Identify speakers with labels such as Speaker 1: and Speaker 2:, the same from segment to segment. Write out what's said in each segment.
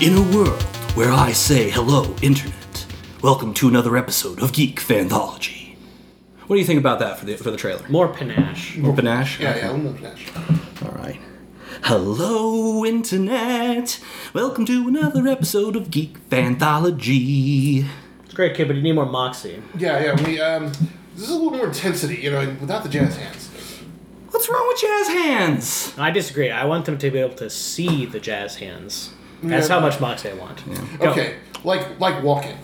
Speaker 1: In a world where I say hello, Internet, welcome to another episode of Geek Fanthology. What do you think about that for the, for the trailer?
Speaker 2: More panache.
Speaker 1: More panache?
Speaker 3: Yeah, yeah, one more flash.
Speaker 1: All right. Hello, Internet. Welcome to another episode of Geek Fanthology.
Speaker 2: It's great, kid, but you need more moxie.
Speaker 3: Yeah, yeah, we, um, this is a little more intensity, you know, and without the jazz hands.
Speaker 1: What's wrong with jazz hands?
Speaker 2: I disagree. I want them to be able to see the jazz hands. That's
Speaker 3: Yeah.
Speaker 2: how much moxie I want. Go.
Speaker 3: Okay, like, like walking.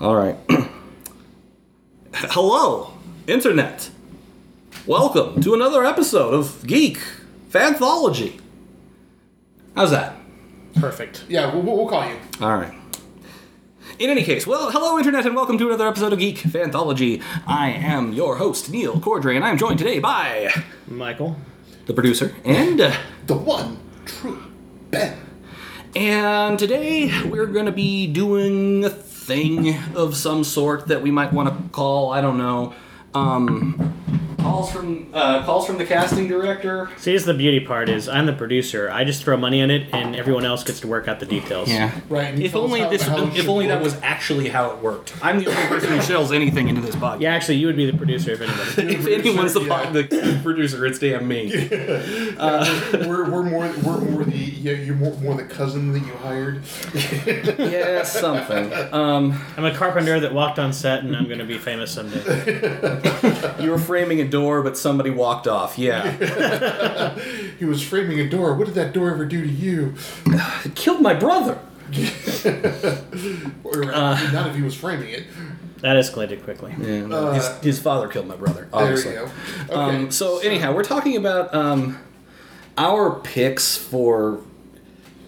Speaker 1: All right. Hello, Internet. Welcome to another episode of Geek Fanthology. How's that?
Speaker 2: Perfect.
Speaker 3: Yeah, we'll, we'll call you.
Speaker 1: All right. In any case, well, hello, Internet, and welcome to another episode of Geek Fanthology. I am your host, Neil Cordray, and I'm joined today by
Speaker 2: Michael.
Speaker 1: the producer and. Uh,
Speaker 3: The one true Ben.
Speaker 1: And today we're going to be doing a thing of some sort that we might want to call, I don't know, um, calls from uh, calls from the casting director.
Speaker 2: See, this is the beauty part is I'm the producer. I just throw money in it, and everyone else gets to work out the details.
Speaker 3: Right. and
Speaker 1: If
Speaker 3: tell us
Speaker 1: only
Speaker 3: how-
Speaker 1: this
Speaker 3: how it
Speaker 1: if
Speaker 3: should
Speaker 1: only that
Speaker 3: work.
Speaker 1: was actually how it worked. I'm the only person who shells anything into this podcast.
Speaker 2: Yeah, actually, you would be the producer if anybody.
Speaker 1: If anyone's the,
Speaker 3: Yeah.
Speaker 1: pod, the producer, it's damn me.
Speaker 3: We're, we're more, we're more the, yeah, you're more, more the cousin that you hired.
Speaker 1: Yeah, something. Um,
Speaker 2: I'm a carpenter that walked on set, and I'm going to be famous someday.
Speaker 1: you were framing a door, but somebody walked off. Yeah,
Speaker 3: He was framing a door. What did that door ever do to you?
Speaker 1: it killed my brother.
Speaker 3: Or, uh,
Speaker 1: Uh.
Speaker 3: not if he was framing it.
Speaker 2: That escalated quickly.
Speaker 1: Yeah, no, Uh, his, his father killed my brother.
Speaker 3: There
Speaker 1: Obviously.
Speaker 3: we go. Okay.
Speaker 1: Um, so anyhow, we're talking about um, our picks for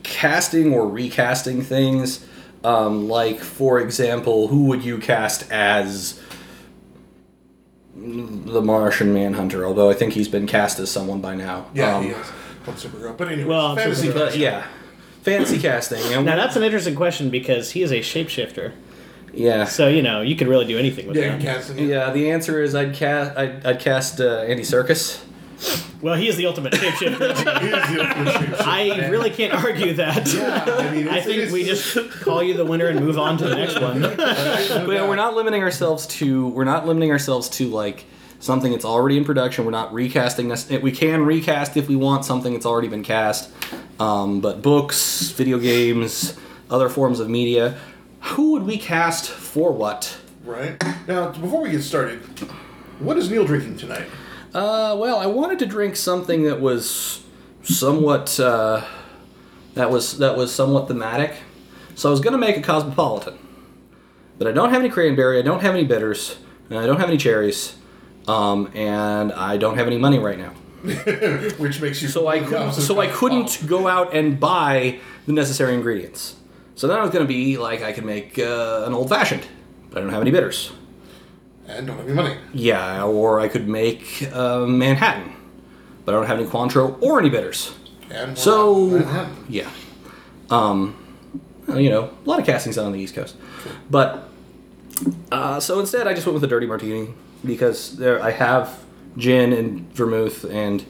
Speaker 1: casting or recasting things. Um, like, for example, who would you cast as the Martian Manhunter? Although I think he's been cast as someone by now.
Speaker 3: yeah,
Speaker 1: Um,
Speaker 3: he is. On Supergirl. But anyway,
Speaker 2: Well, on
Speaker 3: fantasy
Speaker 2: Supergirl.
Speaker 1: but
Speaker 3: casting.
Speaker 1: yeah, fancy casting. And
Speaker 2: Now that's an interesting question because he is a shapeshifter,
Speaker 1: yeah,
Speaker 2: so you know you could really do anything with
Speaker 3: Yeah,
Speaker 2: him.
Speaker 3: casting. it.
Speaker 1: yeah. The answer is I'd cast I'd, I'd cast uh, Andy Circus.
Speaker 2: Well, he is the ultimate shapeshifter.
Speaker 3: He is the ultimate shapeshifter,
Speaker 2: I
Speaker 3: man.
Speaker 2: really can't argue that.
Speaker 3: Yeah, I mean,
Speaker 2: I
Speaker 3: it's-
Speaker 2: think
Speaker 3: it's-
Speaker 2: we just call you the winner and move on to the next one.
Speaker 1: But yeah, we're not limiting ourselves to we're not limiting ourselves to like something that's already in production. We're not recasting this. We can recast if we want something that's already been cast. Um, but books, video games, other forms of media. Who would we cast for what?
Speaker 3: Right. Now, before we get started, what is Neil drinking tonight?
Speaker 1: Uh, well, I wanted to drink something that was somewhat uh, that was that was somewhat thematic. So I was gonna make a cosmopolitan, but I don't have any cranberry, I don't have any bitters, and I don't have any cherries, um, and I don't have any money right now.
Speaker 3: Which makes you
Speaker 1: So I
Speaker 3: the
Speaker 1: couldn't,
Speaker 3: opposite
Speaker 1: so I
Speaker 3: of-
Speaker 1: couldn't go out and buy the necessary ingredients. So then I was gonna be like I could make uh, an old fashioned, but I don't have any bitters.
Speaker 3: and don't have any money.
Speaker 1: Yeah, or I could make uh, Manhattan, but I don't have any Cointreau or any bitters.
Speaker 3: And we're
Speaker 1: So-
Speaker 3: not- not happening.
Speaker 1: Yeah. Um, you know, a lot of castings out on the East Coast, but uh, so instead I just went with a dirty martini because there I have gin and vermouth, and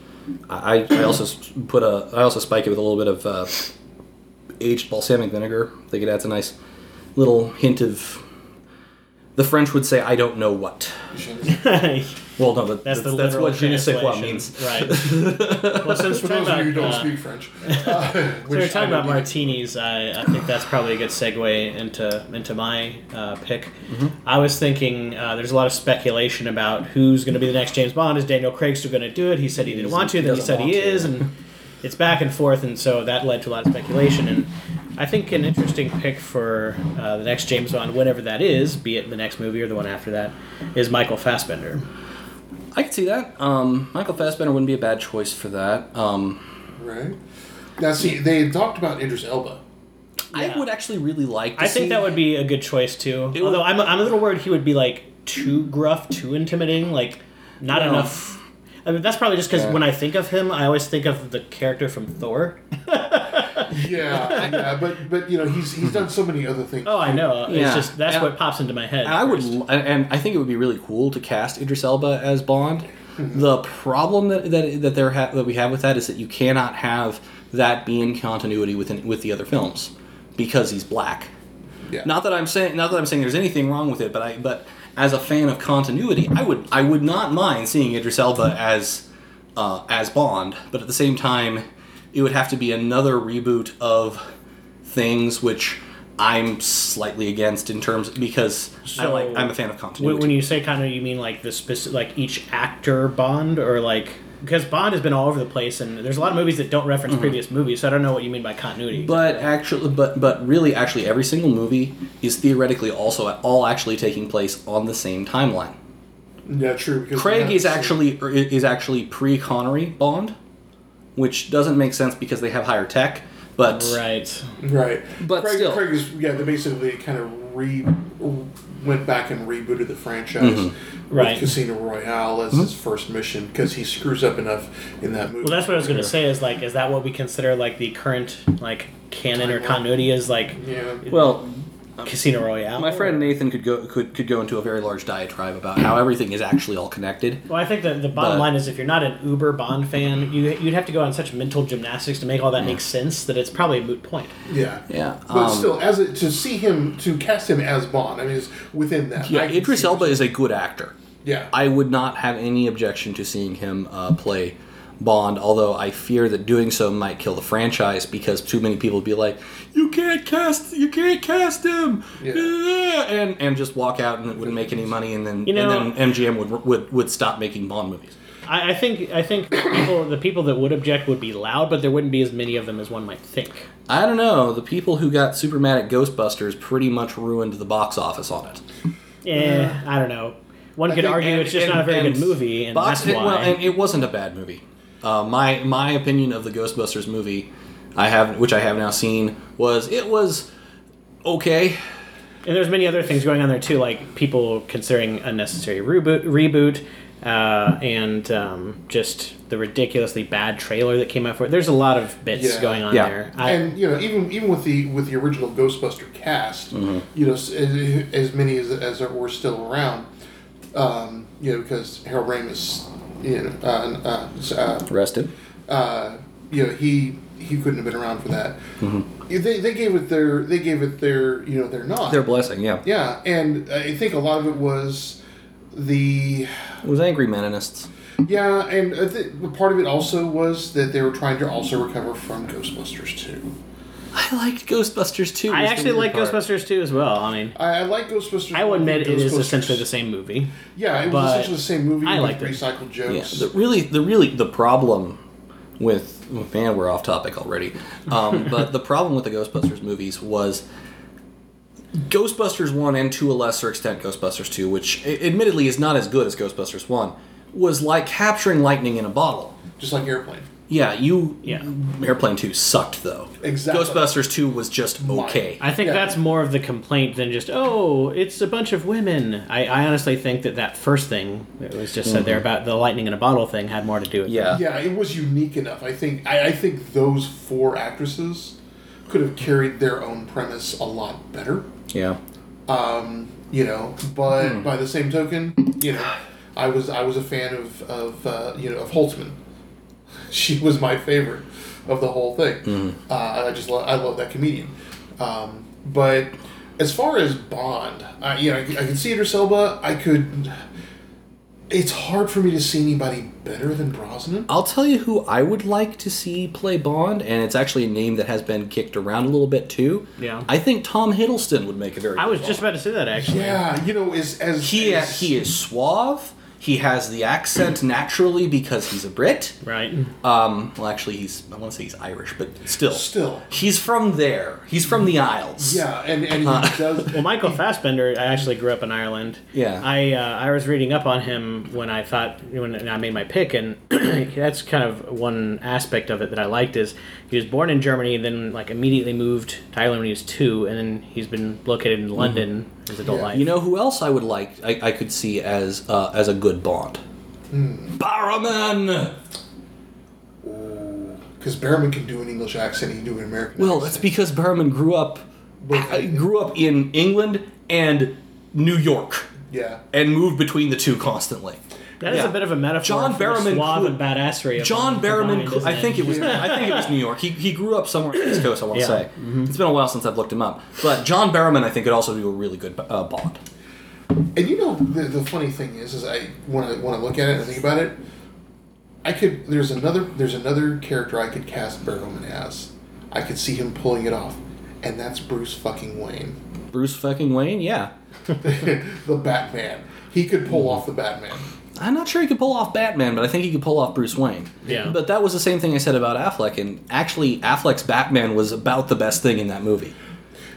Speaker 1: I, I also s- put a I also spike it with a little bit of uh, aged balsamic vinegar. I think it adds a nice little hint of. The French would say, "I don't know what."
Speaker 3: You shouldn't-
Speaker 2: that's
Speaker 1: Well, no, but
Speaker 2: the
Speaker 1: that's, that's
Speaker 2: literal
Speaker 1: what je ne sais quoi
Speaker 2: translation.
Speaker 1: means.
Speaker 2: right? Well, since
Speaker 3: For
Speaker 2: we're
Speaker 3: those
Speaker 2: talking
Speaker 3: of you
Speaker 2: about,
Speaker 3: who don't
Speaker 2: uh,
Speaker 3: speak French, uh,
Speaker 2: we
Speaker 3: which
Speaker 2: were
Speaker 3: I
Speaker 2: talking about
Speaker 3: don't do.
Speaker 2: martinis. I, I think that's probably a good segue into into my uh, pick. I was thinking uh, there's a lot of speculation about who's going to be the next James Bond. Is Daniel Craig still going to do it? He said he didn't want to. Then he
Speaker 1: doesn't
Speaker 2: said he
Speaker 1: want to.
Speaker 2: is, and it's back and forth. And so that led to a lot of speculation. And I think an interesting pick for uh, the next James Bond, whenever that is, be it the next movie or the one after that, is Michael Fassbender.
Speaker 1: I could see that. Um, Michael Fassbender wouldn't be a bad choice for that. Um,
Speaker 3: Right. Now, see, they talked about Idris Elba.
Speaker 1: I
Speaker 2: Yeah.
Speaker 1: would actually really like. To
Speaker 2: I think
Speaker 1: see-
Speaker 2: that would be a good choice too.
Speaker 1: It would-
Speaker 2: Although I'm, I'm a little worried he would be like too gruff, too intimidating, like not
Speaker 1: Well-
Speaker 2: enough. I mean, that's probably just because
Speaker 1: Yeah.
Speaker 2: when I think of him, I always think of the character from Thor.
Speaker 3: Yeah, yeah, but but you know he's he's done so many other things.
Speaker 2: Oh, I know.
Speaker 1: Yeah.
Speaker 2: It's just that's
Speaker 1: And-
Speaker 2: what pops into my head.
Speaker 1: And I would,
Speaker 2: first.
Speaker 1: l- and- and I think it would be really cool to cast Idris Elba as Bond. The problem that that that there ha- that we have with that is that you cannot have that be in continuity with with the other films because he's black.
Speaker 3: Yeah.
Speaker 1: Not that I'm saying not that I'm saying there's anything wrong with it, but I but as a fan of continuity, I would I would not mind seeing Idris Elba as uh, as Bond, but at the same time, it would have to be another reboot of things which I'm slightly against in terms because I
Speaker 2: So-
Speaker 1: like I'm a fan of
Speaker 2: When,
Speaker 1: continuity.
Speaker 2: when you say kind of, you mean like the specific, like each actor Bond, or like because Bond has been all over the place, and there's a lot of movies that don't reference
Speaker 1: Mm-hmm.
Speaker 2: previous movies, so I don't know what you mean by continuity.
Speaker 1: But actually, but but really, actually, every single movie is theoretically also all actually taking place on the same timeline.
Speaker 3: Yeah, true. Because
Speaker 1: Craig
Speaker 3: yeah,
Speaker 1: is
Speaker 3: so-
Speaker 1: actually er, is actually pre Connery Bond, which doesn't make sense because they have higher tech. But
Speaker 2: right,
Speaker 3: right,
Speaker 1: but
Speaker 3: Craig,
Speaker 1: still.
Speaker 3: Craig is yeah. They basically kind of re went back and rebooted the franchise.
Speaker 1: Mm-hmm.
Speaker 3: with
Speaker 2: Right.
Speaker 3: Casino Royale as his first mission because he screws up enough in that movie.
Speaker 2: Well, that's what I was gonna
Speaker 3: Yeah.
Speaker 2: say. Is like, is that what we consider like the current like canon or
Speaker 3: Timeline.
Speaker 2: continuity? Is like
Speaker 3: Yeah.
Speaker 1: well,
Speaker 2: Casino Royale.
Speaker 1: my friend Nathan could go could, could go into a very large diatribe about how everything is actually all connected.
Speaker 2: Well, I think that the bottom
Speaker 1: But-
Speaker 2: line is if you're not an uber Bond fan, you you'd have to go on such mental gymnastics to make all that make sense that it's probably a moot point.
Speaker 3: Yeah.
Speaker 1: Yeah,
Speaker 3: But
Speaker 1: um,
Speaker 3: still, as a, to see him to cast him as Bond, I mean, it's within that.
Speaker 1: Yeah,
Speaker 3: I can
Speaker 1: Idris
Speaker 3: see-
Speaker 1: Elba is a good actor.
Speaker 3: Yeah.
Speaker 1: I would not have any objection to seeing him uh, play Bond, although I fear that doing so might kill the franchise because too many people would be like, "You can't cast, you can't cast him,"
Speaker 3: Yeah.
Speaker 1: Yeah, and and just walk out and it wouldn't make any money, and then
Speaker 2: You know-
Speaker 1: and then MGM would, would would stop making Bond movies.
Speaker 2: I, I think I think people the people that would object would be loud, but there wouldn't be as many of them as one might think.
Speaker 1: I don't know. The people who got super mad at Ghostbusters pretty much ruined the box office on it.
Speaker 2: Eh, I don't know. One could
Speaker 1: think-
Speaker 2: argue
Speaker 1: and-
Speaker 2: it's just
Speaker 1: and-
Speaker 2: not a very
Speaker 1: and
Speaker 2: good movie, and
Speaker 1: box-
Speaker 2: that's why.
Speaker 1: Well, and it wasn't a bad movie. Uh, my my opinion of the Ghostbusters movie, I have which I have now seen, was it was okay.
Speaker 2: And there's many other things going on there too, like people considering unnecessary reboot, reboot, uh, and um, just the ridiculously bad trailer that came out for it. There's a lot of bits
Speaker 3: Yeah.
Speaker 2: going on
Speaker 1: Yeah.
Speaker 2: there. I,
Speaker 3: and you know, even even with the with the original Ghostbuster cast,
Speaker 1: Mm-hmm.
Speaker 3: you know, as, as many as as there were still around, um, you know, because Harold Ramis, you know, uh, uh, uh,
Speaker 1: Rested.
Speaker 3: uh, you know he he couldn't have been around for that. They, they gave it their they gave it their you know their nod.
Speaker 1: Mm-hmm. Their blessing, yeah.
Speaker 3: yeah, and I think a lot of it was the
Speaker 1: It was angry meninists.
Speaker 3: yeah, and I think part of it also was that they were trying to also recover from Ghostbusters too.
Speaker 1: I liked Ghostbusters too.
Speaker 2: I
Speaker 1: was the
Speaker 2: actually like
Speaker 1: weird part.
Speaker 2: Ghostbusters too as well. I mean,
Speaker 3: I, I like Ghostbusters.
Speaker 2: I will admit it is
Speaker 3: Ghostbusters-
Speaker 2: essentially the same movie.
Speaker 3: Yeah, it was
Speaker 2: but
Speaker 3: essentially the same movie
Speaker 2: I
Speaker 3: with
Speaker 2: liked it.
Speaker 3: recycled jokes.
Speaker 1: Yeah, the really, the really, the problem with oh, man, we're off topic already. Um, but the problem with the Ghostbusters movies was Ghostbusters one and to a lesser extent Ghostbusters two, which a- admittedly is not as good as Ghostbusters one, was like capturing lightning in a bottle.
Speaker 3: Just like Airplane.
Speaker 1: Yeah, you.
Speaker 2: Yeah.
Speaker 1: Airplane two sucked though.
Speaker 3: Exactly.
Speaker 1: Ghostbusters two was just okay.
Speaker 2: I think
Speaker 3: Yeah.
Speaker 2: that's more of the complaint than just oh, it's a bunch of women. I, I honestly think that that first thing that was just said there about the lightning in a bottle thing had more to do with
Speaker 1: yeah.
Speaker 3: Yeah, it was unique enough. I think I, I think those four actresses could have carried their own premise a lot better.
Speaker 1: Yeah.
Speaker 3: You know, but
Speaker 1: Hmm.
Speaker 3: by the same token, you know, I was I was a fan of of uh, you know of Holtzman. She was my favorite of the whole thing.
Speaker 1: Hmm.
Speaker 3: Uh, I just love I love that comedian. Um, but as far as Bond, I, you know, I, could- I could see Idris Elba. I could. It's hard for me to see anybody better than Brosnan.
Speaker 1: I'll tell you who I would like to see play Bond, and it's actually a name that has been kicked around a little bit too.
Speaker 2: Yeah.
Speaker 1: I think Tom Hiddleston would make a very.
Speaker 2: I
Speaker 1: good
Speaker 2: was just
Speaker 1: Bond.
Speaker 2: about to say that actually.
Speaker 3: Yeah, you know, as as
Speaker 1: Oh, He uh,
Speaker 3: as,
Speaker 1: he is suave. He has the accent naturally because he's a Brit.
Speaker 2: Right.
Speaker 1: Um, well, actually, he's I want to say he's Irish, but still,
Speaker 3: Still.
Speaker 1: he's from there. He's from the Isles.
Speaker 3: Yeah, and and he
Speaker 1: Uh.
Speaker 3: does.
Speaker 2: Well, Michael Fassbender, I actually grew up in Ireland.
Speaker 1: Yeah.
Speaker 2: I uh, I was reading up on him when I thought when I made my pick, and that's kind of one aspect of it that I liked is he was born in Germany, then like immediately moved to Ireland when he was two, and then he's been located in London his adult
Speaker 3: Yeah.
Speaker 2: life.
Speaker 1: Mm-hmm. You know who else I would like? I, I could see as uh, as a good Bond. Barrowman.
Speaker 3: Because Behrman can do an English accent, he can do an American.
Speaker 1: Well, that's
Speaker 3: accent.
Speaker 1: because Barrowman grew up uh, grew up in England and New York
Speaker 3: yeah,
Speaker 1: and moved between the two constantly.
Speaker 2: That is
Speaker 1: Yeah.
Speaker 2: a bit of a metaphor.
Speaker 1: John
Speaker 2: for the
Speaker 1: Barrowman
Speaker 2: suave
Speaker 1: Clu-
Speaker 2: and badassery. Of
Speaker 1: John
Speaker 2: them
Speaker 1: Barrowman.
Speaker 2: combined,
Speaker 1: Clu-
Speaker 2: isn't
Speaker 1: I
Speaker 2: it?
Speaker 1: think it was. I think it was New York. He, he grew up somewhere on the East Coast. I want to
Speaker 2: Yeah.
Speaker 1: say it's been a while since I've looked him up. But John Barrowman, I think, could also do a really good uh, Bond.
Speaker 3: And you know the, the funny thing is, is I when I when I look at it and think about it, I could there's another there's another character I could cast Barrowman as. I could see him pulling it off, and that's Bruce fucking Wayne,
Speaker 1: Bruce fucking Wayne. Yeah,
Speaker 3: the Batman. He could pull off the Batman.
Speaker 1: I'm not sure he could pull off Batman, but I think he could pull off Bruce Wayne.
Speaker 2: Yeah.
Speaker 1: But that was the same thing I said about Affleck, and actually, Affleck's Batman was about the best thing in that movie.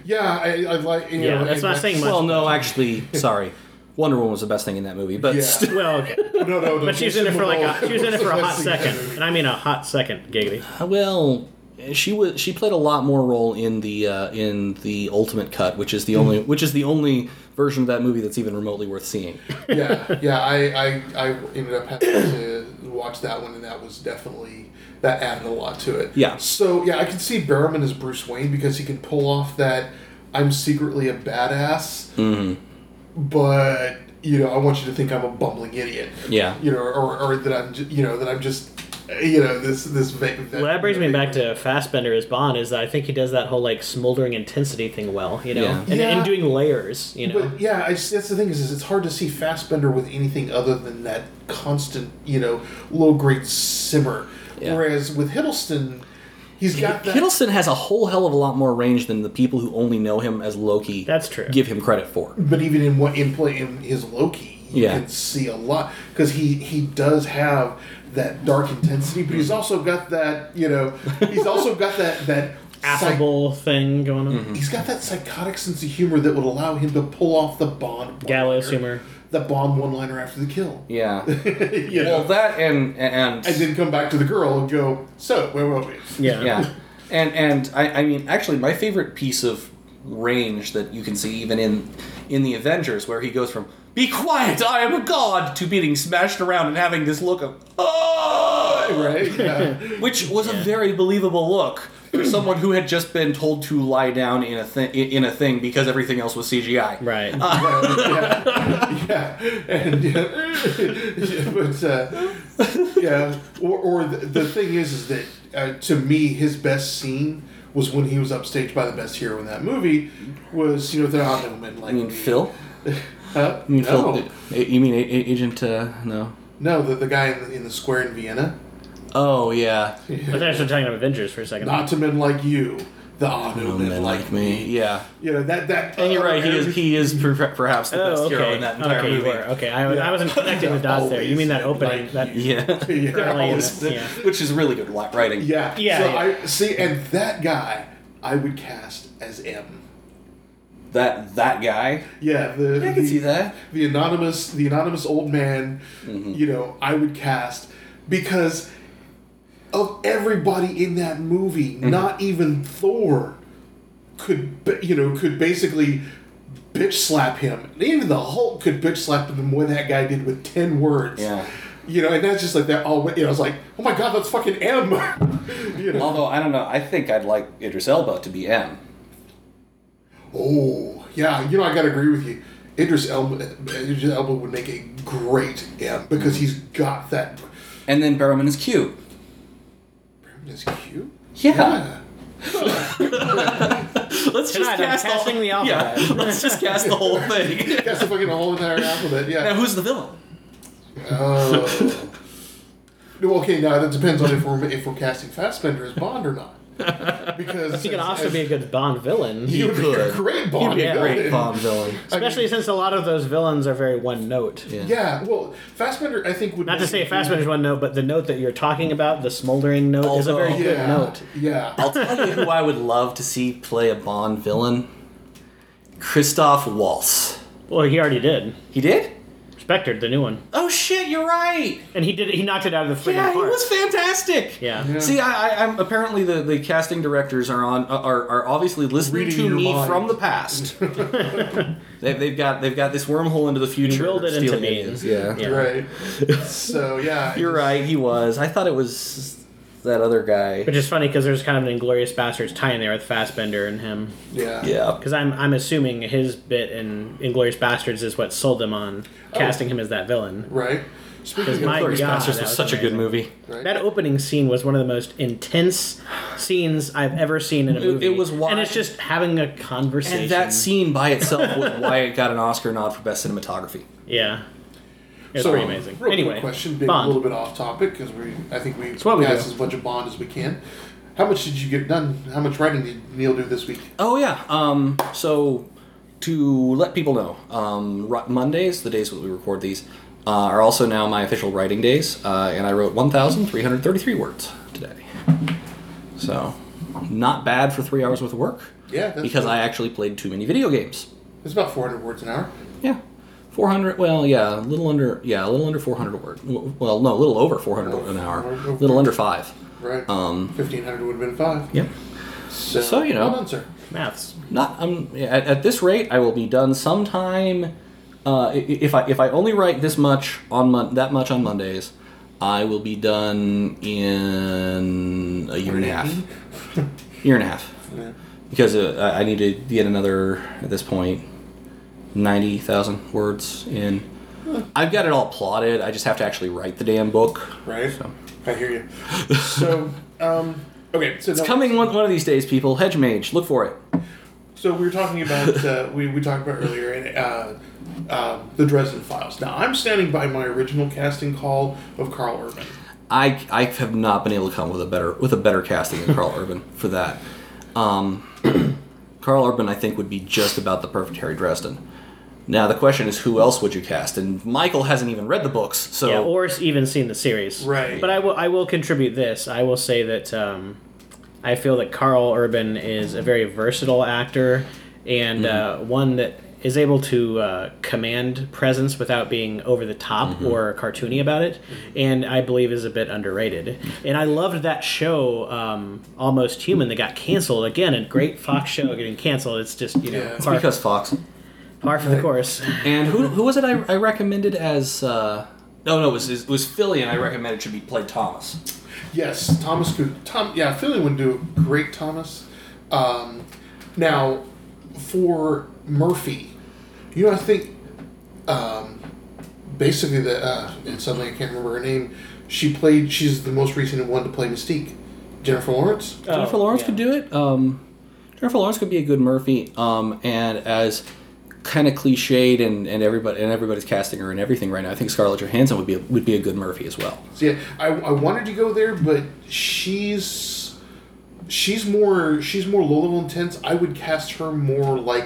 Speaker 3: Yeah, I, I like. You
Speaker 2: Yeah,
Speaker 3: know,
Speaker 2: that's
Speaker 3: and
Speaker 2: what I was thinking.
Speaker 1: Well, no, actually, sorry, Wonder Woman was the best thing in that movie, but
Speaker 3: Yeah.
Speaker 1: still-
Speaker 2: Well, okay.
Speaker 3: No, no,
Speaker 2: But she was in it for like a, she was in it for a hot second, and I mean a hot second, Giggity.
Speaker 1: Uh, well, she was she played a lot more role in the uh, in the Ultimate Cut, which is the only which is the only version of that movie that's even remotely worth seeing.
Speaker 3: yeah, yeah. I, I, I ended up having to watch that one, and that was definitely that added a lot to it.
Speaker 1: Yeah.
Speaker 3: So yeah, I can see Barrowman as Bruce Wayne because he can pull off that I'm secretly a badass,
Speaker 1: Mm-hmm.
Speaker 3: but you know I want you to think I'm a bumbling idiot.
Speaker 1: Yeah.
Speaker 3: You know, or, or that I'm ju- you know that I'm just you know this this. Va-
Speaker 2: Well, that brings me back to Fassbender as Bond is that I think he does that whole like smoldering intensity thing well, you know,
Speaker 1: Yeah.
Speaker 2: And,
Speaker 3: Yeah.
Speaker 2: and doing layers, you know.
Speaker 3: But yeah, I just, that's the thing is, is it's hard to see Fassbender with anything other than that constant, you know, low grade simmer.
Speaker 1: Yeah.
Speaker 3: Whereas with Hiddleston, he's got that.
Speaker 1: Hiddleston has a whole hell of a lot more range than the people who only know him as Loki.
Speaker 2: That's true.
Speaker 1: Give him credit for.
Speaker 3: but even in what in play in his Loki, you
Speaker 1: Yeah.
Speaker 3: can see a lot because he he does have that dark intensity, but he's also got that you know, he's also got that that. psych-
Speaker 2: affable thing going on.
Speaker 1: Mm-hmm.
Speaker 3: He's got that psychotic sense of humor that would allow him to pull off the Bond
Speaker 2: Gallows
Speaker 3: one-liner-
Speaker 2: humor.
Speaker 3: the Bond one liner after the kill.
Speaker 1: Yeah.
Speaker 3: you know?
Speaker 1: Well, that and and
Speaker 3: and then come back to the girl and go, "So, where were we?"
Speaker 2: Yeah.
Speaker 1: yeah and and I, I mean actually my favorite piece of range that you can see even in in the avengers where he goes from be quiet i am a god to being smashed around and having this look of oh
Speaker 3: Right? Yeah.
Speaker 1: which was a
Speaker 2: Yeah.
Speaker 1: very believable look for someone who had just been told to lie down in a thing in a thing because everything else was cgi
Speaker 2: Right.
Speaker 1: Uh,
Speaker 3: yeah. yeah. And yeah. Yeah, but uh, yeah, or, or the, the thing is, is that uh, to me, his best scene was when he was upstaged by the best hero in that movie. Was you know they're on him and like
Speaker 1: i mean phil
Speaker 3: Huh?
Speaker 1: i mean
Speaker 3: no,
Speaker 1: phil you mean A- A- agent uh, no
Speaker 3: no, the, the guy in the, in the square in Vienna.
Speaker 1: oh yeah
Speaker 2: I was actually talking about Avengers for a second.
Speaker 3: Not to men like you, the on no men, like, me.
Speaker 1: yeah
Speaker 3: You know that that.
Speaker 1: And you're right. He is he is per- perhaps the best
Speaker 2: oh, okay.
Speaker 1: hero in that entire
Speaker 2: okay, you
Speaker 1: movie.
Speaker 2: were. Okay, I, was-
Speaker 3: Yeah.
Speaker 2: I wasn't connecting the dots there. You mean that
Speaker 3: Always
Speaker 2: opening?
Speaker 3: like
Speaker 2: that
Speaker 3: you.
Speaker 1: Yeah.
Speaker 3: Yeah.
Speaker 2: Apparently,
Speaker 1: Always-
Speaker 2: yeah.
Speaker 1: Which is really good li- writing.
Speaker 3: Yeah.
Speaker 2: Yeah,
Speaker 3: So
Speaker 2: yeah.
Speaker 3: I see, and that guy I would cast as M.
Speaker 1: That that guy.
Speaker 3: Yeah, the
Speaker 1: I
Speaker 3: the,
Speaker 1: can see that.
Speaker 3: The anonymous, the anonymous old man. You know, I would cast because of everybody in that movie. Not even Thor could, ba- you know, could basically bitch slap him. Even the Hulk could bitch slap him when that guy did with ten words.
Speaker 1: Yeah.
Speaker 3: You know, and that's just like that. All you know, I was like, oh my god, that's fucking M. you know.
Speaker 1: Although I don't know, I think I'd like Idris Elba to be M.
Speaker 3: Oh, yeah. You know, I gotta agree with you. Idris Elba, Idris Elba would make a great M because he's got that.
Speaker 1: And then Barrowman is Q.
Speaker 3: Is cute.
Speaker 1: Yeah. Let's
Speaker 2: Tonight I'm casting the alphabet.
Speaker 1: Yeah, let's just cast the whole thing.
Speaker 3: That's the fucking whole entire alphabet.
Speaker 1: Now
Speaker 3: Yeah.
Speaker 1: who's the villain?
Speaker 3: Oh. No, okay, now that depends on if we're if we're casting Fassbender as Bond or not. Because
Speaker 2: he can
Speaker 3: as-
Speaker 2: also
Speaker 3: as-
Speaker 2: be a good Bond villain,
Speaker 3: he would be a
Speaker 1: good.
Speaker 3: great Bond.
Speaker 2: be a
Speaker 3: villain.
Speaker 2: great
Speaker 1: Bomb villain.
Speaker 3: I mean,
Speaker 2: especially since a lot of those villains are very one note.
Speaker 3: yeah. Well, Fassbender, I think would
Speaker 2: Not to
Speaker 3: make
Speaker 2: say
Speaker 3: a-
Speaker 2: Fassbender's one note, but the note that you're talking about, the smoldering note, is a very
Speaker 1: Although-
Speaker 2: good
Speaker 3: Yeah.
Speaker 2: note.
Speaker 3: Yeah.
Speaker 1: I'll tell you who I would love to see play a Bond villain. Christoph Waltz.
Speaker 2: Well, he already did.
Speaker 1: He did?
Speaker 2: Spectre, the new one,
Speaker 1: Oh shit, you're right.
Speaker 2: and he did. He knocked it out of the freaking
Speaker 1: Yeah, he
Speaker 2: park.
Speaker 1: was fantastic.
Speaker 2: Yeah.
Speaker 3: Yeah.
Speaker 1: See, I, I, I'm apparently the, the casting directors are on uh, are, are obviously listening
Speaker 3: Reading
Speaker 1: to
Speaker 3: your
Speaker 1: me
Speaker 3: mind.
Speaker 1: from the past. they, they've got they've got this wormhole into the future.
Speaker 2: willed it into
Speaker 1: stealing
Speaker 2: being.
Speaker 1: ideas. Yeah.
Speaker 2: Yeah.
Speaker 3: Right. So yeah.
Speaker 1: you're right. He was. I thought it was that other guy.
Speaker 2: Which is funny because there's kind of an inglorious bastards tie in there with Fassbender and him.
Speaker 3: Yeah.
Speaker 1: Yeah.
Speaker 2: Because I'm I'm assuming
Speaker 1: Oh.
Speaker 2: his bit in Inglorious Bastards is what sold them on casting him as that villain.
Speaker 3: Right. Speaking of
Speaker 2: my
Speaker 1: Glorious
Speaker 2: God,
Speaker 1: Bastards
Speaker 2: that
Speaker 1: was
Speaker 2: was
Speaker 1: such a good
Speaker 2: amazing.
Speaker 1: movie.
Speaker 3: right?
Speaker 2: That opening scene was one of the most intense scenes I've ever seen in a movie.
Speaker 1: it was
Speaker 2: and it's just having a conversation.
Speaker 1: And that scene by itself was why it got an Oscar nod for best cinematography.
Speaker 2: yeah, it's
Speaker 3: so,
Speaker 2: pretty amazing.
Speaker 3: Real quick
Speaker 2: anyway,
Speaker 3: question, big, a
Speaker 2: Bond.
Speaker 3: little bit off topic because we, I think we
Speaker 2: what we
Speaker 3: passed
Speaker 2: do.
Speaker 3: as much of Bond as we can. How much did you get done? How much writing did Neil do this week?
Speaker 1: Oh yeah. Um, so to let people know, um, Ro- Mondays, the days that we record these, uh, are also now my official writing days, uh, and I wrote 1,333 words today. So not bad for three hours worth of work
Speaker 3: Yeah, that's
Speaker 1: because
Speaker 3: good.
Speaker 1: I actually played too many video games.
Speaker 3: It's about 400 words an hour.
Speaker 1: Yeah. 400 well yeah a little under yeah a little under 400 a word W- well no a little over 400 an hour a little under five
Speaker 3: Right.
Speaker 1: Um,
Speaker 3: 1500 would have been five.
Speaker 1: yep
Speaker 3: So,
Speaker 1: so, you know.
Speaker 3: Well done, sir.
Speaker 2: maths.
Speaker 1: not I'm at, at this rate I will be done sometime uh, i- if I if I only write this much on mon- that much on Mondays I will be done in a year and a half year and a half
Speaker 3: Yeah.
Speaker 1: because uh, I- I need to get another at this point ninety thousand words in I've got it all plotted I just have to actually write the damn book
Speaker 3: Right? I hear you. So, um, okay. So
Speaker 1: it's coming one, one of these days people hedge mage look for it
Speaker 3: So we were talking about uh, we we talked about earlier and uh, uh, the Dresden Files. Now I'm standing by my original casting call of Carl Urban.
Speaker 1: I I have not been able to come with a better with a better casting than Carl Urban for that. Um, Carl Urban I think would be just about the perfect Harry Dresden. Now the question is who else would you cast? And Michael hasn't even read the books, so
Speaker 2: Yeah, or s- even seen the series.
Speaker 3: Right.
Speaker 2: But I will. I will contribute this. I will say that um, I feel that Carl Urban is a very versatile actor and uh, one that is able to uh, command presence without being over the top or cartoony about it, and I believe is a bit underrated. And I loved that show, um, Almost Human, that got canceled again. A great Fox show getting canceled. It's just you know
Speaker 3: Yeah. It's
Speaker 2: far,
Speaker 1: because Fox.
Speaker 2: far from the course.
Speaker 1: And who, who was it I, I recommended as? Uh, no, no, it was it was Fillion. I recommended should be played Thomas.
Speaker 3: Yes, Thomas could. Tom, yeah, Philly would do great, Thomas. Um, now, for Murphy, you know, I think um, basically the uh, and suddenly I can't remember her name. She played. She's the most recent one to play Mystique, Jennifer Lawrence.
Speaker 1: Jennifer Lawrence
Speaker 2: could
Speaker 1: could do it. Um, Jennifer Lawrence could be a good Murphy. Um, and as kind of cliched and, and everybody and everybody's casting her and everything right now, I think Scarlett Johansson would be a, would be a good Murphy as well.
Speaker 3: So yeah, I, I wanted to go there, but she's she's more she's more low level intense. I would cast her more like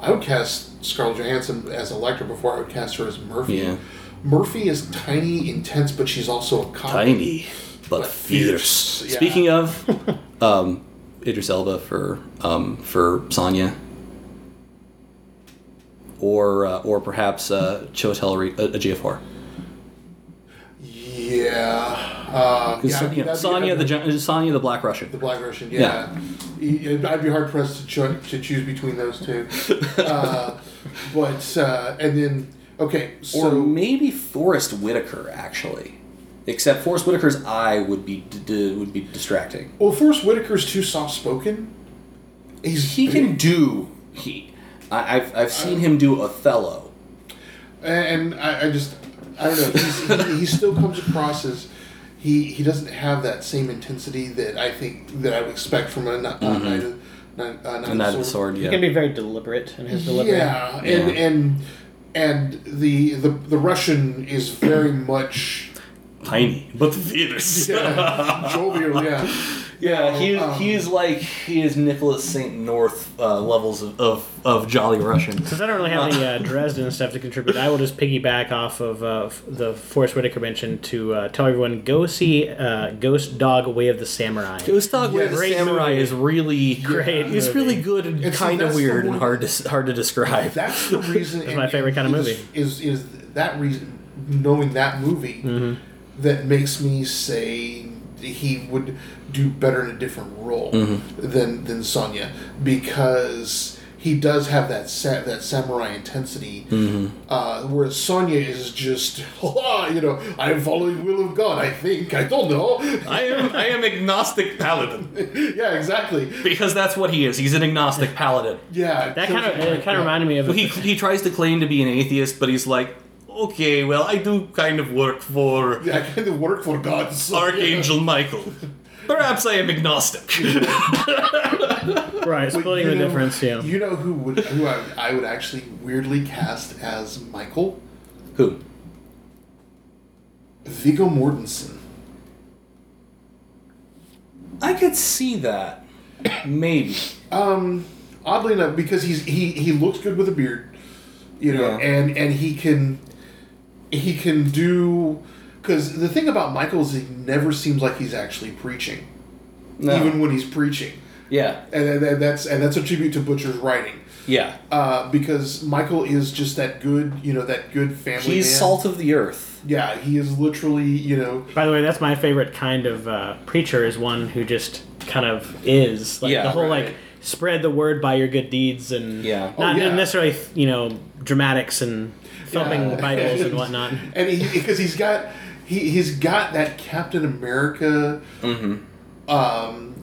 Speaker 3: I would cast Scarlett Johansson as Electra before I would cast her as Murphy.
Speaker 1: Yeah.
Speaker 3: Murphy is tiny, intense, but she's also a cop.
Speaker 1: Tiny but
Speaker 3: But
Speaker 1: fierce.
Speaker 3: fierce, yeah.
Speaker 1: Speaking of, um, Idris Elba for um, for Sonya. Or, uh, or perhaps uh, Chotel Re- a, a GFR.
Speaker 3: Yeah. Uh,
Speaker 1: Because
Speaker 3: yeah,
Speaker 1: you know,
Speaker 3: that'd be-
Speaker 1: Sonya, the,
Speaker 3: that'd be-
Speaker 1: gen- Sonya the Black Russian.
Speaker 3: the Black Russian. Yeah. Y- I'd be hard pressed to, cho- to choose between those two. uh, but uh, and then okay,
Speaker 1: Or
Speaker 3: so
Speaker 1: maybe Forrest Whitaker, actually. Except Forrest Whitaker's eye would be d- d- would be distracting.
Speaker 3: Well, Forrest Whitaker's too soft spoken. He's
Speaker 1: He can do he. I, I've I've seen him do Othello.
Speaker 3: and I, I just I don't know. He's, he, he still comes across as he he doesn't have that same intensity that I think that I would expect from a not
Speaker 1: Mm-hmm.
Speaker 3: uh, knight of- knight- uh, knight
Speaker 1: And
Speaker 3: of
Speaker 1: that
Speaker 3: the sword.
Speaker 1: sword,
Speaker 2: He can
Speaker 1: yeah.
Speaker 2: be very deliberate in his delivery.
Speaker 3: Yeah, and
Speaker 1: Yeah.
Speaker 3: and and the the the Russian is very much
Speaker 1: Tiny, but the theaters.
Speaker 3: yeah, jovial. Yeah,
Speaker 1: Yeah, he,
Speaker 3: Um,
Speaker 1: he's like he is Nicholas St. North uh, levels of, of, of Jolly Russian.
Speaker 2: Since I don't really have any uh, Dresden stuff to contribute, I will just piggyback off of uh, f- the Forrest Whitaker mention to uh, tell everyone go see uh, Ghost Dog: Way of the Samurai.
Speaker 1: Ustak with the
Speaker 3: great
Speaker 1: Samurai
Speaker 2: movie.
Speaker 1: is really
Speaker 2: Great
Speaker 1: It's
Speaker 2: movie.
Speaker 1: really good and
Speaker 3: It's-
Speaker 1: kind of
Speaker 3: that's the
Speaker 1: weird and
Speaker 3: one-
Speaker 1: hard to hard to describe.
Speaker 3: that's the reason. It's
Speaker 2: my favorite kind of movie.
Speaker 3: Is is that reason? Knowing that movie,
Speaker 2: Mm-hmm.
Speaker 3: that makes me say he would do better in a different role
Speaker 2: Mm-hmm.
Speaker 3: than than Sonya because he does have that sa- that samurai intensity,
Speaker 2: Mm-hmm.
Speaker 3: uh, whereas Sonya is just you know I'm following the will of God. I think I don't know.
Speaker 1: I am I am agnostic paladin.
Speaker 3: yeah, exactly.
Speaker 1: Because that's what he is. He's an agnostic paladin.
Speaker 3: Yeah,
Speaker 2: That kind of it kind of reminded me of
Speaker 1: He, he tries to claim to be an atheist, but he's like,
Speaker 4: okay, well, I do kind of work for
Speaker 3: Yeah, I kind of work for God. so-
Speaker 4: Archangel Michael. Perhaps I am agnostic.
Speaker 2: Right,
Speaker 3: Wait,
Speaker 2: splitting
Speaker 3: you
Speaker 2: the
Speaker 3: know-
Speaker 2: difference, yeah.
Speaker 3: You know who would who I, I would actually weirdly cast as Michael?
Speaker 1: Who?
Speaker 3: Viggo Mortensen.
Speaker 1: I could see that. Maybe.
Speaker 3: Um, oddly enough, because he's he he looks good with a beard, you
Speaker 1: Yeah.
Speaker 3: know, and and he can he can do because the thing about Michael is he never seems like he's actually preaching,
Speaker 1: No.
Speaker 3: even when he's preaching,
Speaker 1: yeah.
Speaker 3: and, and, and that's and that's a tribute to Butcher's writing.
Speaker 1: Yeah.
Speaker 3: Uh, because Michael is just that good, you know, that good family.
Speaker 1: He's
Speaker 3: man.
Speaker 1: salt of the earth.
Speaker 3: Yeah, he is literally, you know,
Speaker 2: By the way, that's my favorite kind of uh, preacher is one who just kind of is like
Speaker 1: Yeah,
Speaker 2: the whole
Speaker 3: right.
Speaker 2: like spread the word by your good deeds and
Speaker 1: Yeah.
Speaker 2: not
Speaker 3: Oh, yeah.
Speaker 2: necessarily you know dramatics and thumping
Speaker 3: Yeah.
Speaker 2: Bibles and whatnot.
Speaker 3: and he because he's got he he's got that Captain America,
Speaker 4: Mm-hmm.
Speaker 3: um,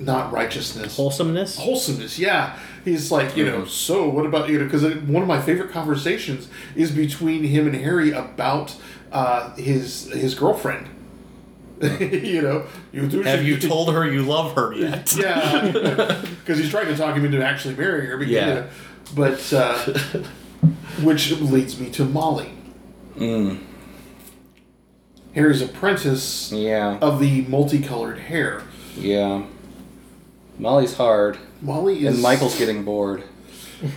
Speaker 3: not righteousness,
Speaker 2: Wholesomeness.
Speaker 3: wholesomeness. Yeah, he's like you know.
Speaker 4: Mm-hmm.
Speaker 3: So what about you know? Because one of my favorite conversations is between him and Harry about uh, his his girlfriend. you know, you do
Speaker 4: Have you told her you love her yet?
Speaker 3: Yeah, because he's trying to talk him into actually marrying her. But,
Speaker 1: Yeah.
Speaker 3: yeah. but uh, which leads me to Molly.
Speaker 1: Mm.
Speaker 3: Harry's apprentice
Speaker 1: Yeah.
Speaker 3: of the multicolored hair.
Speaker 1: Yeah. Molly's hard,
Speaker 3: Molly is
Speaker 1: and Michael's getting bored.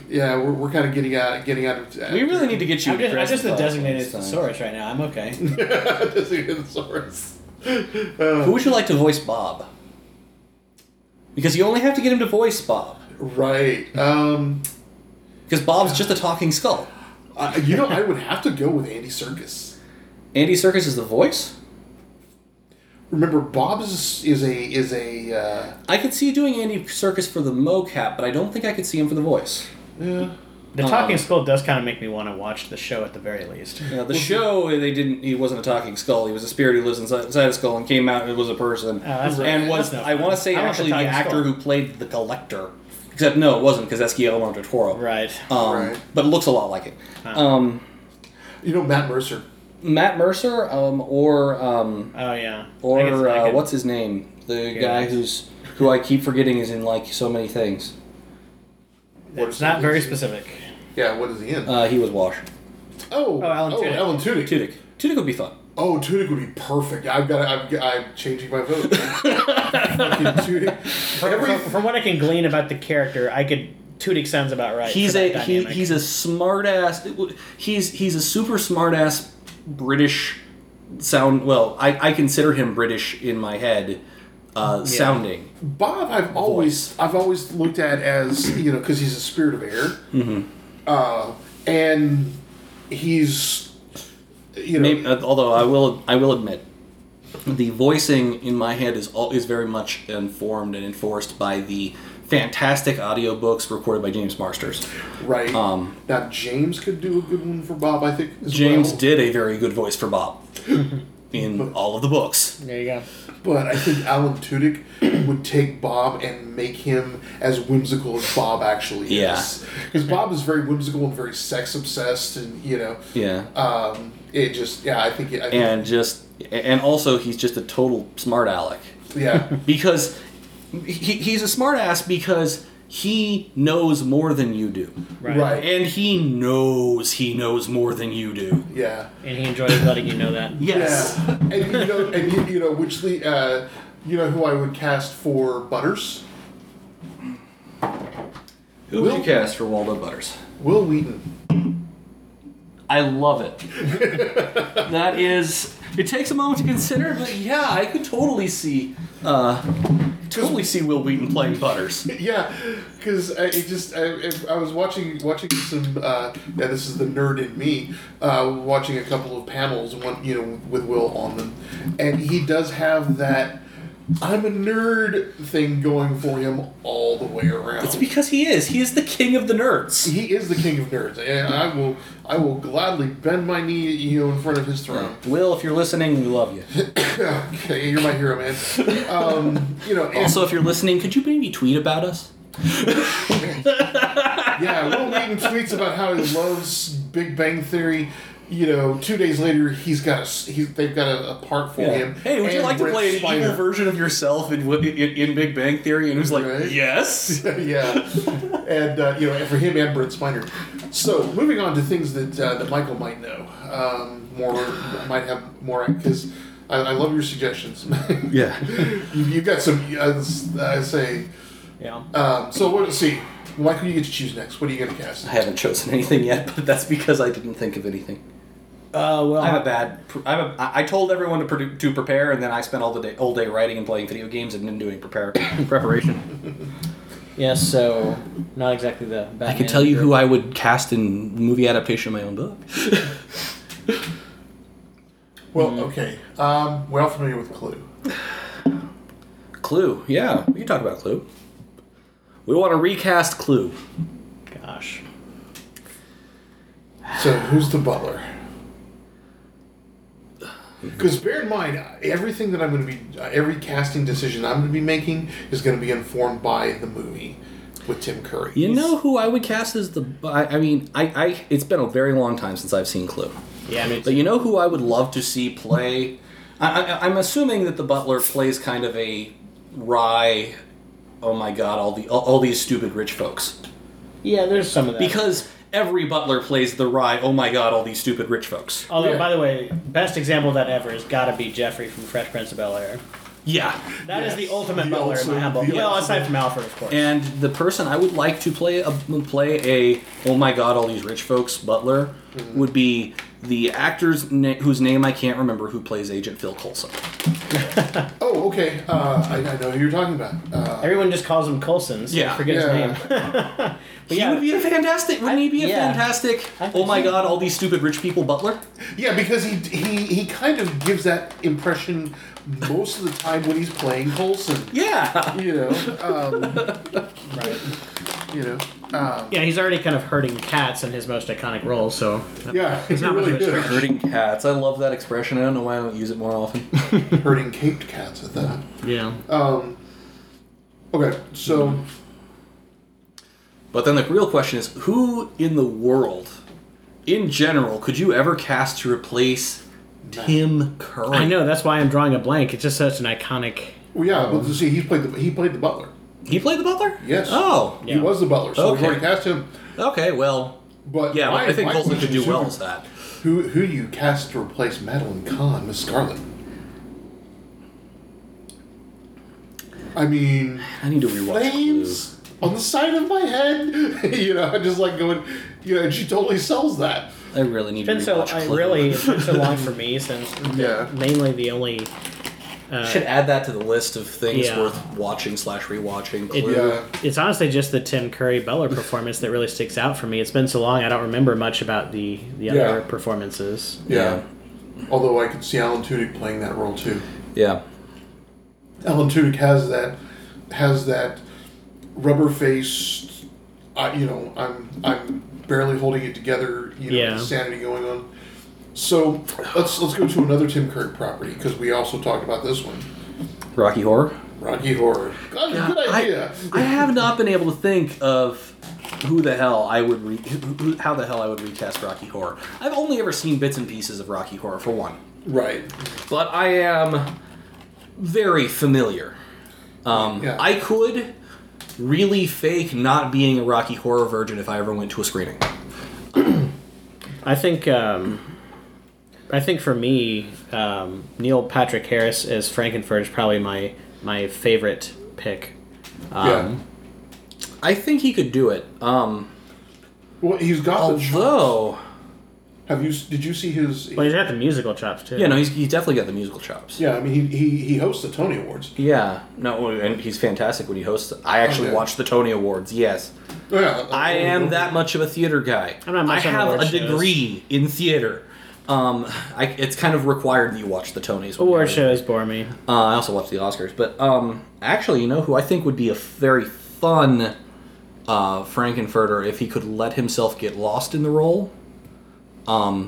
Speaker 3: Yeah, we're, we're kind of getting out getting out of. uh,
Speaker 1: We really need to get you.
Speaker 2: I'm just, I'm
Speaker 1: depressed
Speaker 2: just the
Speaker 1: about
Speaker 2: designated
Speaker 1: this time.
Speaker 2: thesaurus right now. I'm okay.
Speaker 3: That's the thesaurus. Uh,
Speaker 1: Who would you like to voice Bob? Because you only have to get him to voice Bob.
Speaker 3: right. Um,
Speaker 1: Because Bob's just a talking skull.
Speaker 3: I, you know, I would have to go with Andy Circus.
Speaker 1: Andy Circus is the voice.
Speaker 3: Remember, Bob's is a is a. Uh,
Speaker 1: I could see doing Andy Circus for the mocap, but I don't think I could see him for the voice.
Speaker 3: yeah.
Speaker 2: The
Speaker 1: Um,
Speaker 2: talking skull does kind of make me want to watch the show at the very least. Uh,
Speaker 1: Yeah, the show they didn't. He wasn't a talking skull. He was a spirit who lives inside, inside a skull and came out and was a person.
Speaker 2: Ah, that's-
Speaker 1: and was
Speaker 2: that's no
Speaker 1: I want to
Speaker 2: fun.
Speaker 1: say
Speaker 2: I want the
Speaker 1: actually the,
Speaker 2: talking
Speaker 1: actor
Speaker 2: skull.
Speaker 1: who played the collector. Except no, it wasn't because that's Guillermo del Toro.
Speaker 2: Right.
Speaker 1: Um,
Speaker 3: Right.
Speaker 1: But it looks a lot like it.
Speaker 2: Huh.
Speaker 1: Um,
Speaker 3: You know, Matt Mercer.
Speaker 1: Matt Mercer um, or um,
Speaker 2: Oh yeah. I guess
Speaker 1: or
Speaker 2: I
Speaker 1: uh,
Speaker 2: could-
Speaker 1: what's his name? The
Speaker 2: Yeah.
Speaker 1: guy who's who I keep forgetting is in like so many things.
Speaker 2: It's not very specific.
Speaker 3: Yeah, what is he in?
Speaker 1: Uh, he was Wash.
Speaker 3: Oh,
Speaker 2: Oh, Alan Tudyk.
Speaker 3: Alan Tudyk.
Speaker 1: Tudyk. Tudyk would be fun.
Speaker 3: Oh, Tudyk would be perfect. I've got. I'm, I'm changing my vote. Fucking Tudyk.
Speaker 2: From,
Speaker 3: Every-
Speaker 2: from- from what I can glean about the character, I could Tudyk sounds about right.
Speaker 1: he's
Speaker 2: for that
Speaker 1: a he,
Speaker 2: dynamic.
Speaker 1: he's a smart ass he's he's a super smart ass british sound well I, I consider him british in my head uh, sounding
Speaker 3: Bob, I've always I've always looked at as you know because he's a spirit of air,
Speaker 2: Mm-hmm.
Speaker 3: uh, and he's you know
Speaker 1: Maybe, uh, although i will i will admit the voicing in my head is all is very much informed and enforced by the fantastic audiobooks recorded by james marsters
Speaker 3: right.
Speaker 1: um,
Speaker 3: now James could do a good one for Bob, I think. As
Speaker 1: james
Speaker 3: well.
Speaker 1: did a very good voice for bob in all of the books
Speaker 2: There you go.
Speaker 3: but I think Alan Tudyk would take Bob and make him as whimsical as Bob actually
Speaker 1: Yeah.
Speaker 3: is. Because Bob is very whimsical and very sex obsessed, and you know.
Speaker 1: yeah
Speaker 3: Um, it just yeah, I think it, I think,
Speaker 1: and just and also he's just a total smart aleck
Speaker 3: yeah,
Speaker 1: because he, he's a smartass because he knows more than you do
Speaker 2: Right.
Speaker 3: Right.
Speaker 1: and he knows he knows more than you do
Speaker 3: yeah,
Speaker 2: And he enjoys letting you know that.
Speaker 1: yes
Speaker 3: yeah. And you know, and you, you know which the uh, you know who I would cast for Butters,
Speaker 1: who
Speaker 3: would
Speaker 1: would
Speaker 3: you
Speaker 1: you cast for waldo butters
Speaker 3: Will Wheaton.
Speaker 1: i love it that is it takes a moment to consider but yeah i could totally see uh totally see will wheaton playing butters
Speaker 3: Yeah, because I it just I, it- I was watching watching some uh, yeah this is the nerd in me uh, watching a couple of panels one you know with Will on them, and he does have that I'm a nerd thing going for him all the way around.
Speaker 1: it's because he is he is the king of the nerds
Speaker 3: He is the king of nerds, and I will I will gladly bend my knee you know in front of his throne.
Speaker 1: will if you're listening we love you
Speaker 3: okay, you're my hero, man. Um, you know, and-
Speaker 1: also if you're listening could you maybe tweet about us
Speaker 3: yeah, Will Wheaton tweets about how he loves Big Bang Theory. you know, two days later, he's got a s- he's, they've got a, a part for
Speaker 5: Yeah.
Speaker 3: him.
Speaker 5: Hey, would you
Speaker 3: and
Speaker 5: like to
Speaker 3: Red
Speaker 5: play an
Speaker 3: Spider.
Speaker 5: evil version of yourself in, in, in Big Bang Theory? And it was like,
Speaker 3: Right.
Speaker 5: yes.
Speaker 3: yeah, and uh, you know, and for him and Brent Spiner. So moving on to things that uh, that Michael might know, um, more might have more because I, I love your suggestions.
Speaker 1: Yeah.
Speaker 3: you, you've got some. As I say,
Speaker 2: Yeah.
Speaker 1: Uh,
Speaker 3: um, so what? See, Michael, you get to choose next. What are you going to cast?
Speaker 1: I haven't chosen anything yet, but that's because I didn't think of anything.
Speaker 2: Uh, well,
Speaker 5: I have a bad. pr- I, have a, I I told everyone to produ- to prepare, and then I spent all the day, all day writing and playing video games and didn't do any prepare preparation.
Speaker 2: yeah, so not exactly the. Batman
Speaker 1: I can tell you who I would cast in movie adaptation of my own book.
Speaker 3: Well, okay. Um, we're all familiar with Clue.
Speaker 1: Clue. Yeah, we can talk about Clue. We want to recast Clue.
Speaker 2: Gosh.
Speaker 3: So who's the butler? Because bear in mind, everything that I'm going to be, every casting decision I'm going to be making is going to be informed by the movie with Tim Curry.
Speaker 1: You know who I would cast as the. I, I mean, I, I. It's been a very long time since I've seen Clue.
Speaker 2: Yeah, I mean,
Speaker 1: But you know who I would love to see play? I, I, I'm assuming that the butler plays kind of a wry, oh my god, all the all, all these stupid rich folks.
Speaker 2: yeah, there's some of that.
Speaker 1: Because every butler plays the wry, oh my god, all these stupid rich folks.
Speaker 2: Although,
Speaker 3: Yeah.
Speaker 2: by the way, best example of that ever has got to be Jeffrey from Fresh Prince of Bel Air.
Speaker 1: Yeah.
Speaker 2: That is
Speaker 3: Yes.
Speaker 2: the ultimate
Speaker 3: The
Speaker 2: butler in
Speaker 3: ultimate-
Speaker 2: my humble.
Speaker 3: the
Speaker 2: Well,
Speaker 3: ultimate-
Speaker 2: aside from Alfred, of course.
Speaker 1: And the person I would like to play a play a oh my god all these rich folks butler would be the actor's na- whose name I can't remember who plays Agent Phil Coulson.
Speaker 3: Oh, okay. Uh, I, I know who you're talking about. Uh,
Speaker 2: Everyone just calls him Colson, so
Speaker 1: Yeah.
Speaker 2: I forget
Speaker 3: Yeah.
Speaker 2: his name. but
Speaker 1: He
Speaker 2: yeah,
Speaker 1: would be a fantastic. Wouldn't he be a
Speaker 2: yeah.
Speaker 1: fantastic?
Speaker 2: I think
Speaker 1: Oh my
Speaker 2: so.
Speaker 1: god! All these stupid rich people, Butler.
Speaker 3: yeah, because he, he he kind of gives that impression most of the time when he's playing Colson.
Speaker 1: Yeah.
Speaker 3: You know,
Speaker 2: right.
Speaker 3: um, you know, um,
Speaker 2: yeah, he's already kind of hurting cats in his most iconic role, so
Speaker 3: yeah, he's
Speaker 2: not much
Speaker 3: really
Speaker 2: of a
Speaker 3: good.
Speaker 1: Herding cats. I love that expression. I don't know why I don't use it more often.
Speaker 3: Herding caped cats at that.
Speaker 2: yeah.
Speaker 3: Um, okay,
Speaker 1: Mhm.
Speaker 3: so
Speaker 1: but then the real question is, who in the world, in general, could you ever cast to replace Tim Curry?
Speaker 2: I know that's why I'm drawing a blank. It's just such an iconic.
Speaker 3: well, yeah, well,
Speaker 1: Um,
Speaker 3: see, he played the he played the butler.
Speaker 1: He played the Butler.
Speaker 3: Yes.
Speaker 1: Oh.
Speaker 2: Yeah.
Speaker 3: He was the butler, so
Speaker 1: Okay.
Speaker 3: we've already cast him.
Speaker 1: Okay. Well.
Speaker 3: But
Speaker 1: Yeah.
Speaker 3: my,
Speaker 1: I think
Speaker 3: my
Speaker 1: Colson could
Speaker 3: question
Speaker 1: do
Speaker 3: is
Speaker 1: well
Speaker 3: who-
Speaker 1: as that.
Speaker 3: Who who do you cast to replace Madeline Kahn, Miss Scarlet? I mean,
Speaker 1: I need to rewatch. Clues.
Speaker 3: flames on the side of my head. you know, I'm just like going, you know, and she totally sells that.
Speaker 1: I really need
Speaker 2: It's been
Speaker 1: to rewatch.
Speaker 2: so I
Speaker 1: Clue.
Speaker 2: really it's been so long for me since
Speaker 3: Yeah.
Speaker 2: mainly the only. Uh,
Speaker 1: should add that to the list of things
Speaker 2: Yeah.
Speaker 1: worth watching slash rewatching.
Speaker 2: It-
Speaker 1: Clue.
Speaker 3: Yeah.
Speaker 2: It's honestly just the Tim Curry Beller performance that really sticks out for me. It's been so long, I don't remember much about the the
Speaker 3: Yeah.
Speaker 2: other performances.
Speaker 3: yeah, Although I could see Alan Tudyk playing that role too.
Speaker 1: Yeah.
Speaker 3: Alan Tudyk has that has that rubber faced, I you know, I'm I'm barely holding it together, you know,
Speaker 2: Yeah.
Speaker 3: insanity going on. So let's let's go to another Tim Curry property because we also talked about this one,
Speaker 1: Rocky Horror.
Speaker 3: Rocky Horror. God, good idea.
Speaker 1: I, I have not been able to think of who the hell I would re- who, who- how the hell I would recast Rocky Horror. I've only ever seen bits and pieces of Rocky Horror for one,
Speaker 3: right.
Speaker 1: but I am very familiar. Um,
Speaker 3: Yeah.
Speaker 1: I could really fake not being a Rocky Horror virgin if I ever went to a screening.
Speaker 2: I think um, I think for me, um, Neil Patrick Harris as Frankenfurt is probably my my favorite pick.
Speaker 3: yeah.
Speaker 2: Um,
Speaker 1: I think he could do it. Um,
Speaker 3: Well, he's got the.
Speaker 1: although,
Speaker 3: Have you? s- Did you see his?
Speaker 2: But he's got the musical chops too.
Speaker 1: yeah, no, he's, he's definitely got the musical chops.
Speaker 3: yeah, I mean, he, he he hosts the Tony Awards.
Speaker 1: Yeah, no, and he's fantastic when he hosts. I actually
Speaker 3: yeah.
Speaker 1: watched the Tony Awards. Yes.
Speaker 3: Oh, Yeah, uh,
Speaker 1: I am that much of a theater guy.
Speaker 2: I'm not much
Speaker 1: I
Speaker 2: on
Speaker 1: have
Speaker 2: award
Speaker 1: a
Speaker 2: shows.
Speaker 1: degree in theater. Um, I, it's kind of required that you watch the Tonys. when
Speaker 2: Award
Speaker 1: you're-
Speaker 2: shows bore me.
Speaker 1: Uh, I also watch the Oscars, but um, actually, you know who I think would be a very fun uh, Frankenfurter if he could let himself get lost in the role.
Speaker 3: Do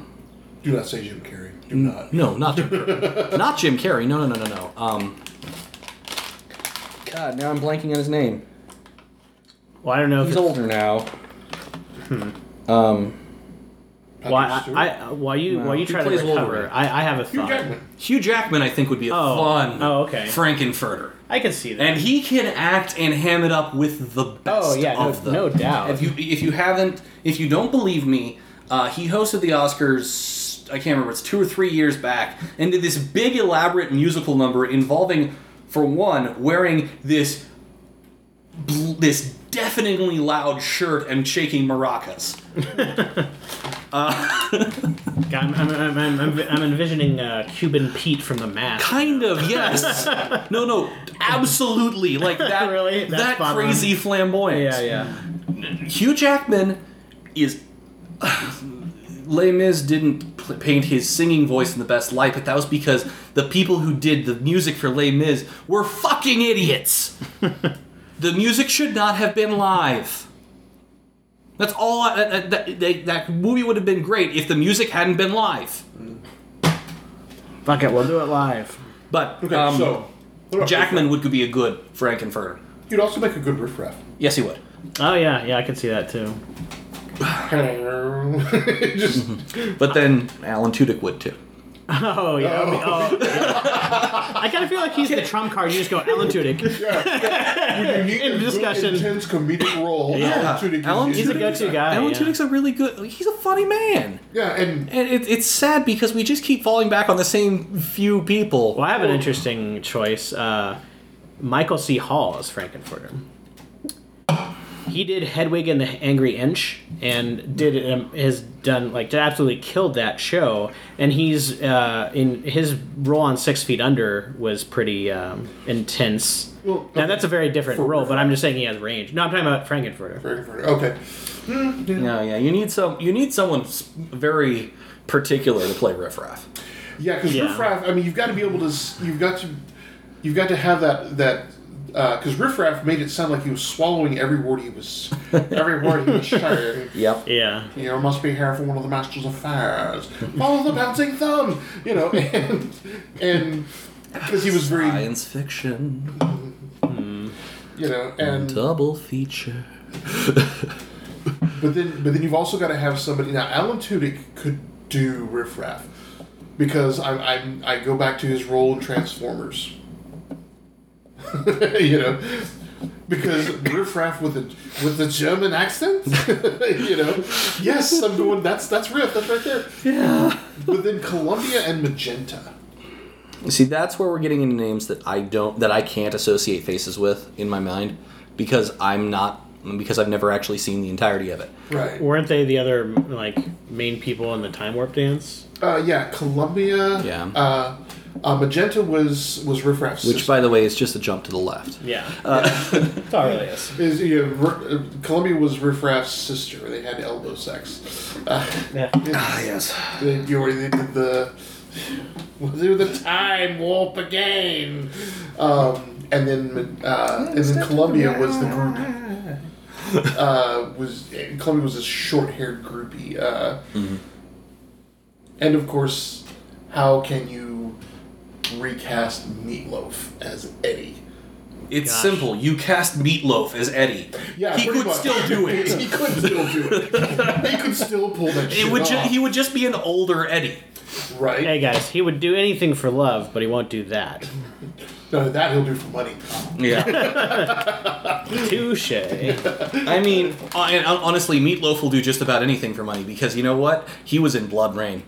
Speaker 3: not say Jim Carrey. Do not.
Speaker 1: No, not Jim Carrey. not Jim Carrey. No, no, no, no, no. Um, God, now I'm blanking on his name.
Speaker 2: Well, I don't know if
Speaker 1: He's
Speaker 2: it's-
Speaker 1: older now. Um,
Speaker 2: Why,
Speaker 3: Stewart?
Speaker 2: I, I, while you while you
Speaker 1: He
Speaker 2: try to
Speaker 1: plays
Speaker 2: recover,
Speaker 1: Wolverine.
Speaker 2: I, I have a
Speaker 3: Hugh
Speaker 2: thought.
Speaker 3: Jackman.
Speaker 5: Hugh Jackman, I think, would be a
Speaker 2: Oh.
Speaker 5: fun
Speaker 2: Oh, okay.
Speaker 5: Frankenfurter.
Speaker 2: I can see that.
Speaker 5: And he can act and ham it up with the best
Speaker 2: Oh, yeah, no-
Speaker 5: of them.
Speaker 2: no doubt.
Speaker 5: If you if you haven't if you don't believe me, uh, he hosted the Oscars. I can't remember. It's two or three years back, and did this big elaborate musical number involving, for one, wearing this bl- this deafeningly loud shirt and shaking maracas.
Speaker 2: I'm, I'm, I'm, I'm, I'm, I'm envisioning uh, Cuban Pete from the mask.
Speaker 5: Kind of, yes. no, no, absolutely. Like that.
Speaker 2: Really? That's
Speaker 5: that
Speaker 2: spot on.
Speaker 5: crazy flamboyance.
Speaker 2: Yeah, yeah.
Speaker 5: Hugh Jackman is. Les Mis didn't pl- paint his singing voice in the best light, but that was because the people who did the music for Les Mis were fucking idiots. the music should not have been live. That's all. I, that, that, that, that movie would have been great if the music hadn't been live.
Speaker 2: Fuck it, we'll do it live.
Speaker 5: But
Speaker 3: Okay,
Speaker 5: um,
Speaker 3: so what about
Speaker 5: Jackman would be a good Frankenfurter.
Speaker 3: Riff Raff? You'd also make a good riff raff.
Speaker 5: Yes, he would.
Speaker 2: Oh yeah, yeah, I can see that too.
Speaker 3: Just
Speaker 1: But then Alan Tudyk would too.
Speaker 2: Oh yeah. I mean, oh,
Speaker 1: Oh.
Speaker 2: yeah. I kind of feel like he's the trump card. You just go Alan Tudyk.
Speaker 3: you need
Speaker 2: In
Speaker 3: a good,
Speaker 2: discussion.
Speaker 3: intense comedic role.
Speaker 2: Yeah.
Speaker 3: Alan Tudyk.
Speaker 1: Alan
Speaker 3: is-
Speaker 2: He's a
Speaker 1: Tudyk-
Speaker 2: go-to guy.
Speaker 1: Alan
Speaker 2: Ah, yeah.
Speaker 1: Tudyk's a really good. He's a funny man,
Speaker 3: Yeah, and
Speaker 1: and it, it's sad because we just keep falling back on the same few people.
Speaker 2: Well, I have an interesting choice. Uh, Michael C. Hall as Frankenfurter. He did Hedwig and the Angry Inch, and did um, has done like absolutely killed that show. And he's uh, in his role on Six Feet Under was pretty um, intense.
Speaker 3: Well,
Speaker 2: Now
Speaker 3: okay.
Speaker 2: that's a very different role, but I'm just saying he has range. No, I'm talking about Frankenfurter.
Speaker 3: okay.
Speaker 1: No, yeah, you need some. You need someone s- very particular to play Riff Raff.
Speaker 3: Yeah, because
Speaker 2: Yeah.
Speaker 3: riff raff. I mean, you've got to be able to. s- You've got to. You've got to have that that. Because riff raff made it sound like he was swallowing every word he was, every word he was sharing.
Speaker 1: Yep.
Speaker 2: Yeah.
Speaker 3: You know, must be here for one of the masters of fires. Follow the bouncing thumbs. You know, and and because he was very,
Speaker 1: Science fiction
Speaker 3: you know, and
Speaker 1: double feature.
Speaker 3: But then, but then you've also got to have somebody. Now, Alan Tudyk could do Riff Raff because I'm, I'm I go back to his role in Transformers. you know, because Riff Raff with a with a German accent. you know, yes, I'm going. That's that's Riff. That's right there. Yeah. But then Columbia and Magenta.
Speaker 1: See, that's where we're getting into names that I don't, that I can't associate faces with in my mind, because I'm not, because I've never actually seen the entirety of it.
Speaker 3: Right.
Speaker 2: Weren't they the other like main people in the time warp dance?
Speaker 3: Uh, yeah, Columbia.
Speaker 1: Yeah.
Speaker 3: Uh, uh, Magenta was was Riff Raff's
Speaker 1: Which, by the way, is just a jump to the left. Uh,
Speaker 2: Yeah. it's all really is.
Speaker 3: Is yeah, Ri- uh, Columbia was Riff Raff's sister. They had elbow sex. Uh,
Speaker 2: Yeah.
Speaker 1: Ah, yes.
Speaker 3: they, you already they did the we'll do the time warp again. Um, and then uh, and then Columbia was the group. Uh, was and Columbia was a short-haired groupie. Uh,
Speaker 5: Mm-hmm.
Speaker 3: And of course, how can you recast Meatloaf as Eddie?
Speaker 5: It's
Speaker 2: Gosh.
Speaker 5: simple. You cast Meatloaf as Eddie.
Speaker 3: Yeah,
Speaker 5: he
Speaker 3: pretty
Speaker 5: could
Speaker 3: much.
Speaker 5: still do it.
Speaker 3: he could still do it. He could still pull that shit
Speaker 5: It would ju-
Speaker 3: off.
Speaker 5: he would just be an older Eddie.
Speaker 3: right?
Speaker 2: Hey guys, he would do anything for love, but he won't do that.
Speaker 3: No, that he'll do for money.
Speaker 5: Yeah.
Speaker 2: Touche.
Speaker 5: I mean, uh, and uh, honestly, Meatloaf will do just about anything for money because you know what? He was in Blood Rain.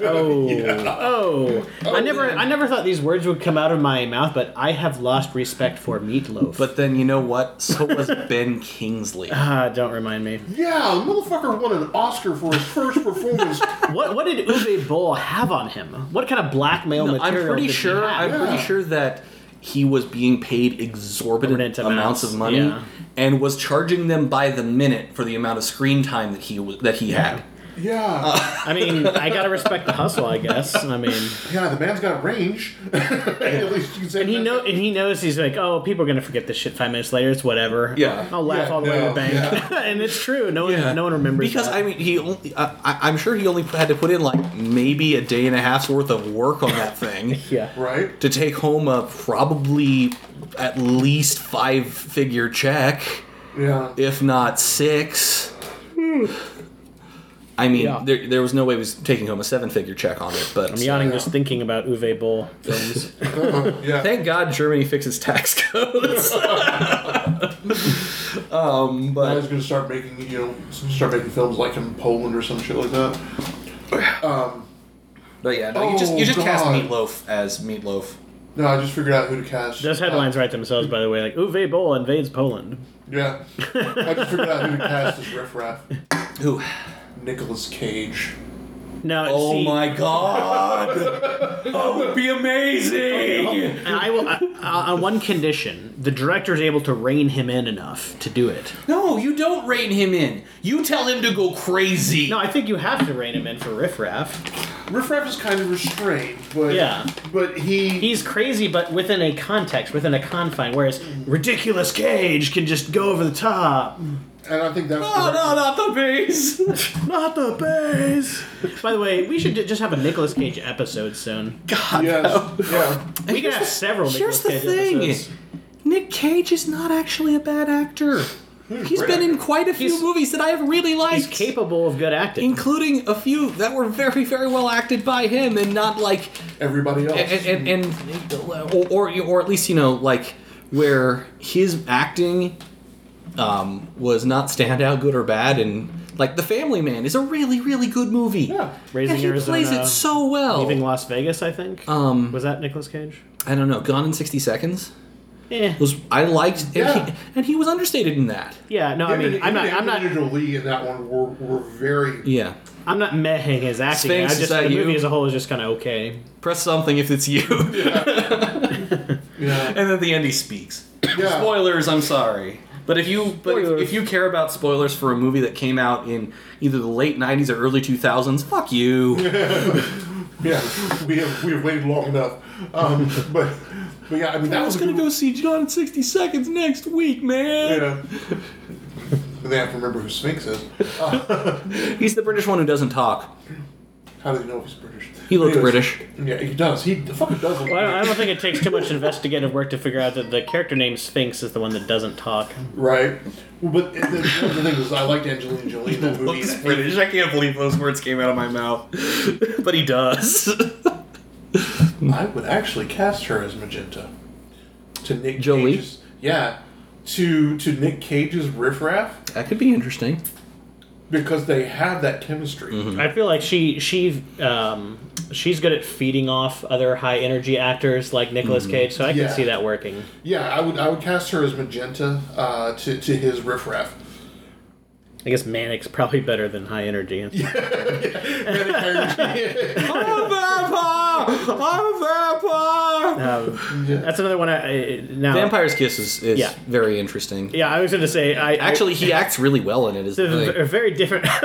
Speaker 2: Oh, oh. I never, I never thought these words would come out of my mouth, but I have lost respect for meatloaf.
Speaker 1: But then you know what? So was Ben Kingsley.
Speaker 2: Ah, don't remind me.
Speaker 3: Yeah, the motherfucker won an Oscar for his first performance.
Speaker 2: What what did Uwe Boll have on him? What kind of blackmail
Speaker 1: I'm
Speaker 2: material?
Speaker 1: pretty
Speaker 2: did he
Speaker 1: sure.
Speaker 2: have?
Speaker 1: I'm
Speaker 3: Yeah.
Speaker 1: pretty sure that he was being paid exorbitant
Speaker 2: Exorbitant amounts,
Speaker 1: amounts of money
Speaker 2: yeah.
Speaker 1: and was charging them by the minute for the amount of screen time that he w- that he had.
Speaker 3: yeah,
Speaker 2: I mean, I gotta respect the hustle, I guess. I mean,
Speaker 3: yeah, the man's got range. At least you can say.
Speaker 2: and he
Speaker 3: that.
Speaker 2: know, and he knows he's like, oh, people are gonna forget this shit five minutes later. It's whatever.
Speaker 1: Yeah.
Speaker 2: I'll laugh
Speaker 3: Yeah,
Speaker 2: all the way to the
Speaker 3: no,
Speaker 2: bank,
Speaker 3: yeah.
Speaker 2: and it's true. No one,
Speaker 1: Yeah.
Speaker 2: no one remembers
Speaker 1: Because
Speaker 2: that.
Speaker 1: I mean, he only, I I- I'm sure he only had to put in like maybe a day and a half's worth of work on that thing
Speaker 2: yeah.
Speaker 3: right?
Speaker 1: to take home a probably at least five figure check,
Speaker 3: Yeah,
Speaker 1: if not six. I mean,
Speaker 2: Yeah.
Speaker 1: there, there was no way he was taking home a seven figure check on it, but
Speaker 2: I'm yawning just thinking about Uwe Boll films.
Speaker 3: yeah.
Speaker 1: thank God Germany fixes tax codes. um,
Speaker 3: I
Speaker 1: but
Speaker 3: was going to start making, you know, start making films like in Poland or some shit like that. Um,
Speaker 1: but yeah, no, you just you
Speaker 3: Oh,
Speaker 1: just cast
Speaker 3: God.
Speaker 1: Meatloaf as Meatloaf.
Speaker 3: no, I just figured out who to cast. Uh,
Speaker 2: Those headlines write themselves, by the way. Like Uwe Boll invades Poland.
Speaker 3: Yeah. I just figured out who to cast as Riff Raff.
Speaker 1: Who?
Speaker 3: Nicolas Cage.
Speaker 2: No,
Speaker 1: Oh
Speaker 2: see,
Speaker 1: my God! that would be amazing.
Speaker 2: And I will I, I- on one condition: the director is able to rein him in enough to do it.
Speaker 1: No, you don't rein him in.
Speaker 5: You tell him to go crazy.
Speaker 2: No, I think you have to rein him in for Riff Raff.
Speaker 3: Riff Raff is kind of restrained, but
Speaker 2: Yeah.
Speaker 3: but he
Speaker 2: He's crazy, but within a context, within a confine. Whereas ridiculous Cage can just go over the top.
Speaker 3: and I think that's
Speaker 1: Oh no, not the bees.
Speaker 2: Not the base. By the way, we should ju- just have a Nicolas Cage episode soon.
Speaker 1: God.
Speaker 3: yes, yeah.
Speaker 2: We can have several
Speaker 1: Here's
Speaker 2: Nicolas
Speaker 1: the
Speaker 2: Cage
Speaker 1: thing.
Speaker 2: episodes.
Speaker 1: Nick Cage is not actually a bad actor. He's
Speaker 3: great
Speaker 1: been in quite a few
Speaker 2: He's-
Speaker 1: movies that I have really
Speaker 2: He's
Speaker 1: liked,
Speaker 2: capable of good acting.
Speaker 1: including a few that were very, very well acted by him, and not like
Speaker 3: Everybody
Speaker 2: Oh,
Speaker 3: else.
Speaker 1: and and, and or, or or at least you know like where his acting um, was not standout good or bad, and like The Family Man is a really, really good movie.
Speaker 3: yeah.
Speaker 2: Raising
Speaker 1: And he
Speaker 2: Arizona,
Speaker 1: plays it so well.
Speaker 2: leaving Las Vegas. I think.
Speaker 1: Um,
Speaker 2: was that Nicolas Cage? Eh.
Speaker 1: I don't know. Gone in sixty seconds
Speaker 2: Yeah.
Speaker 1: was I liked, and,
Speaker 3: Yeah.
Speaker 1: he, and he was understated in that.
Speaker 2: Yeah, no, I mean, I'm not, I'm not,
Speaker 3: Angelina Jolie in that one were, were very
Speaker 1: Yeah.
Speaker 2: I'm not mehing his acting.
Speaker 1: Sphinx,
Speaker 2: I
Speaker 1: is
Speaker 2: just
Speaker 1: that
Speaker 2: the
Speaker 1: you?
Speaker 2: movie as a whole is just kind of okay.
Speaker 1: Press something if it's you.
Speaker 3: yeah
Speaker 1: and at the end, he speaks.
Speaker 3: yeah.
Speaker 1: Spoilers. I'm sorry, but if you but if,
Speaker 2: Spoilers.
Speaker 1: if you care about spoilers for a movie that came out in either the late '90s or early 2000s, fuck you.
Speaker 3: yeah we have we have waited long enough um, but but yeah I mean that
Speaker 1: I was
Speaker 3: a
Speaker 1: gonna
Speaker 3: good-
Speaker 1: go see John in 60 Seconds next week, man.
Speaker 3: yeah And they have to remember who Sphinx is Uh,
Speaker 1: He's the British one who doesn't talk.
Speaker 3: how do they know if he's British
Speaker 1: He looked
Speaker 3: Anyways,
Speaker 1: British.
Speaker 3: yeah he does he the fucking does look
Speaker 2: Well, I don't, I
Speaker 3: British.
Speaker 2: don't think it takes too much investigative work to figure out that the character named Sphinx is the one that doesn't talk.
Speaker 3: right well, but the, the, the thing is I liked Angelina Jolie in that movie
Speaker 1: Looks British. I can't believe those words came out of my mouth, but he does.
Speaker 3: I would actually cast her as Magenta. To Nick
Speaker 1: Jolie?
Speaker 3: Cage's Yeah. To to Nick Cage's riffraff
Speaker 1: that could be interesting.
Speaker 3: because they have that chemistry.
Speaker 1: Mm-hmm.
Speaker 2: I feel like she she um, she's good at feeding off other high energy actors like Nicolas
Speaker 1: Mm-hmm.
Speaker 2: Cage, so I
Speaker 3: Yeah.
Speaker 2: can see that working.
Speaker 3: Yeah, I would I would cast her as Magenta uh, to to his riffraff.
Speaker 2: I guess manic's probably better than high energy.
Speaker 3: yeah.
Speaker 1: I'm a vampire. I'm a vampire.
Speaker 2: Um, that's another one. I, I now
Speaker 1: Vampire's Kiss is, is
Speaker 2: Yeah.
Speaker 1: very interesting.
Speaker 2: Yeah, I was going to say I I-
Speaker 1: Actually, he acts really well in it. Is the
Speaker 2: It's a
Speaker 1: thing.
Speaker 2: v- very different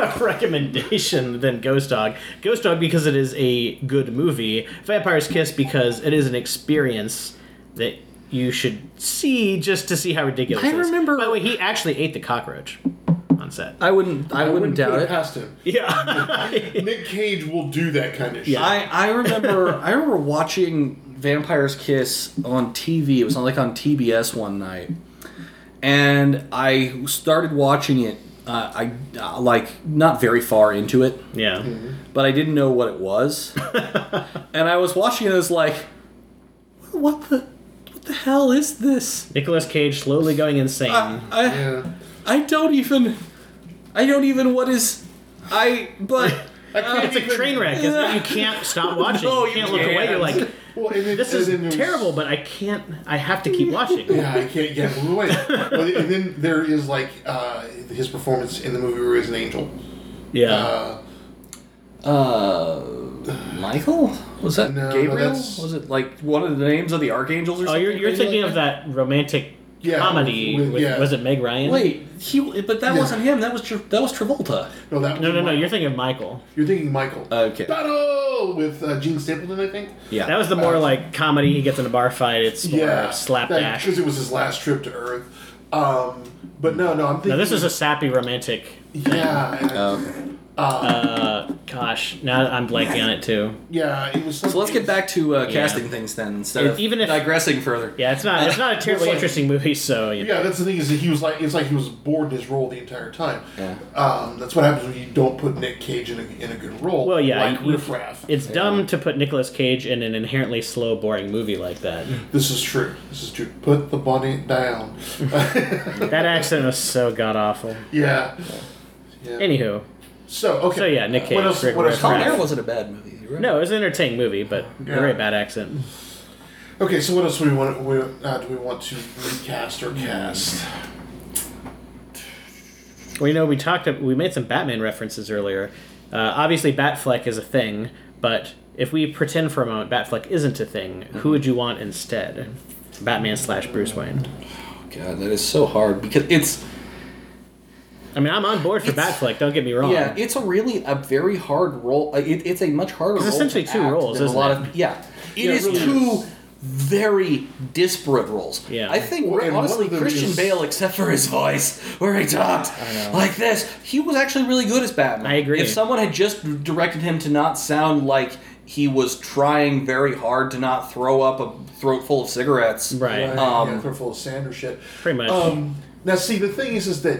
Speaker 2: recommendation than Ghost Dog. Ghost Dog because it is a good movie. Vampire's Kiss because it is an experience that you should see just to see how ridiculous.
Speaker 1: I
Speaker 2: it is.
Speaker 1: remember-
Speaker 2: By the way, he actually ate the cockroach on set.
Speaker 1: I wouldn't. I, wouldn't doubt
Speaker 3: put
Speaker 1: it.
Speaker 3: Past him.
Speaker 2: Yeah.
Speaker 3: Nick Cage will do that kind of shit.
Speaker 2: Yeah.
Speaker 1: I, I remember I remember watching Vampire's Kiss on TV. It was on like on TBS one night, and I started watching it. Uh, I uh, like not very far into it,
Speaker 2: yeah.
Speaker 3: Mm-hmm.
Speaker 1: but I didn't know what it was, and I was watching it. and I was like, what the what the hell is this?
Speaker 2: Nicolas Cage slowly going insane.
Speaker 3: Ah,
Speaker 1: I,
Speaker 3: Yeah.
Speaker 1: I don't even I don't even what is I but
Speaker 3: I can't
Speaker 2: Uh, it's a
Speaker 3: even-
Speaker 2: train wreck. Isn't it? You can't stop watching.
Speaker 1: No,
Speaker 2: you
Speaker 1: you
Speaker 2: can't look away. You're
Speaker 1: can't.
Speaker 2: like,
Speaker 3: Well, and then-
Speaker 2: this
Speaker 3: and
Speaker 2: is
Speaker 3: then there was-
Speaker 2: terrible, but I can't. I have to keep watching.
Speaker 3: Yeah, I can't get him away. well, and then there is like uh, his performance in the movie where he's an angel.
Speaker 2: Yeah.
Speaker 3: Uh,
Speaker 1: uh Michael? Was that
Speaker 3: No, no,
Speaker 1: Gabriel?
Speaker 3: that's-
Speaker 1: Was it like one of the names of the archangels or
Speaker 2: Oh,
Speaker 1: something?
Speaker 2: you're, you're
Speaker 1: crazy
Speaker 2: thinking
Speaker 1: like
Speaker 2: of that romantic
Speaker 3: Yeah,
Speaker 2: comedy.
Speaker 3: with-
Speaker 2: With,
Speaker 3: yeah.
Speaker 2: Was it Meg Ryan?
Speaker 1: Wait, he but that
Speaker 3: Yeah.
Speaker 1: wasn't him. That was Tra- that was Travolta.
Speaker 3: no, that
Speaker 2: No,
Speaker 3: was
Speaker 2: no, no.
Speaker 3: Michael.
Speaker 2: You're thinking of Michael.
Speaker 3: You're thinking Michael.
Speaker 1: Okay.
Speaker 3: Battle with uh, Gene Stapleton, I think.
Speaker 1: Yeah.
Speaker 2: That was the more
Speaker 3: Uh,
Speaker 2: like comedy. He gets in a bar fight. It's more slapdash.
Speaker 3: Because it was his last trip to Earth. Um, but no, no, I'm thinking.
Speaker 2: Now this is a sappy romantic.
Speaker 5: Oh.
Speaker 3: yeah.
Speaker 1: Okay.
Speaker 2: Uh, gosh, now I'm blanking on it too.
Speaker 3: Yeah, it was.
Speaker 5: So let's get back to uh, casting things then, instead
Speaker 2: If-
Speaker 5: of
Speaker 2: even if-
Speaker 5: digressing further.
Speaker 2: Yeah, it's not it's not a terribly
Speaker 3: like-
Speaker 2: interesting movie. So you know.
Speaker 3: Yeah, that's the thing is that he was like it's like he was bored in his role the entire time.
Speaker 5: Yeah.
Speaker 3: Um, that's what happens when you don't put Nick Cage in a, in a good role.
Speaker 2: Well, yeah,
Speaker 3: like
Speaker 2: you-
Speaker 3: Riff Raff.
Speaker 2: it's dumb to put Nicolas Cage in an inherently slow, boring movie like that.
Speaker 3: This is true. This is true. Put the bonnet down.
Speaker 2: that accent was so god awful.
Speaker 3: yeah. Yeah.
Speaker 2: Anywho,
Speaker 3: so okay.
Speaker 2: So, yeah, Nick Cage,
Speaker 3: What else?
Speaker 2: Rick
Speaker 3: What else
Speaker 2: Riff
Speaker 3: we
Speaker 1: Con
Speaker 2: Raff.
Speaker 3: got?
Speaker 1: Air wasn't a bad movie. Right?
Speaker 2: no, it was an entertaining movie, but
Speaker 3: Yeah.
Speaker 2: very bad accent.
Speaker 3: Okay, so what else do we want? We, uh, do we want to recast or
Speaker 5: Hmm.
Speaker 3: cast?
Speaker 2: Well, you know, we talked. We made some Batman references earlier. Uh, obviously, Batfleck is a thing, but if we pretend for a moment Batfleck isn't a thing, who would you want instead? Batman slash Bruce Wayne.
Speaker 1: God, that is so hard because it's
Speaker 2: I mean, I'm on board for Batfleck. Don't get me wrong.
Speaker 1: yeah, it's a really a very hard role. uh, It, it's a much harder.
Speaker 2: It's
Speaker 1: role
Speaker 2: essentially
Speaker 1: to
Speaker 2: two
Speaker 1: act
Speaker 2: roles,
Speaker 1: than
Speaker 2: isn't
Speaker 1: a lot
Speaker 2: it?
Speaker 1: of yeah.
Speaker 2: Yeah,
Speaker 1: it
Speaker 2: it
Speaker 1: is
Speaker 2: really
Speaker 1: two very disparate roles.
Speaker 2: Yeah.
Speaker 1: I think
Speaker 3: Well, and one
Speaker 1: honestly
Speaker 3: of them
Speaker 1: Christian
Speaker 3: is-
Speaker 1: Bale, except for his voice, where he talked like this, he was actually really good as Batman.
Speaker 2: I agree.
Speaker 1: If someone had just directed him to not sound like he was trying very hard to not throw up a throat full of cigarettes,
Speaker 2: Right.
Speaker 1: Um,
Speaker 3: yeah, they're full of sand or shit.
Speaker 2: Pretty much.
Speaker 3: Um, now, see, the thing is, is that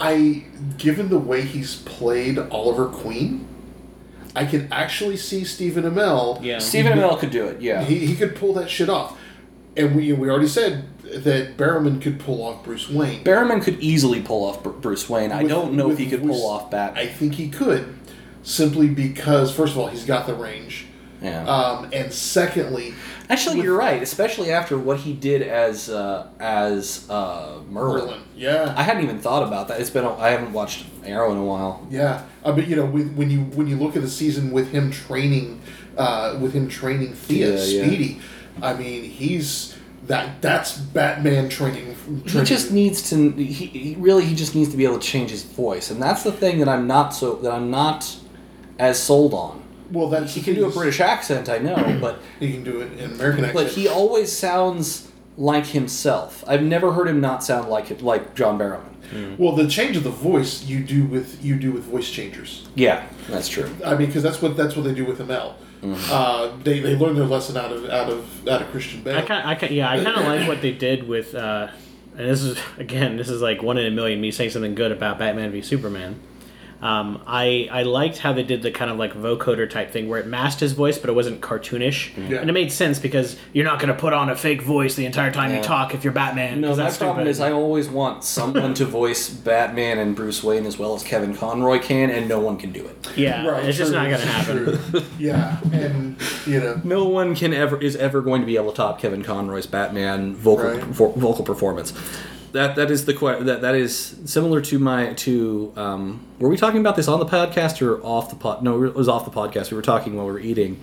Speaker 3: I, given the way he's played Oliver Queen, I can actually see Stephen Amell.
Speaker 2: Yeah.
Speaker 1: Stephen Amell could do it. Yeah,
Speaker 3: Mm-hmm. He, he could pull that shit off, and we we already said that Barrowman could pull off Bruce Wayne.
Speaker 1: Barrowman could easily pull off Br- Bruce Wayne. I
Speaker 3: With-
Speaker 1: don't know if
Speaker 3: with
Speaker 1: he could
Speaker 3: voice-
Speaker 1: pull off
Speaker 3: I
Speaker 1: Batman.
Speaker 3: think he could, simply because first of all, he's got the range,
Speaker 1: Yeah.
Speaker 3: um, and secondly,
Speaker 1: Actually,
Speaker 3: with-
Speaker 1: you're right, especially after what he did as uh, as uh, Merlin.
Speaker 3: Merlin. Yeah.
Speaker 1: I hadn't even thought about that. It's been a, I haven't watched Arrow in a while.
Speaker 3: Yeah, uh, but you know, with, when you when you look at the season with him training, uh, with him training Thea
Speaker 1: Yeah, yeah.
Speaker 3: Speedy, I mean, he's that that's Batman training. training.
Speaker 1: He just needs to. He, he really he just needs to be able to change his voice, and that's the thing that I'm not so that I'm not as sold on.
Speaker 3: well, that's
Speaker 1: He
Speaker 3: the
Speaker 1: can do a
Speaker 3: thing is,
Speaker 1: British accent, I know, but
Speaker 3: He can do it in American accent.
Speaker 1: but he always sounds like himself. I've never heard him not sound like it like John Barrowman.
Speaker 3: well, the change of the voice you do with you do with voice changers.
Speaker 1: Yeah, that's true.
Speaker 3: I mean, because that's what that's what they do with ML.
Speaker 1: Mm-hmm.
Speaker 3: Uh, they they learn their lesson out of out of out of Christian Bale.
Speaker 2: I kind, I kind, yeah, I kind of like what they did with, uh, and this is again, this is like one in a million me saying something good about Batman v Superman. Um, I I liked how they did the kind of like vocoder type thing where it masked his voice, but it wasn't cartoonish,
Speaker 1: Mm-hmm.
Speaker 3: Yeah.
Speaker 2: and it made sense because you're not going to put on a fake voice the entire time
Speaker 1: Yeah.
Speaker 2: you talk if you're Batman.
Speaker 1: No,
Speaker 2: 'cause
Speaker 1: my
Speaker 2: that's
Speaker 1: problem
Speaker 2: stupid.
Speaker 1: is I always want someone to voice Batman and Bruce Wayne as well as Kevin Conroy can, and no one can do it.
Speaker 2: yeah,
Speaker 3: Right,
Speaker 2: it's just
Speaker 3: true,
Speaker 2: not going to happen.
Speaker 3: true. yeah, and you know,
Speaker 1: No one can ever is ever going to be able to top Kevin Conroy's Batman vocal
Speaker 3: Right.
Speaker 1: perfor- vocal performance. That that is the que- that that is similar to my to um, were we talking about this on the podcast or off the pod? No, it was off the podcast. We were talking while we were eating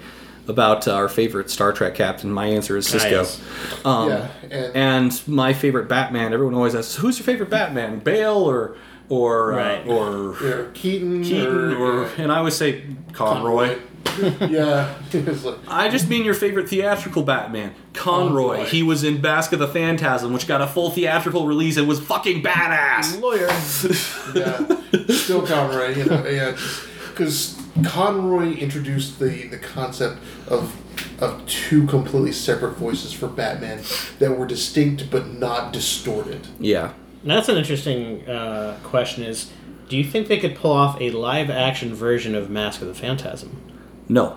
Speaker 1: about uh, our favorite Star Trek captain. My answer is Cisco.
Speaker 2: Nice.
Speaker 1: Um,
Speaker 3: yeah, and,
Speaker 1: and my favorite Batman. Everyone always asks, "Who's your favorite Batman? Bale or or uh,
Speaker 2: Right.
Speaker 1: or
Speaker 3: yeah, Keaton,
Speaker 1: Keaton?" Or
Speaker 3: yeah.
Speaker 1: and I always say Conroy.
Speaker 3: yeah, it's like,
Speaker 1: I just mean your favorite theatrical Batman, Conroy.
Speaker 3: Conroy.
Speaker 1: He was in Basket of the Phantasm, which got a full theatrical release and was fucking badass.
Speaker 2: Lawyer.
Speaker 3: yeah, still Conroy, you know, yeah, because Conroy introduced the the concept of of two completely separate voices for Batman that were distinct but not distorted.
Speaker 1: Yeah,
Speaker 2: That's an interesting uh, question. Is do you think they could pull off a live action version of Mask of the Phantasm?
Speaker 1: no,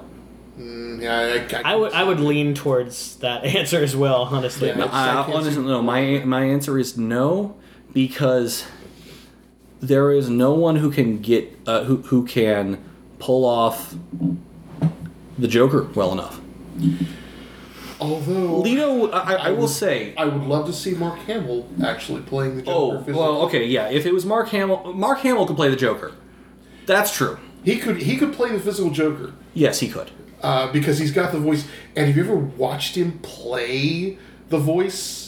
Speaker 3: Mm, yeah, I, I,
Speaker 2: I would I would lean towards that answer as well, honestly.
Speaker 3: Yeah.
Speaker 1: No,
Speaker 3: It's
Speaker 1: I,
Speaker 3: like it's-
Speaker 1: honestly, no. My my answer is no, because there is no one who can get uh, who who can pull off the Joker well enough.
Speaker 3: although
Speaker 1: Leto, I, I, I will say.
Speaker 3: I would love to see Mark Hamill actually playing the Joker.
Speaker 1: Oh
Speaker 3: physically.
Speaker 1: well, okay, yeah. If it was Mark Hamill, Mark Hamill could play the Joker. That's true.
Speaker 3: he could he could play the physical Joker.
Speaker 1: Yes, he could.
Speaker 3: uh, because he's got the voice. And have you ever watched him play the voice?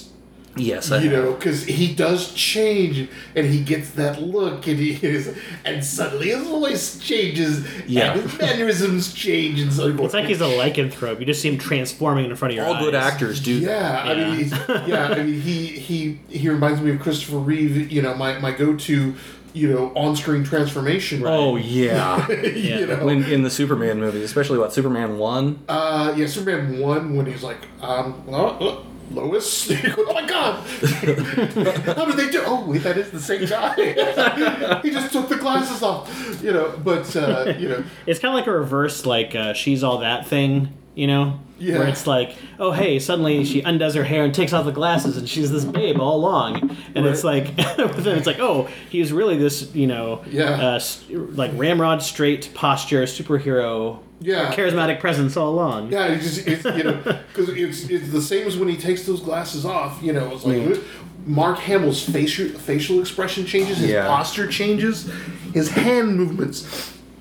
Speaker 1: Yes, I
Speaker 3: You know, because he does change, and he gets that look, and he is, and suddenly his voice changes,
Speaker 1: Yeah.
Speaker 3: and his mannerisms change, and so
Speaker 2: It's like he's a lycanthrope. You just see him transforming in front of your
Speaker 1: All
Speaker 2: eyes.
Speaker 1: good actors do
Speaker 3: Yeah,
Speaker 1: that.
Speaker 3: I mean, he's, yeah, I mean, he he he reminds me of Christopher Reeve. You know, my my go to. you know on-screen transformation.
Speaker 1: Oh yeah.
Speaker 3: you know,
Speaker 1: when in the Superman movies, especially what Superman one.
Speaker 3: Uh, yeah, Superman one when he's like, um, Lo- Lo- Lois. oh my god! How did they do? Oh wait, that is the same guy. he just took the glasses off. You know, but uh, you know,
Speaker 2: It's kind of like a reverse, like uh, she's all that thing, you know,
Speaker 3: Yeah.
Speaker 2: where it's like, oh hey, suddenly she undoes her hair and takes off the glasses, and she's this babe all along, and it's like, but then it's like, oh, he's really this, you know,
Speaker 3: Yeah.
Speaker 2: uh, s- like ramrod straight posture superhero,
Speaker 3: Yeah.
Speaker 2: charismatic presence all along.
Speaker 3: yeah, he just it's, you know, because it's it's the same as when he takes those glasses off. You know, it's like Mark Hamill's facial facial expression changes, his
Speaker 1: Yeah.
Speaker 3: posture changes, his hand movements.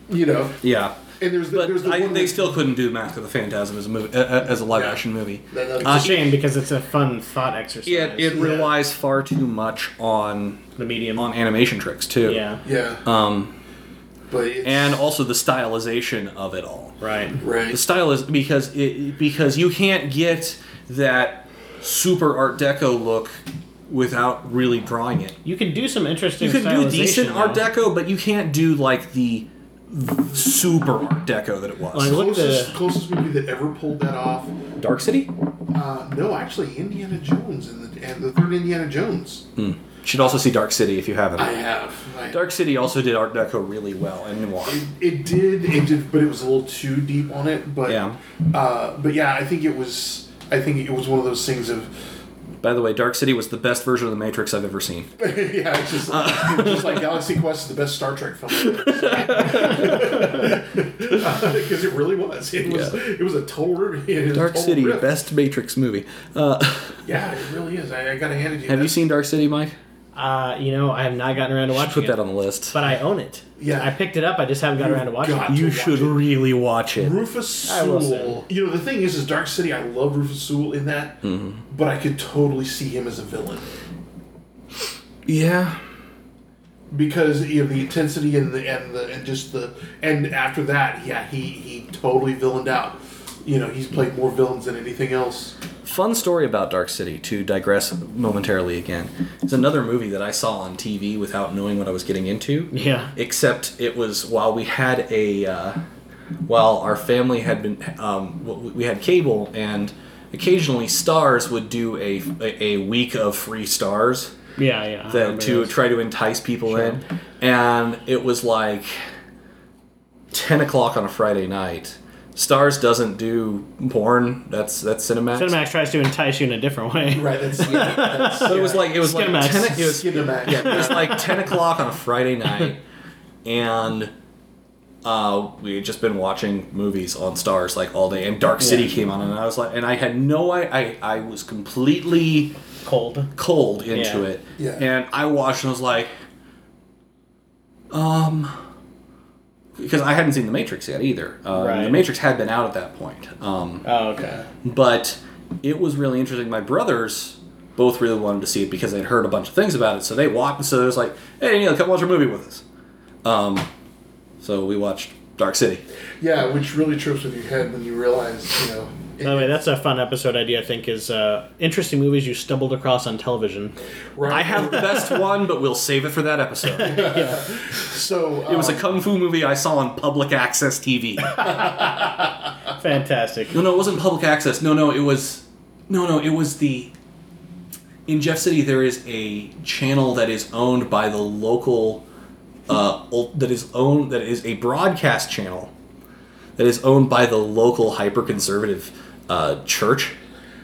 Speaker 3: You know,
Speaker 1: Yeah.
Speaker 3: and there's the,
Speaker 1: But
Speaker 3: there's the
Speaker 1: I,
Speaker 3: one
Speaker 1: they
Speaker 3: that-
Speaker 1: still couldn't do Mask of the Phantasm as a movie, uh, uh, as a live action movie.
Speaker 3: that- that- uh,
Speaker 2: It's a
Speaker 1: Uh,
Speaker 2: shame because it's a fun thought exercise.
Speaker 1: It, it relies far too much on
Speaker 2: the medium.
Speaker 1: on animation tricks too.
Speaker 2: yeah,
Speaker 3: yeah,
Speaker 1: Um,
Speaker 3: but it's,
Speaker 1: and also the stylization of it all.
Speaker 2: right.
Speaker 1: The
Speaker 3: right,
Speaker 1: style is because it, because you can't get that super Art Deco look without really drawing it.
Speaker 2: You can do some interesting.
Speaker 1: You can do
Speaker 2: stylization,
Speaker 1: decent Art
Speaker 2: though.
Speaker 1: Deco, but you can't do like the super Art Deco that it
Speaker 2: Like,
Speaker 1: was.
Speaker 2: look at
Speaker 3: closest
Speaker 2: the
Speaker 3: closest movie that ever pulled that off
Speaker 1: Dark City
Speaker 3: Uh, no, actually, Indiana Jones and the, and the third Indiana Jones.
Speaker 1: You should also see Dark City if you haven't.
Speaker 3: I have. I,
Speaker 1: Dark City also did Art Deco really well and noir.
Speaker 3: It, it did. It did, but it was a little too deep on it. But
Speaker 1: Yeah.
Speaker 3: Uh, but yeah, I think it was. I think it was one of those things of.
Speaker 1: By the way, Dark City was the best version of the Matrix I've ever seen.
Speaker 3: yeah, it's just,
Speaker 1: Uh.
Speaker 3: it's just like Galaxy Quest is the best Star Trek film. Because it really was. It was.
Speaker 1: Yeah.
Speaker 3: It was a total. riff- It was a
Speaker 1: Dark
Speaker 3: total
Speaker 1: City,
Speaker 3: riff.
Speaker 1: best Matrix movie. Uh,
Speaker 3: Yeah, it really is. I, I gotta hand it to you.
Speaker 1: have you
Speaker 3: That's-
Speaker 1: seen Dark City, Mike?
Speaker 2: uh, you know, I have not gotten around to watching.
Speaker 1: Put
Speaker 2: it.
Speaker 1: that on the list.
Speaker 2: but I own it.
Speaker 3: Yeah.
Speaker 2: I picked it up. I just haven't got around to watching
Speaker 3: got
Speaker 2: it.
Speaker 1: You
Speaker 3: to watch
Speaker 1: should
Speaker 3: it.
Speaker 1: really watch it.
Speaker 3: Rufus
Speaker 2: I will
Speaker 3: Sewell. You know, the thing is, is Dark City. I love Rufus Sewell in that, but I could totally see him as a villain
Speaker 1: Yeah.
Speaker 3: because you know the intensity and the and the and just the and after that, yeah, he he totally villained out. You know, he's played more villains than anything else.
Speaker 1: Fun story about Dark City, to digress momentarily again. It's another movie that I saw on TV without knowing what I was getting into.
Speaker 2: Yeah.
Speaker 1: Except it was while we had a, uh, while our family had been, um, w- we had cable and occasionally Stars would do a, a, a week of free Stars
Speaker 2: Yeah, yeah. I
Speaker 1: that,
Speaker 2: remember
Speaker 1: to
Speaker 2: those.
Speaker 1: try to entice people in. And it was like 10 o'clock on a Friday night. Stars doesn't do porn. That's that's Cinemax.
Speaker 2: Cinemax tries to entice you in a different way.
Speaker 3: Right. That's. Yeah, that's
Speaker 1: But it was like it was like
Speaker 2: Skinemax.
Speaker 1: 10, it was
Speaker 3: Skin him back.
Speaker 1: it was like 10 o'clock on a Friday night, and uh, we had just been watching movies on Stars like all day, and Dark City came on, and I was like, and I had no, I, I, I was completely
Speaker 2: Cold.
Speaker 1: cold into
Speaker 2: Yeah.
Speaker 1: it,
Speaker 3: Yeah.
Speaker 1: and I watched and was like, um. Because I hadn't seen The Matrix yet either. Um, The
Speaker 2: Right.
Speaker 1: Matrix had been out at that point. Um,
Speaker 2: Oh, okay.
Speaker 1: but it was really interesting. My brothers both really wanted to see it because they'd heard a bunch of things about it, so they walked. So it was like, "Hey, Neil, come watch a movie with us." Um, so we watched Dark City.
Speaker 3: yeah, which really trips with your head when you realize, you know.
Speaker 2: By the way, that's a fun episode idea. I think is uh, interesting movies you stumbled across on television.
Speaker 3: right.
Speaker 1: I have the best one, but we'll save it for that episode. It
Speaker 3: so. Um,
Speaker 1: was a kung fu movie I saw on public access TV.
Speaker 2: Fantastic.
Speaker 1: No, no, it wasn't public access. No, no, it was. No, no, it was the. In Jeff City, there is a channel that is owned by the local. Uh, ul- that is owned that is a broadcast channel, that is owned by the local hyper conservative uh, church,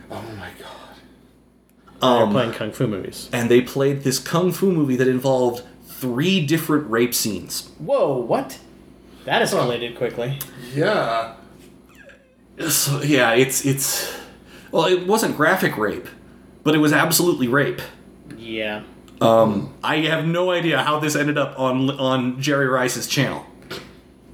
Speaker 3: Oh my god.
Speaker 1: Um.
Speaker 2: They're playing kung fu movies.
Speaker 1: and they played this kung fu movie that involved three different rape scenes.
Speaker 2: Whoa! What? That escalated quickly.
Speaker 3: Yeah.
Speaker 1: So, yeah, it's it's. Well, it wasn't graphic rape, but it was absolutely rape.
Speaker 2: Yeah.
Speaker 1: Um, I have no idea how this ended up on on Jerry Rice's channel.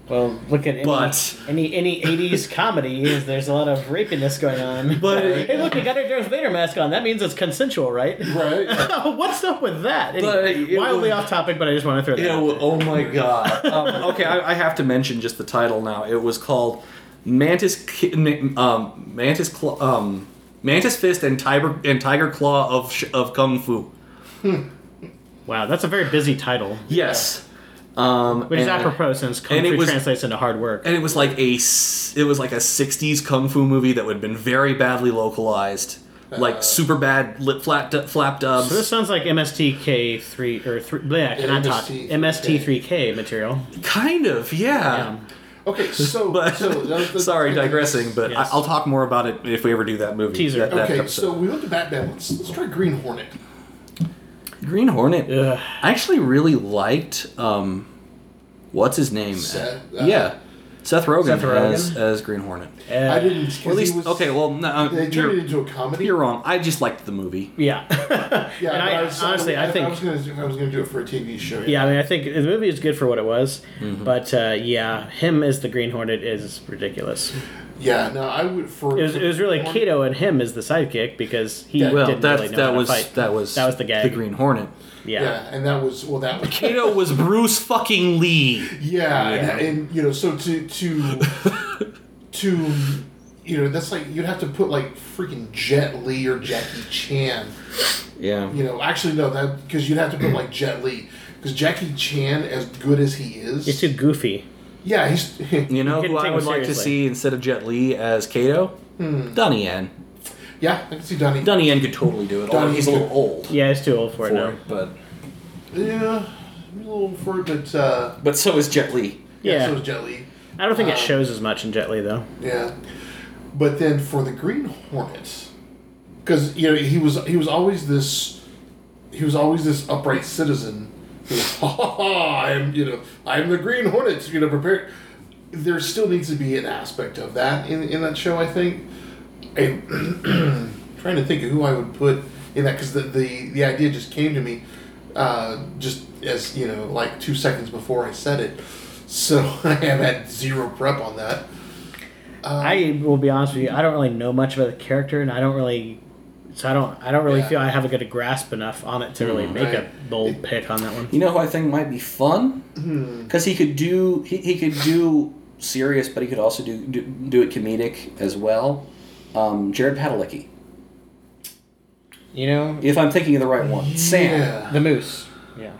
Speaker 2: Well, look at any
Speaker 1: But-
Speaker 2: any any '80s comedy. is There's a lot of rapiness going on.
Speaker 1: But-
Speaker 2: hey, look, we got our Darth Vader mask on. That means it's consensual, right?
Speaker 3: Right.
Speaker 2: What's up with that?
Speaker 1: But
Speaker 2: Anyway,
Speaker 1: it
Speaker 2: wildly
Speaker 1: was-
Speaker 2: off topic, but I just want to throw that. out there.
Speaker 1: oh my god. Um, okay, I, I have to mention just the title now. It was called Mantis Ki- Ma- um, Mantis Cla- um, Mantis Fist and Tiger and Tiger Claw of sh- of Kung Fu.
Speaker 2: Wow, that's a very busy title,
Speaker 5: Yes. Um,
Speaker 2: which is
Speaker 5: and-
Speaker 2: apropos since kung
Speaker 5: and it
Speaker 2: fu
Speaker 5: was-
Speaker 2: translates into hard work.
Speaker 5: and it was like a s- it was like a 60s kung fu movie that would have been very badly localized
Speaker 1: Uh.
Speaker 5: like super bad lip flap du- flap dubs
Speaker 2: so this sounds like MSTK three or three. Bleh, I cannot talk.
Speaker 3: MST3K.
Speaker 2: MST three K material.
Speaker 5: kind of yeah,
Speaker 2: Um,
Speaker 3: Okay, so,
Speaker 5: but
Speaker 3: so that was-
Speaker 5: sorry digressing but
Speaker 2: Yes.
Speaker 5: I, i'll talk more about it if we ever do that movie
Speaker 2: Teaser.
Speaker 5: that- that
Speaker 3: Okay,
Speaker 5: episode.
Speaker 3: so we went to Batman. Let's, let's try Green Hornet.
Speaker 5: green hornet
Speaker 2: ugh.
Speaker 5: i actually really liked um what's his name
Speaker 3: Seth, uh,
Speaker 5: yeah seth rogen,
Speaker 2: Seth Rogen?
Speaker 5: As, as green hornet
Speaker 2: Uh,
Speaker 3: I didn't. 'cause
Speaker 5: or at least
Speaker 3: he was,
Speaker 5: okay well no, uh,
Speaker 3: They turned it
Speaker 5: you're,
Speaker 3: into a comedy.
Speaker 5: you're wrong i just liked the movie
Speaker 2: Yeah.
Speaker 3: Yeah,
Speaker 2: and
Speaker 3: but
Speaker 2: I,
Speaker 3: was-
Speaker 2: honestly, I, think.
Speaker 3: I was going to I was gonna do it for a TV show.
Speaker 2: yeah, I mean, I think the movie is good for what it was,
Speaker 5: Mm-hmm.
Speaker 2: but uh, yeah, him as the Green Hornet is ridiculous.
Speaker 3: Yeah, no, I would for
Speaker 2: It was, it was really
Speaker 3: Hornet-
Speaker 2: Kato and him as the sidekick because he
Speaker 3: Yeah, well,
Speaker 2: didn't
Speaker 5: that,
Speaker 2: really know how
Speaker 5: that
Speaker 2: to
Speaker 5: was
Speaker 2: fight.
Speaker 5: that was
Speaker 2: That was the gag.
Speaker 5: the green hornet
Speaker 2: yeah.
Speaker 3: Yeah. and that was well, that was yeah,
Speaker 5: Kato was Bruce fucking Lee.
Speaker 3: And, and you know, so to to to you know, that's like you'd have to put like freaking Jet Li or Jackie Chan.
Speaker 1: Yeah.
Speaker 3: You know, actually no, that because you'd have to put like Jet Li because Jackie Chan, as good as he is,
Speaker 2: He's too goofy.
Speaker 3: yeah, he's
Speaker 5: You know
Speaker 2: You
Speaker 5: who
Speaker 2: couldn't
Speaker 5: I
Speaker 2: take
Speaker 5: would
Speaker 2: him
Speaker 5: like to
Speaker 2: seriously.
Speaker 5: see instead of Jet Li as Kato?
Speaker 3: Hmm.
Speaker 5: Donnie Yen.
Speaker 3: yeah, I can see Donnie.
Speaker 5: Donnie Yen could totally do it, although
Speaker 3: Donnie
Speaker 5: he's a
Speaker 3: could-
Speaker 5: little old.
Speaker 2: Yeah, he's too old for it
Speaker 5: For
Speaker 2: now.
Speaker 5: it, but
Speaker 3: Yeah, I'm a little for it, but uh,
Speaker 5: but so is Jet Li.
Speaker 3: yeah,
Speaker 2: Yeah.
Speaker 3: so is Jet Li.
Speaker 2: I don't think
Speaker 3: Uh,
Speaker 2: it shows as much in Jet Li though.
Speaker 3: Yeah, but then for the Green Hornet, because you know he was he was always this he was always this upright citizen. who, Ha ha ha! I am you know I am the Green Hornet. You know prepared. There still needs to be an aspect of that in in that show. I think. I'm trying to think of who I would put in that because the, the the idea just came to me uh, just as you know like two seconds before I said it. So I have had zero prep on that.
Speaker 2: I will be honest with you. I don't really know much about the character, and I don't really. So I don't. I don't really
Speaker 3: Yeah.
Speaker 2: feel I have a good grasp enough on it to really make a
Speaker 3: right.
Speaker 2: bold pick on that one.
Speaker 1: You know who I think might be fun?
Speaker 3: Hmm.
Speaker 1: Because he could do he, he could do serious, but he could also do do, do it comedic as well. Um, Jared Padalecki,
Speaker 2: You know,
Speaker 1: if I'm thinking of the right one. Sam.
Speaker 3: Yeah.
Speaker 2: the moose. Yeah.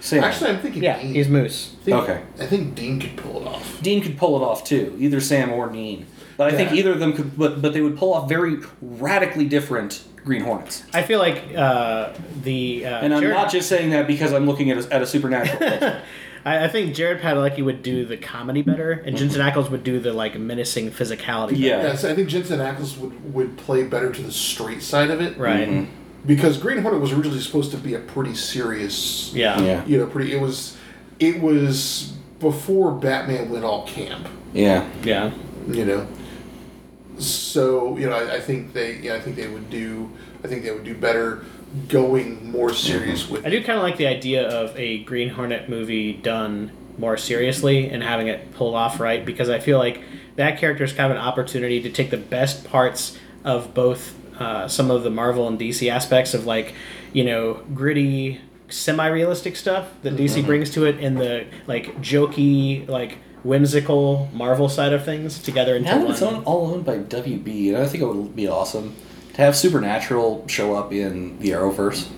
Speaker 1: Sam.
Speaker 3: Actually, I'm thinking.
Speaker 2: Yeah,
Speaker 3: Dean.
Speaker 2: he's moose.
Speaker 3: I think,
Speaker 1: okay.
Speaker 3: I think Dean could pull it off.
Speaker 1: Dean could pull it off too, either Sam or Dean. But I think
Speaker 3: Yeah.
Speaker 1: either of them could, but but they would pull off very radically different Green Hornets.
Speaker 2: I feel like uh, the uh,
Speaker 1: And I'm
Speaker 2: Jared-
Speaker 1: not just saying that because I'm looking at a, at a supernatural. person.
Speaker 2: I, I think Jared Padalecki would do the comedy better, and Jensen Ackles would do the like menacing physicality. better.
Speaker 1: yeah.
Speaker 3: Yes, I think Jensen Ackles would, would play better to the straight side of it.
Speaker 2: Right.
Speaker 3: Because Green Hornet was originally supposed to be a pretty serious.
Speaker 2: Yeah.
Speaker 1: Yeah.
Speaker 3: You know, pretty. It was. It was before Batman went all camp.
Speaker 1: Yeah.
Speaker 2: Yeah.
Speaker 3: You know. So you know, I, I think they. Yeah, I think they would do. I think they would do better going more serious with.
Speaker 2: I do kind of like the idea of a Green Hornet movie done more seriously and having it pulled off right because I feel like that character is kind of an opportunity to take the best parts of both uh, some of the Marvel and DC aspects of like, you know, gritty, semi-realistic stuff that DC
Speaker 1: Mm-hmm.
Speaker 2: brings to it and the like jokey, like whimsical Marvel side of things together into
Speaker 1: Now that
Speaker 2: one.
Speaker 1: it's own, all owned by WB, and I think it would be awesome to have Supernatural show up in the Arrowverse.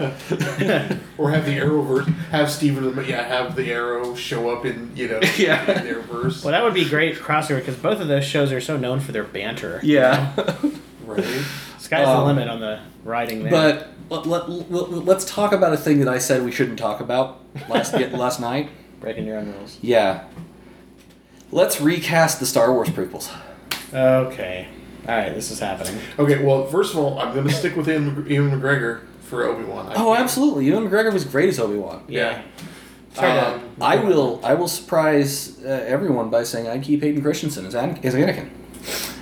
Speaker 3: Or have the Arrowverse have Steven, yeah, have the Arrow show up in you know,
Speaker 1: Yeah.
Speaker 3: in their verse,
Speaker 2: Well, that would be great crossover because both of those shows are so known for their banter.
Speaker 1: Yeah,
Speaker 3: right?
Speaker 2: Sky's the
Speaker 1: Um,
Speaker 2: limit on the writing there.
Speaker 1: but let, let, us talk about a thing that I said we shouldn't talk about last ye- last night.
Speaker 2: breaking your own rules.
Speaker 1: Yeah, let's recast the Star Wars prequels.
Speaker 2: Okay. All right, this is happening.
Speaker 3: Okay, well, first of all, I'm going to stick with Ian, Mc- Ian McGregor for Obi Wan.
Speaker 1: Oh, absolutely! Ewan McGregor was great as Obi Wan.
Speaker 2: Yeah.
Speaker 3: Um,
Speaker 1: I will I will surprise uh, everyone by saying I'd keep Hayden Christensen as, An- as Anakin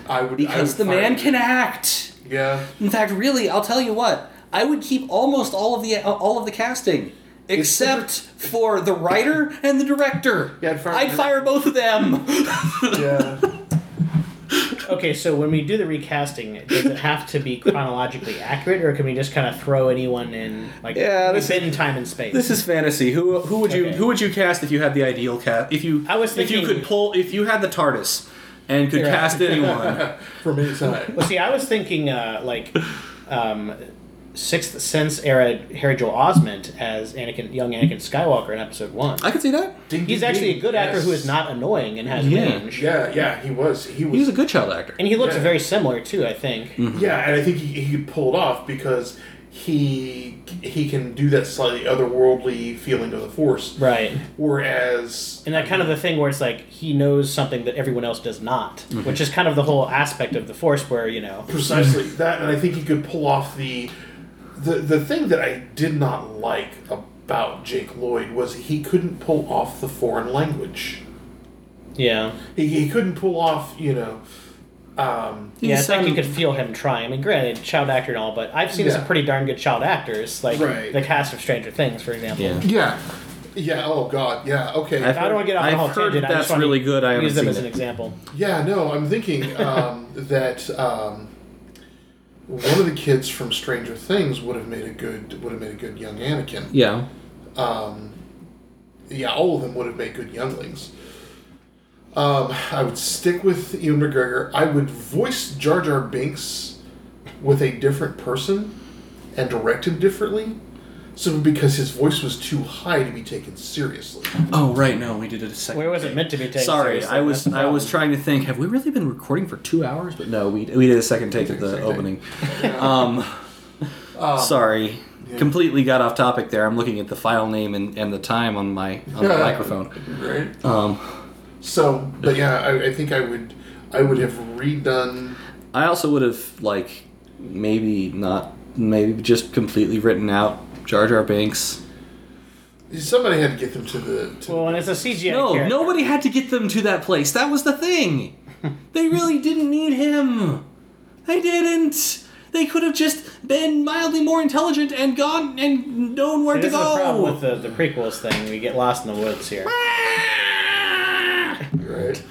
Speaker 3: I would
Speaker 1: because
Speaker 3: I would
Speaker 1: the man
Speaker 3: find-
Speaker 1: can act.
Speaker 3: Yeah,
Speaker 1: In fact, really, I'll tell you what. I would keep almost all of the uh, all of the casting except for the writer and the director.
Speaker 3: Yeah, I'd fire-
Speaker 1: I'd fire both of them.
Speaker 3: yeah.
Speaker 2: Okay, so when we do the recasting, does it have to be chronologically accurate, or can we just kind of throw anyone in, like
Speaker 1: Yeah, this
Speaker 2: within time and space?
Speaker 1: This is fantasy. Who who would you
Speaker 2: Okay.
Speaker 1: who would you cast if you had the ideal cast? If you
Speaker 2: I was
Speaker 1: if you
Speaker 2: thinking-
Speaker 1: could pull if you had the TARDIS and could
Speaker 2: Yeah.
Speaker 1: cast anyone.
Speaker 3: For me, it's not.
Speaker 2: well, see, I was thinking uh, like um, Sixth Sense era Harry Joel Osment as Anakin, young Anakin Skywalker in Episode One.
Speaker 1: I could see that.
Speaker 3: Ding,
Speaker 2: He's
Speaker 3: ding,
Speaker 2: actually
Speaker 3: ding.
Speaker 2: a good actor
Speaker 3: Yes.
Speaker 2: who is not annoying and has
Speaker 1: Yeah.
Speaker 2: range,
Speaker 3: Yeah, yeah, he was. He was.
Speaker 1: He's a good child actor.
Speaker 2: and he looks
Speaker 3: Yeah. Mm-hmm.
Speaker 2: very similar too. I think.
Speaker 3: Yeah, and I think he, he pulled off because he he can do that slightly otherworldly feeling of the Force,
Speaker 2: Right.
Speaker 3: whereas
Speaker 2: And that kind of the thing where it's like he knows something that everyone else does not,
Speaker 1: Mm-hmm.
Speaker 2: which is kind of the whole aspect of the Force where, you know,
Speaker 3: precisely that, and I think he could pull off the the the thing that I did not like about Jake Lloyd was he couldn't pull off the foreign language.
Speaker 2: yeah.
Speaker 3: He, he couldn't pull off, you know. Um,
Speaker 2: yeah, it's like you
Speaker 1: sounded-
Speaker 2: could feel him trying. I mean, granted, child actor and all, but I've seen
Speaker 3: Yeah.
Speaker 2: some pretty darn good child actors, like
Speaker 3: Right.
Speaker 2: the cast of Stranger Things, for example.
Speaker 1: Yeah.
Speaker 3: yeah, yeah. Oh God, yeah. Okay.
Speaker 1: I've-
Speaker 2: I don't want to get off on a
Speaker 1: I've
Speaker 2: whole
Speaker 1: heard
Speaker 2: tangent. I
Speaker 1: that's
Speaker 2: just want to
Speaker 1: really good. I
Speaker 2: use
Speaker 1: haven't
Speaker 2: them
Speaker 1: seen
Speaker 2: as an
Speaker 1: it.
Speaker 2: example.
Speaker 3: Yeah, no, I'm thinking um, that um, one of the kids from Stranger Things would have made a good would have made a good young Anakin.
Speaker 1: Yeah.
Speaker 3: Um, Yeah, all of them would have made good younglings. Um, I would stick with Ewan McGregor. I would voice Jar Jar Binks with a different person and direct him differently, simply because his voice was too high to be taken seriously.
Speaker 1: Oh right, no, we did it a second.
Speaker 2: Where was it meant to be taken?
Speaker 1: Sorry,
Speaker 2: seriously?
Speaker 1: I was
Speaker 2: That's the
Speaker 1: I was
Speaker 2: problem.
Speaker 1: trying to think. Have we really been recording for two hours? But no, we we did a second take at the
Speaker 3: Second take. Um,
Speaker 1: opening. Um, sorry, completely got off topic there. I'm looking at the file name and, and the time on my on the
Speaker 3: Yeah.
Speaker 1: microphone.
Speaker 3: Right.
Speaker 1: Um,
Speaker 3: So, but yeah, I, I think I would I would have redone.
Speaker 1: I also would have like maybe not maybe just completely written out Jar Jar Binks.
Speaker 3: Somebody had to get them to the. To
Speaker 2: Well, and it's a CGI.
Speaker 1: No,
Speaker 2: character.
Speaker 1: nobody had to get them to that place. That was the thing. They really didn't need him. They didn't. They could have just been mildly more intelligent and gone and known where
Speaker 2: This
Speaker 1: to
Speaker 2: is the problem
Speaker 1: go.
Speaker 2: with the, the prequels thing. We get lost in the woods here.
Speaker 3: Right.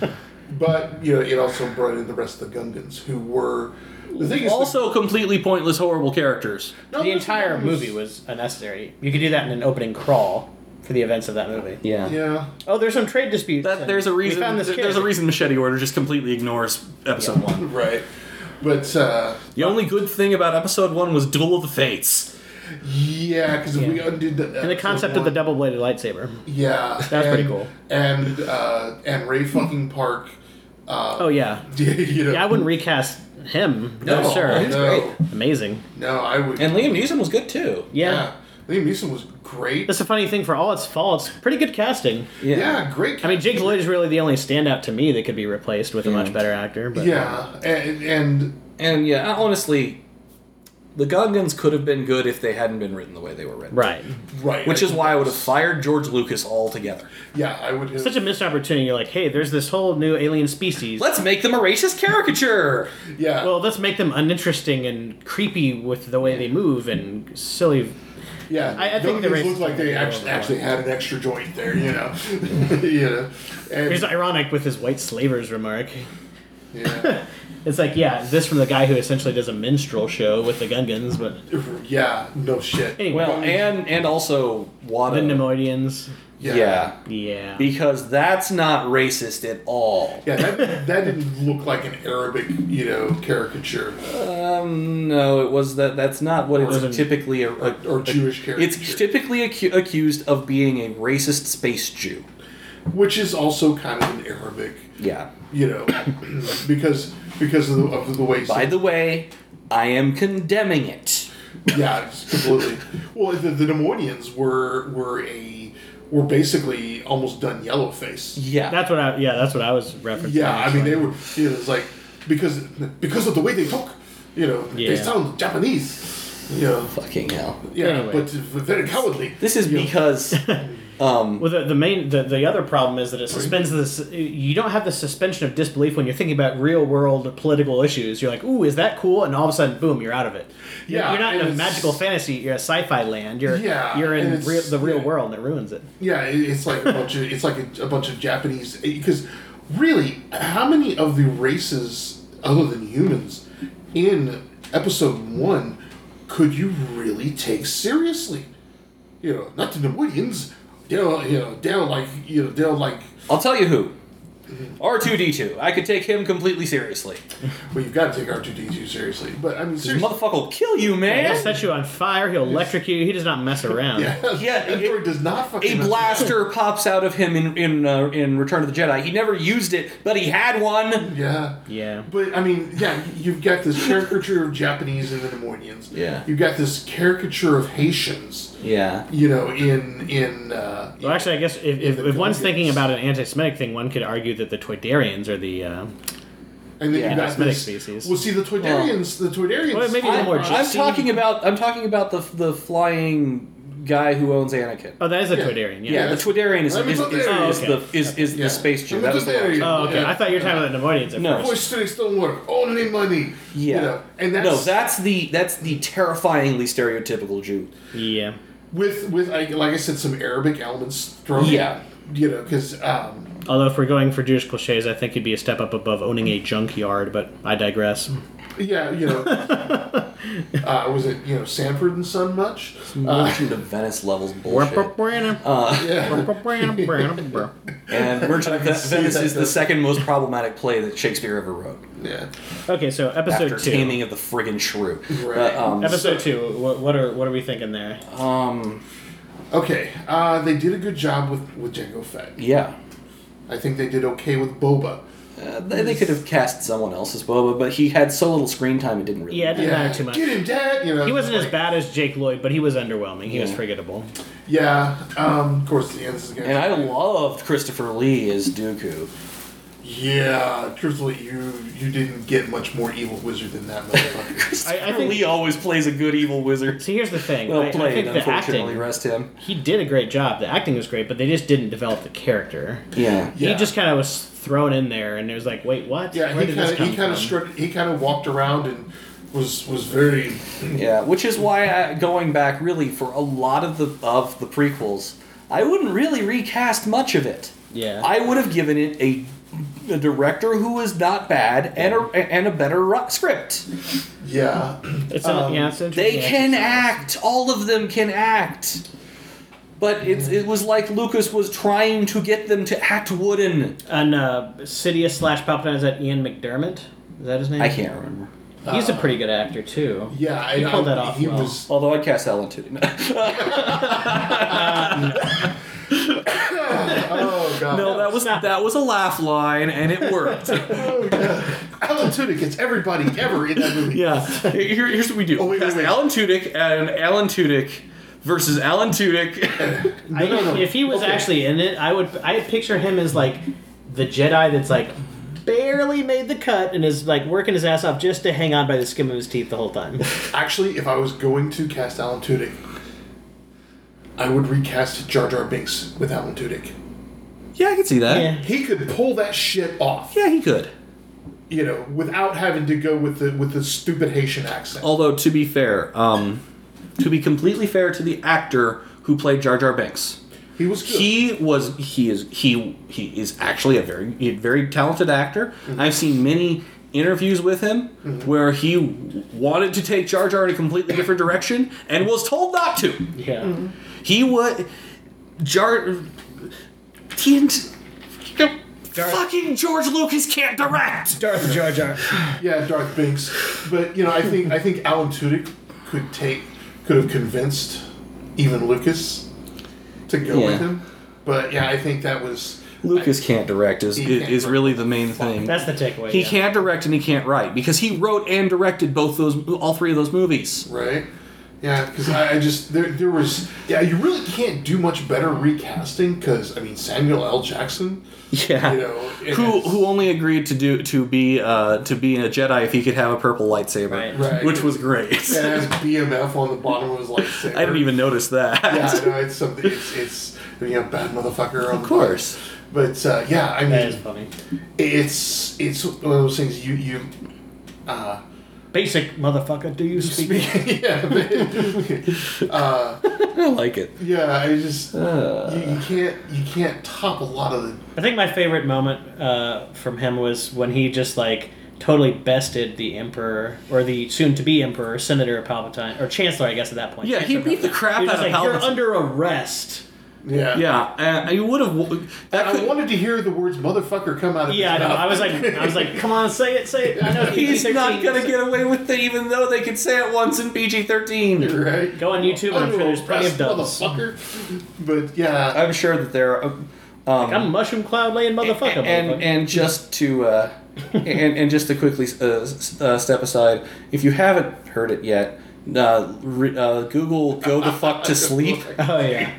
Speaker 3: but you know, it also brought in the rest of the Gungans, who were the thing is
Speaker 1: also, completely pointless, horrible characters.
Speaker 3: the, no,
Speaker 2: the
Speaker 3: this
Speaker 2: entire
Speaker 3: was-
Speaker 2: movie was unnecessary. You could do that in an opening crawl for the events of that movie.
Speaker 1: Yeah.
Speaker 3: Yeah,
Speaker 2: Oh, there's some trade disputes.
Speaker 1: That,
Speaker 2: and
Speaker 1: there's a
Speaker 2: we
Speaker 1: reason.
Speaker 2: found this
Speaker 1: there-
Speaker 2: kid.
Speaker 1: There's a reason Machete Order just completely ignores Episode One.
Speaker 3: right. But uh,
Speaker 1: The only good thing about Episode One was Duel of the Fates.
Speaker 3: yeah, because we
Speaker 2: Yeah.
Speaker 3: undid the
Speaker 2: And the concept of the double-bladed lightsaber.
Speaker 3: Yeah,
Speaker 2: That's
Speaker 3: and,
Speaker 2: pretty cool.
Speaker 3: And uh, and Ray fucking Park.
Speaker 2: Oh yeah.
Speaker 3: you know,
Speaker 2: Yeah, I wouldn't recast him.
Speaker 3: No,
Speaker 2: No,
Speaker 1: Oh,
Speaker 2: sir.
Speaker 3: no,
Speaker 2: Amazing.
Speaker 3: no, I would.
Speaker 1: Liam Neeson was good too.
Speaker 2: Yeah.
Speaker 3: Liam Neeson was great.
Speaker 2: That's a funny thing for all its faults. Pretty good casting.
Speaker 3: Yeah, great.
Speaker 2: I mean, Jake Lloyd is really the only standout to me that could be replaced with a much better actor. But
Speaker 3: Yeah, and, and
Speaker 1: And yeah, honestly, the Gungans could have been good if they hadn't been written the way they were written.
Speaker 2: Right.
Speaker 3: right,
Speaker 1: Which is why I would have fired George Lucas altogether.
Speaker 3: yeah, I would. Have,
Speaker 2: Such a missed opportunity. You're like, hey, there's this whole new alien species.
Speaker 1: Let's make them a racist caricature.
Speaker 3: yeah.
Speaker 2: Well, let's make them uninteresting and creepy with the way they move and silly.
Speaker 3: Yeah,
Speaker 2: I- I think the
Speaker 3: these
Speaker 2: race-
Speaker 3: look like they actually, actually had an extra joint there, you know, you know, and,
Speaker 2: Here's ironic with his white slavers remark.
Speaker 3: yeah,
Speaker 2: It's like, yeah, this from the guy who essentially does a minstrel show with the Gungans, but
Speaker 3: yeah, no shit,
Speaker 2: anyway,
Speaker 1: Well, and and also
Speaker 2: the
Speaker 1: Wada.
Speaker 2: Nemoidians.
Speaker 1: yeah.
Speaker 3: yeah, yeah,
Speaker 2: Yeah.
Speaker 1: because that's not racist at all.
Speaker 3: that, that didn't look like an Arabic, you know, caricature
Speaker 1: Um, no, it was that. That's not what
Speaker 2: Or-
Speaker 1: it's typically a, a,
Speaker 3: or Jewish
Speaker 1: It's
Speaker 3: caricature,
Speaker 1: typically acu- accused of being a racist space Jew.
Speaker 3: which is also kind of an Arabic,
Speaker 1: Yeah.
Speaker 3: you know, because because of the, of the way
Speaker 1: By the way, I am condemning it.
Speaker 3: Yeah, it's completely. Well, the, the Nemoidians were were a were basically almost done yellow face.
Speaker 1: Yeah.
Speaker 2: That's what I yeah, that's what I was referencing.
Speaker 3: Yeah, I mean
Speaker 2: actually.
Speaker 3: they were. You know, it's like because because of the way they talk, you know, they
Speaker 2: Yeah.
Speaker 3: sound Japanese. You know,
Speaker 1: fucking hell.
Speaker 3: yeah,
Speaker 2: Anyway.
Speaker 3: but very cowardly.
Speaker 1: This is because
Speaker 5: um,
Speaker 2: Well, the, the main the, the other problem is that it suspends this. You don't have the suspension of disbelief when you're thinking about real world political issues. You're like, ooh, is that cool? And all of a sudden, boom, you're out of it. You're-
Speaker 3: Yeah,
Speaker 2: you're not in
Speaker 3: and
Speaker 2: a
Speaker 3: it's-
Speaker 2: magical fantasy. You're a sci-fi land. You're
Speaker 3: Yeah,
Speaker 2: you're
Speaker 3: and
Speaker 2: in
Speaker 3: it's-
Speaker 2: real, the real
Speaker 3: yeah.
Speaker 2: world, and it ruins it.
Speaker 3: Yeah, it, it's like a bunch of it's like a, a bunch of Japanese because really, how many of the races other than humans in episode one could you really take seriously? You know, not the Nemoidians. They're you know they're like you know they're like
Speaker 1: I'll tell you who.
Speaker 2: Mm-hmm.
Speaker 5: R two D two. I could take him completely seriously.
Speaker 3: Well, you've got to take R two D two seriously, but I mean,
Speaker 5: This
Speaker 3: seriously,
Speaker 5: motherfucker will kill you,
Speaker 2: He'll
Speaker 5: man.
Speaker 2: set you on fire. He'll electrocute you. He does not mess around.
Speaker 3: yeah,
Speaker 5: Yeah, it-
Speaker 3: Android does not fucking
Speaker 5: A
Speaker 3: mess with that.
Speaker 5: blaster pops out of him in in uh, in Return of the Jedi. He never used it, but he had one.
Speaker 3: Yeah.
Speaker 2: Yeah.
Speaker 3: But I mean, yeah, you've got this caricature of Japanese and the Nemoidians.
Speaker 5: Yeah.
Speaker 3: You've got this caricature of Haitians.
Speaker 5: Yeah.
Speaker 3: You know, in in. Uh,
Speaker 2: Well, actually, I guess if, if, if one's thinking about an anti-Semitic thing, one could argue that the Toydarians are the. Uh,
Speaker 3: and then
Speaker 5: yeah,
Speaker 3: you've got
Speaker 2: Semitic
Speaker 3: this-
Speaker 2: species.
Speaker 3: Well, see, the Toydarians, the Toydarians.
Speaker 2: Well, maybe-
Speaker 5: I,
Speaker 2: More
Speaker 5: I'm
Speaker 2: gypsy.
Speaker 5: talking about I'm talking about the the flying guy who owns Anakin.
Speaker 2: oh, that is a
Speaker 3: Yeah.
Speaker 2: Toydarian.
Speaker 5: Yeah,
Speaker 2: Yeah.
Speaker 5: the Twidarian is,
Speaker 3: I'm a
Speaker 5: is, is,
Speaker 3: Twi'darian.
Speaker 5: is
Speaker 2: Oh, okay.
Speaker 5: the is, is
Speaker 3: Yeah.
Speaker 5: the space Jew.
Speaker 3: I'm a
Speaker 5: That was the
Speaker 3: Twi'darian.
Speaker 5: one.
Speaker 2: Oh, okay.
Speaker 3: Yeah.
Speaker 2: I thought you were talking about the Nemoidians at
Speaker 5: No.
Speaker 2: first.
Speaker 3: voice strings don't work. Only money.
Speaker 5: Yeah.
Speaker 3: You know, and that's
Speaker 5: no, that's the that's the terrifyingly stereotypical Jew.
Speaker 2: Yeah.
Speaker 3: with with I, like I said, some Arabic elements thrown. in,
Speaker 5: Yeah.
Speaker 3: You know, because um,
Speaker 2: Although, if we're going for Jewish cliches, I think it'd be a step up above owning a junkyard, but I digress.
Speaker 5: Oh,
Speaker 3: yeah, you know, uh, was it you know Sanford and Son much?
Speaker 5: Mm-hmm.
Speaker 3: Uh,
Speaker 5: Merchant of Venice levels bullshit.
Speaker 2: Uh,
Speaker 3: yeah.
Speaker 5: and Merchant of Ven-
Speaker 3: see
Speaker 5: Venice
Speaker 3: that
Speaker 5: is the
Speaker 3: the-
Speaker 5: second most problematic play that Shakespeare ever wrote
Speaker 3: yeah.
Speaker 2: okay, so
Speaker 5: after
Speaker 2: episode two.
Speaker 5: Taming of the Friggin' Shrew.
Speaker 3: Right.
Speaker 5: Uh, um,
Speaker 2: Episode two. What, what are what are we thinking there?
Speaker 5: um,
Speaker 3: Okay, uh, they did a good job with with Jango Fett.
Speaker 5: yeah.
Speaker 3: I think they did okay with Boba.
Speaker 5: Uh, they, they could have cast someone else as Boba, but he had so little screen time it didn't really.
Speaker 2: Yeah, it didn't matter too much.
Speaker 3: Get him, Dad. You know,
Speaker 2: He wasn't as
Speaker 3: like-
Speaker 2: bad as Jake Lloyd, but he was underwhelming. He was forgettable.
Speaker 3: Yeah. Um, of course, the ends is gonna.
Speaker 5: And I loved Christopher Lee as Dooku.
Speaker 3: Yeah, truthfully, you you didn't get much more evil wizard than that
Speaker 2: I,
Speaker 3: motherfucker.
Speaker 2: I
Speaker 5: Christopher Lee
Speaker 2: think.
Speaker 5: always plays a good evil wizard.
Speaker 2: See, here's the thing. I,
Speaker 5: Well
Speaker 2: I
Speaker 5: played,
Speaker 2: think the
Speaker 5: unfortunately.
Speaker 2: acting.
Speaker 5: Rest him.
Speaker 2: He did a great job. The acting was great, but they just didn't develop the character.
Speaker 5: Yeah.
Speaker 3: Yeah.
Speaker 2: He just kind of was thrown in there, and it was like, wait, what?
Speaker 3: yeah,
Speaker 2: Where
Speaker 3: he
Speaker 2: did
Speaker 3: kind
Speaker 2: this
Speaker 3: of
Speaker 2: come
Speaker 3: he kind of
Speaker 2: from?
Speaker 3: strut, he kind of walked around and was was very
Speaker 5: Yeah, which is why I, going back really for a lot of the of the prequels, I wouldn't really recast much of it.
Speaker 2: Yeah.
Speaker 5: I would have given it a, a director who was not bad and a and a better ru- script.
Speaker 3: yeah.
Speaker 2: It's not,
Speaker 3: um,
Speaker 2: yeah, it's
Speaker 5: They
Speaker 2: interesting.
Speaker 5: can act. All of them can act. But it's, it was like Lucas was trying to get them to act wooden.
Speaker 2: And uh, Sidious slash Palpatine is that Ian McDermott? Is that his name?
Speaker 5: I can't remember.
Speaker 2: He's a pretty good actor too.
Speaker 3: Uh, Yeah,
Speaker 2: He
Speaker 3: and
Speaker 2: pulled
Speaker 3: I-
Speaker 2: that off
Speaker 3: He
Speaker 2: well.
Speaker 3: was
Speaker 5: Although I'd cast Alan Tudyk.
Speaker 3: oh god.
Speaker 5: no, that was that was a laugh line, and it worked.
Speaker 3: Alan Tudyk gets everybody ever in that movie.
Speaker 5: Yeah. Here, here's what we do.
Speaker 3: Oh, wait, wait,
Speaker 5: Cast
Speaker 3: wait.
Speaker 5: Alan Tudyk and Alan Tudyk versus Alan Tudyk.
Speaker 2: I,
Speaker 3: no, no.
Speaker 2: If he was
Speaker 3: Okay.
Speaker 2: actually in it, I would. I picture him as like the Jedi that's like barely made the cut and is like working his ass off just to hang on by the skin of his teeth the whole time.
Speaker 3: Actually, if I was going to cast Alan Tudyk, I would recast Jar Jar Binks with Alan Tudyk.
Speaker 1: Yeah, I can see that.
Speaker 2: yeah.
Speaker 3: He could pull that shit off,
Speaker 1: Yeah, he could.
Speaker 3: you know, without having to go with the with the stupid Haitian accent.
Speaker 2: Oh,
Speaker 1: Although to be fair, um, to be completely fair to the actor who played Jar Jar Binks,
Speaker 3: He was good.
Speaker 1: he was he is he he is actually a very a very talented actor. I've seen many interviews with him where he wanted to take Jar Jar in a completely different direction and was told not to.
Speaker 2: Yeah.
Speaker 1: He would Jar didn't fucking George Lucas can't direct.
Speaker 2: Darth Jar Jar.
Speaker 3: yeah, Darth Binks. But you know, I think I think Alan Tudyk could take could have convinced even Lucas to go
Speaker 1: Yeah.
Speaker 3: with him. But yeah, I think that was
Speaker 1: Lucas can't direct is
Speaker 3: He can't
Speaker 1: is
Speaker 3: direct.
Speaker 1: really the main thing.
Speaker 2: That's the takeaway.
Speaker 1: He
Speaker 2: yeah.
Speaker 1: can't direct and he can't write because he wrote and directed both those all three of those movies.
Speaker 3: right. Yeah, because I, I just there there was yeah you really can't do much better recasting because I mean Samuel L. Jackson,
Speaker 1: Yeah.
Speaker 3: you know, and
Speaker 1: who
Speaker 3: it's-
Speaker 1: who only agreed to do to be uh, to be a Jedi if he could have a purple lightsaber,
Speaker 2: Right.
Speaker 3: Right.
Speaker 1: which was great.
Speaker 3: and has BMF on the bottom of his lightsaber.
Speaker 1: I didn't even notice that.
Speaker 3: Yeah, I know it's something. It's it's you know bad motherfucker. On
Speaker 1: Of course.
Speaker 3: but uh, yeah, I mean
Speaker 2: That is funny.
Speaker 3: it's it's one of those things you you uh,
Speaker 2: Basic motherfucker, do you speak?
Speaker 3: yeah but- uh,
Speaker 1: I like it.
Speaker 3: yeah I just
Speaker 2: Uh.
Speaker 3: you, you can't you can't top a lot of the
Speaker 2: I think my favorite moment uh, from him was when he just like totally bested the emperor or the soon-to-be emperor, senator Palpatine or chancellor, I guess at that point.
Speaker 1: Yeah, he
Speaker 2: Chancellor
Speaker 1: beat the
Speaker 2: Palpatine.
Speaker 1: crap
Speaker 2: He was
Speaker 1: out of
Speaker 2: like, You're
Speaker 1: Palpatine."
Speaker 2: under arrest.
Speaker 3: Yeah.
Speaker 1: Yeah, and I would have. That
Speaker 3: I
Speaker 1: could,
Speaker 3: wanted to hear the words "motherfucker" come out of
Speaker 2: Yeah, I
Speaker 3: his
Speaker 2: know.
Speaker 3: mouth.
Speaker 2: I was like, I was like, come on, say it, say it. I know
Speaker 1: he's not
Speaker 2: PG-13.
Speaker 1: gonna get away with it, even though they could say it once in PG thirteen.
Speaker 3: right?
Speaker 2: Go on YouTube, and I'm sure there's plenty of dubs.
Speaker 3: motherfucker. But yeah,
Speaker 1: I'm sure that there. Are, um,
Speaker 2: I'm a mushroom cloud laying motherfucker.
Speaker 1: and
Speaker 2: motherfucker.
Speaker 1: and just to uh, and and just to quickly uh, s- uh, step aside, if you haven't heard it yet, uh, re- uh, Google "Go the Fuck to Sleep,"
Speaker 2: oh yeah,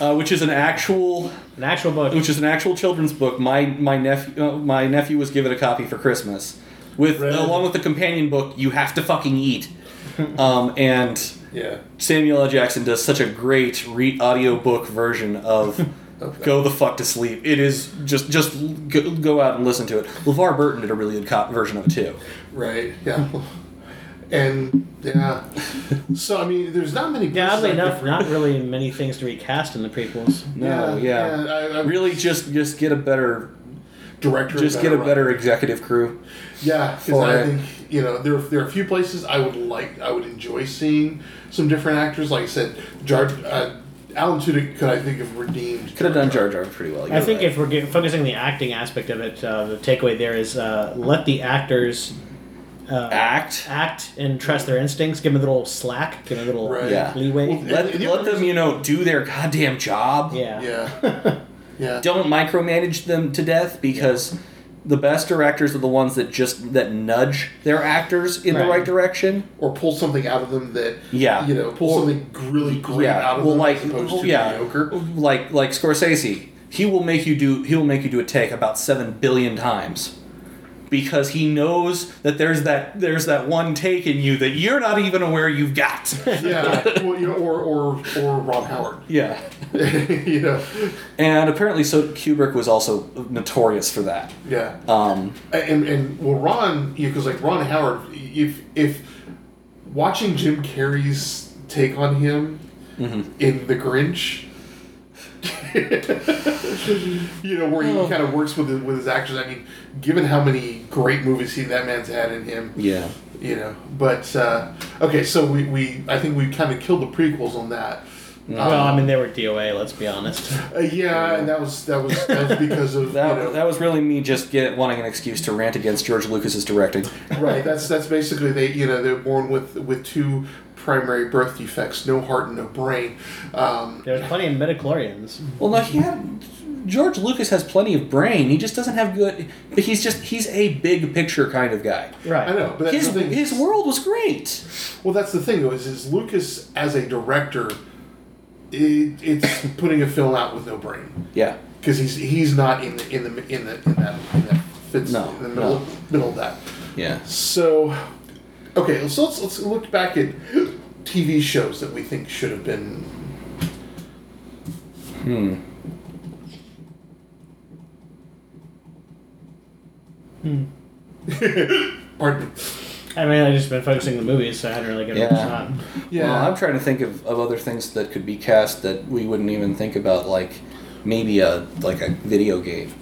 Speaker 1: uh, which is an actual
Speaker 2: an actual book.
Speaker 1: which is an actual children's book. My my nephew uh, my nephew was given a copy for Christmas, with
Speaker 3: Really?
Speaker 1: along with the companion book "You Have to Fucking Eat," um, and
Speaker 3: yeah.
Speaker 1: Samuel L. Jackson does such a great re- audiobook version of "Go the Fuck to Sleep." It is just just l- go, go out and listen to it. LeVar Burton did a really good cop version of it too.
Speaker 3: Right. Yeah. And yeah. So I mean, there's not many.
Speaker 2: yeah,
Speaker 3: places
Speaker 2: oddly
Speaker 3: I could-
Speaker 2: enough, not really many things to recast in the prequels.
Speaker 1: No, yeah,
Speaker 3: yeah. I, I
Speaker 1: really just just get a better
Speaker 3: director.
Speaker 1: just get a
Speaker 3: run.
Speaker 1: better executive crew.
Speaker 3: Yeah, because
Speaker 1: for
Speaker 3: I
Speaker 1: it.
Speaker 3: think you know there there are a few places I would like I would enjoy seeing some different actors. Like I said, Jar uh, Alan Tudyk could I think have redeemed.
Speaker 1: Could have done Jar Jar pretty well.
Speaker 2: I think if we're get, focusing on the acting aspect of it, uh, the takeaway there is uh, let the actors uh,
Speaker 1: act,
Speaker 2: act and trust their instincts. Give them a little slack. Give them a little
Speaker 3: Right.
Speaker 1: Yeah.
Speaker 2: leeway.
Speaker 3: Well,
Speaker 1: let
Speaker 3: And the
Speaker 1: let
Speaker 3: other
Speaker 1: them you know do their goddamn job.
Speaker 2: yeah.
Speaker 3: Yeah, yeah,
Speaker 1: don't micromanage them to death because the best directors are the ones that just that nudge their actors in the
Speaker 2: Right.
Speaker 1: right direction.
Speaker 3: or pull something out of them that
Speaker 1: Yeah.
Speaker 3: you know pull
Speaker 1: Or-
Speaker 3: something really great
Speaker 1: yeah,
Speaker 3: out of
Speaker 1: well,
Speaker 3: them
Speaker 1: like
Speaker 3: as opposed
Speaker 1: well,
Speaker 3: to
Speaker 1: yeah,
Speaker 3: mediocre.
Speaker 1: like like Scorsese, he will make you do he will make you do a take about seven billion times because he knows that there's that there's that one take in you that you're not even aware you've got.
Speaker 3: Yeah, well, you know, or or or Ron Howard.
Speaker 1: yeah,
Speaker 3: you know,
Speaker 1: and apparently, so Kubrick was also notorious for that.
Speaker 3: yeah.
Speaker 1: Um,
Speaker 3: and and well, Ron, because like Ron Howard, if if watching Jim Carrey's take on him in The Grinch, you know, where he kind of works with his, with his actors. I mean, given how many great movies he that man's had in him,
Speaker 1: yeah,
Speaker 3: you know. But uh, okay, so we, we I think we kind of killed the prequels on that. Um,
Speaker 2: Well, I mean, they were DOA. Let's be honest.
Speaker 3: Uh, yeah, and that was that was that was because of
Speaker 1: that
Speaker 3: you know,
Speaker 1: that was really me just get wanting an excuse to rant against George Lucas's directing.
Speaker 3: right that's that's basically they you know they're born with with two primary birth defects no heart and no brain um,
Speaker 2: There was plenty of midichlorians.
Speaker 1: Well, no, he had. George Lucas has plenty of brain. He just doesn't have good. But he's just he's a big picture kind of guy.
Speaker 2: Right.
Speaker 3: i know but that's
Speaker 1: His
Speaker 3: the thing
Speaker 1: his world was great.
Speaker 3: well that's the thing though is, is lucas as a director it, it's putting a film out with no brain
Speaker 1: Yeah,
Speaker 3: because he's he's not in the in the in the in that, in that fits
Speaker 1: No,
Speaker 3: in the middle,
Speaker 1: no.
Speaker 3: middle of that
Speaker 1: yeah.
Speaker 3: so okay so let's let's look back at tv shows that we think should have been pardon me
Speaker 2: Hmm. I mean, I've just been focusing on the movies, so I hadn't really given it a
Speaker 1: Yeah.
Speaker 2: shot.
Speaker 3: yeah
Speaker 1: Well, I'm trying to think of, of other things that could be cast that we wouldn't even think about, like maybe a like a video game.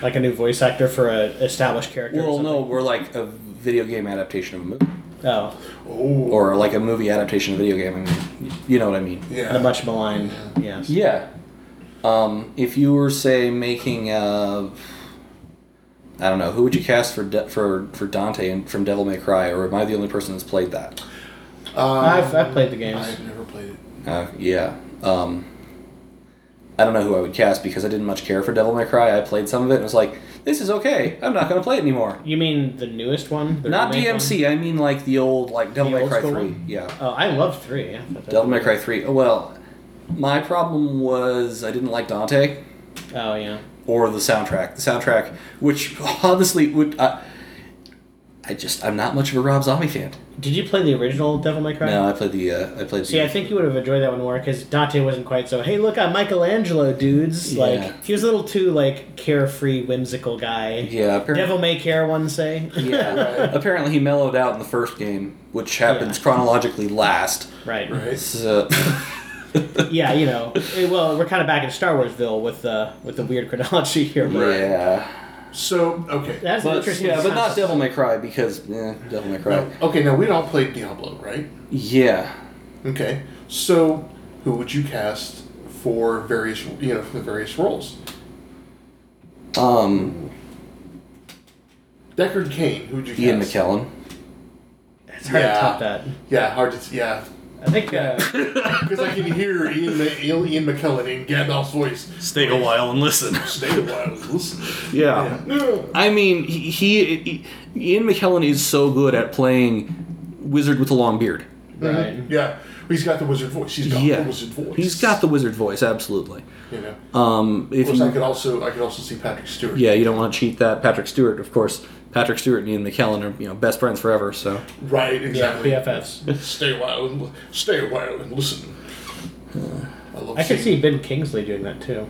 Speaker 2: Like a new voice actor for a established character.
Speaker 1: Well,
Speaker 2: or
Speaker 1: no, we're like a video game adaptation of a movie,
Speaker 2: Oh,
Speaker 3: oh
Speaker 1: or like a movie adaptation of a video game. I mean, you know what I mean.
Speaker 3: yeah
Speaker 2: the much maligned. Yes.
Speaker 1: Yeah. Um, if you were say making uh, I don't know, who would you cast for De- for for Dante and from Devil May Cry, or am I the only person that's played that?
Speaker 3: Um,
Speaker 2: I've, I've played the games.
Speaker 3: I've never played it
Speaker 1: Uh, yeah. Um, I don't know who I would cast because I didn't much care for Devil May Cry. I played some of it and was like, this is okay. I'm not gonna play it anymore.
Speaker 2: You mean the newest one? The
Speaker 1: Not
Speaker 2: remake one?
Speaker 1: DMC. I mean like the old like Devil
Speaker 2: The
Speaker 1: May
Speaker 2: old
Speaker 1: Cry
Speaker 2: school
Speaker 1: three.
Speaker 2: one?
Speaker 1: Yeah.
Speaker 2: Oh, I love three. I thought that
Speaker 1: Devil May
Speaker 2: was-
Speaker 1: Cry three. Oh, Well, my problem was I didn't like Dante.
Speaker 2: Oh yeah.
Speaker 1: or the soundtrack. The soundtrack, which honestly would, uh, I just I'm not much of a Rob Zombie fan.
Speaker 2: Did you play the original Devil May Cry?
Speaker 1: No, I played the uh, I played.
Speaker 2: See, I
Speaker 1: The,
Speaker 2: think you would have enjoyed that one more because Dante wasn't quite so. Hey, look, I'm Michelangelo, dudes.
Speaker 1: Yeah.
Speaker 2: Like he was a little too like carefree, whimsical guy.
Speaker 1: yeah, apparently,
Speaker 2: Devil May Care, one say.
Speaker 1: yeah. apparently he mellowed out in the first game, which happens
Speaker 2: Yeah.
Speaker 1: chronologically last.
Speaker 2: right.
Speaker 3: right
Speaker 1: So,
Speaker 2: Yeah, you know. eh, Well, we're kind of back in Star Warsville with the with the weird chronology here. But
Speaker 1: yeah,
Speaker 3: so okay
Speaker 2: That's an
Speaker 1: but
Speaker 2: interesting.
Speaker 1: yeah, but not
Speaker 2: synopsis.
Speaker 1: Devil May Cry because eh, Devil May Cry.
Speaker 3: Now- okay now we'd all played diablo right
Speaker 1: Yeah,
Speaker 3: okay so who would you cast for various you know for the various roles.
Speaker 5: Um,
Speaker 3: Deckard Kane, who would you
Speaker 5: Ian
Speaker 3: cast?
Speaker 5: McKellen.
Speaker 2: It's hard to
Speaker 3: Yeah.
Speaker 2: top that.
Speaker 3: Yeah, hard to yeah,
Speaker 2: I think uh,
Speaker 3: because I can hear Ian, Ma- Ian McKellen in Gandalf's voice.
Speaker 4: Stay a while and listen.
Speaker 3: Stay a while, and listen.
Speaker 1: Yeah. I mean, he, he, he Ian McKellen is so good at playing wizard with a long beard.
Speaker 2: right.
Speaker 3: Yeah, he's got the wizard voice. He's got
Speaker 1: yeah,
Speaker 3: the wizard voice.
Speaker 1: he's got the wizard voice. Absolutely.
Speaker 3: You know,
Speaker 1: Um, if
Speaker 3: of course, I
Speaker 1: you,
Speaker 3: could also I could also see Patrick Stewart.
Speaker 1: yeah, you don't want to cheat that. Patrick Stewart, of course. Patrick Stewart and Ian McKellen are you know best friends forever. So
Speaker 3: Right.
Speaker 2: Yeah,
Speaker 3: Exactly.
Speaker 2: BFFs.
Speaker 3: Stay a while. And, li- stay a while and listen. I love.
Speaker 2: I could
Speaker 3: seeing-
Speaker 2: see Ben Kingsley doing that too.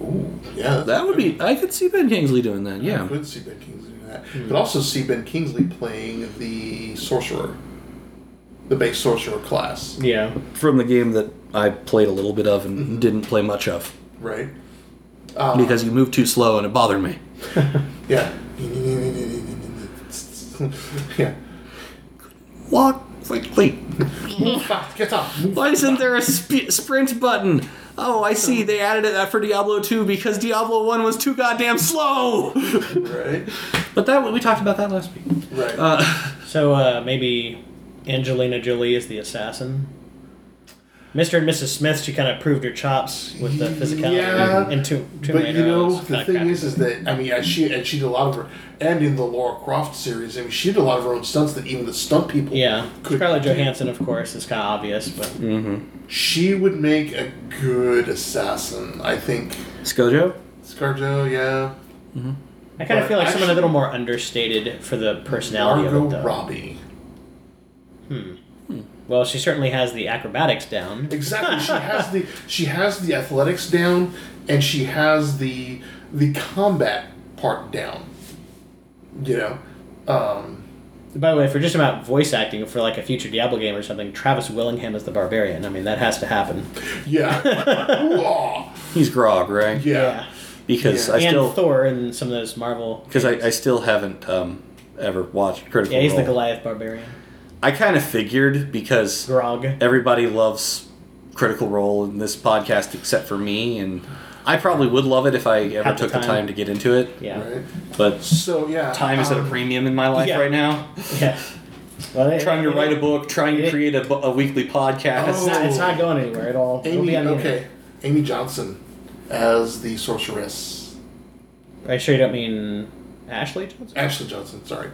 Speaker 3: Ooh, yeah,
Speaker 1: that would be. I could see Ben Kingsley doing that.
Speaker 3: I
Speaker 1: Yeah.
Speaker 3: could see Ben Kingsley doing that.
Speaker 2: Hmm.
Speaker 3: Could also see Ben Kingsley playing the sorcerer, the base sorcerer class,
Speaker 2: Yeah.
Speaker 1: From the game that I played a little bit of and didn't play much of
Speaker 3: right?
Speaker 1: because you moved too slow and it bothered me.
Speaker 3: Yeah. yeah.
Speaker 1: Walk quickly.
Speaker 3: Move fast, get up. Move
Speaker 1: Why isn't there a sp- sprint button? Oh, I see. They added it for Diablo 2 because Diablo 1 was too goddamn slow.
Speaker 3: right,
Speaker 1: But that we talked about that last week.
Speaker 3: right.
Speaker 2: So uh, maybe Angelina Jolie is the assassin. Mr. and Mrs. Smith, she kind of proved her chops with the physicality.
Speaker 3: Yeah,
Speaker 2: and Tomb, Tomb
Speaker 3: but
Speaker 2: Raider
Speaker 3: you know
Speaker 2: was
Speaker 3: the
Speaker 2: kinda
Speaker 3: thing
Speaker 2: crappy,
Speaker 3: is, is
Speaker 2: but-
Speaker 3: that I mean, yeah, she and she did a lot of her, and in the Laura Croft series, I mean, she did a lot of her own stunts that even the stunt people.
Speaker 2: yeah,
Speaker 3: could
Speaker 2: Scarlett
Speaker 3: do.
Speaker 2: Johansson, of course, is kind of obvious, but
Speaker 1: Mm.
Speaker 3: She would make a good assassin, I think.
Speaker 1: Skojo?
Speaker 3: ScarJo, yeah.
Speaker 2: I kind of
Speaker 3: But
Speaker 2: feel like someone a
Speaker 3: actually-
Speaker 2: little more understated for the personality
Speaker 3: Margot
Speaker 2: of it. Though.
Speaker 3: Robbie.
Speaker 2: Well, she certainly has the acrobatics down.
Speaker 3: Exactly. She has the she has the athletics down, and she has the the combat part down. You know, um,
Speaker 2: By the way, if we're just about voice acting for like a future Diablo game or something, Travis Willingham is the barbarian. I mean, that has to happen.
Speaker 3: yeah. Whoa.
Speaker 1: He's Grog, right?
Speaker 3: yeah,
Speaker 1: Because
Speaker 3: Yeah.
Speaker 1: I
Speaker 2: and
Speaker 1: still
Speaker 2: Thor and some of those Marvel.
Speaker 1: because I, I still haven't um, ever watched Critical
Speaker 2: Yeah, he's the
Speaker 1: Role.
Speaker 2: Goliath barbarian.
Speaker 1: I kind of figured because
Speaker 2: Grog.
Speaker 1: everybody loves Critical Role in this podcast except for me, and I probably would love it if I ever
Speaker 2: At the
Speaker 1: took the
Speaker 2: time.
Speaker 1: time to get into it.
Speaker 2: Yeah.
Speaker 3: Right.
Speaker 1: But
Speaker 3: So yeah.
Speaker 1: time is at a
Speaker 3: um,
Speaker 1: premium in my life
Speaker 2: yeah.
Speaker 1: right now.
Speaker 2: Yeah. Well, it-
Speaker 1: trying to
Speaker 2: it-
Speaker 1: write a book, trying to create a, bu- a weekly
Speaker 2: It's
Speaker 1: podcast.
Speaker 2: not, it's not going anywhere at all. It'll
Speaker 3: Amy,
Speaker 2: be on the
Speaker 3: okay,
Speaker 2: internet.
Speaker 3: Amy Johnson as the sorceress.
Speaker 2: Are you sure you don't mean Ashley Johnson?
Speaker 3: Ashley Johnson, sorry.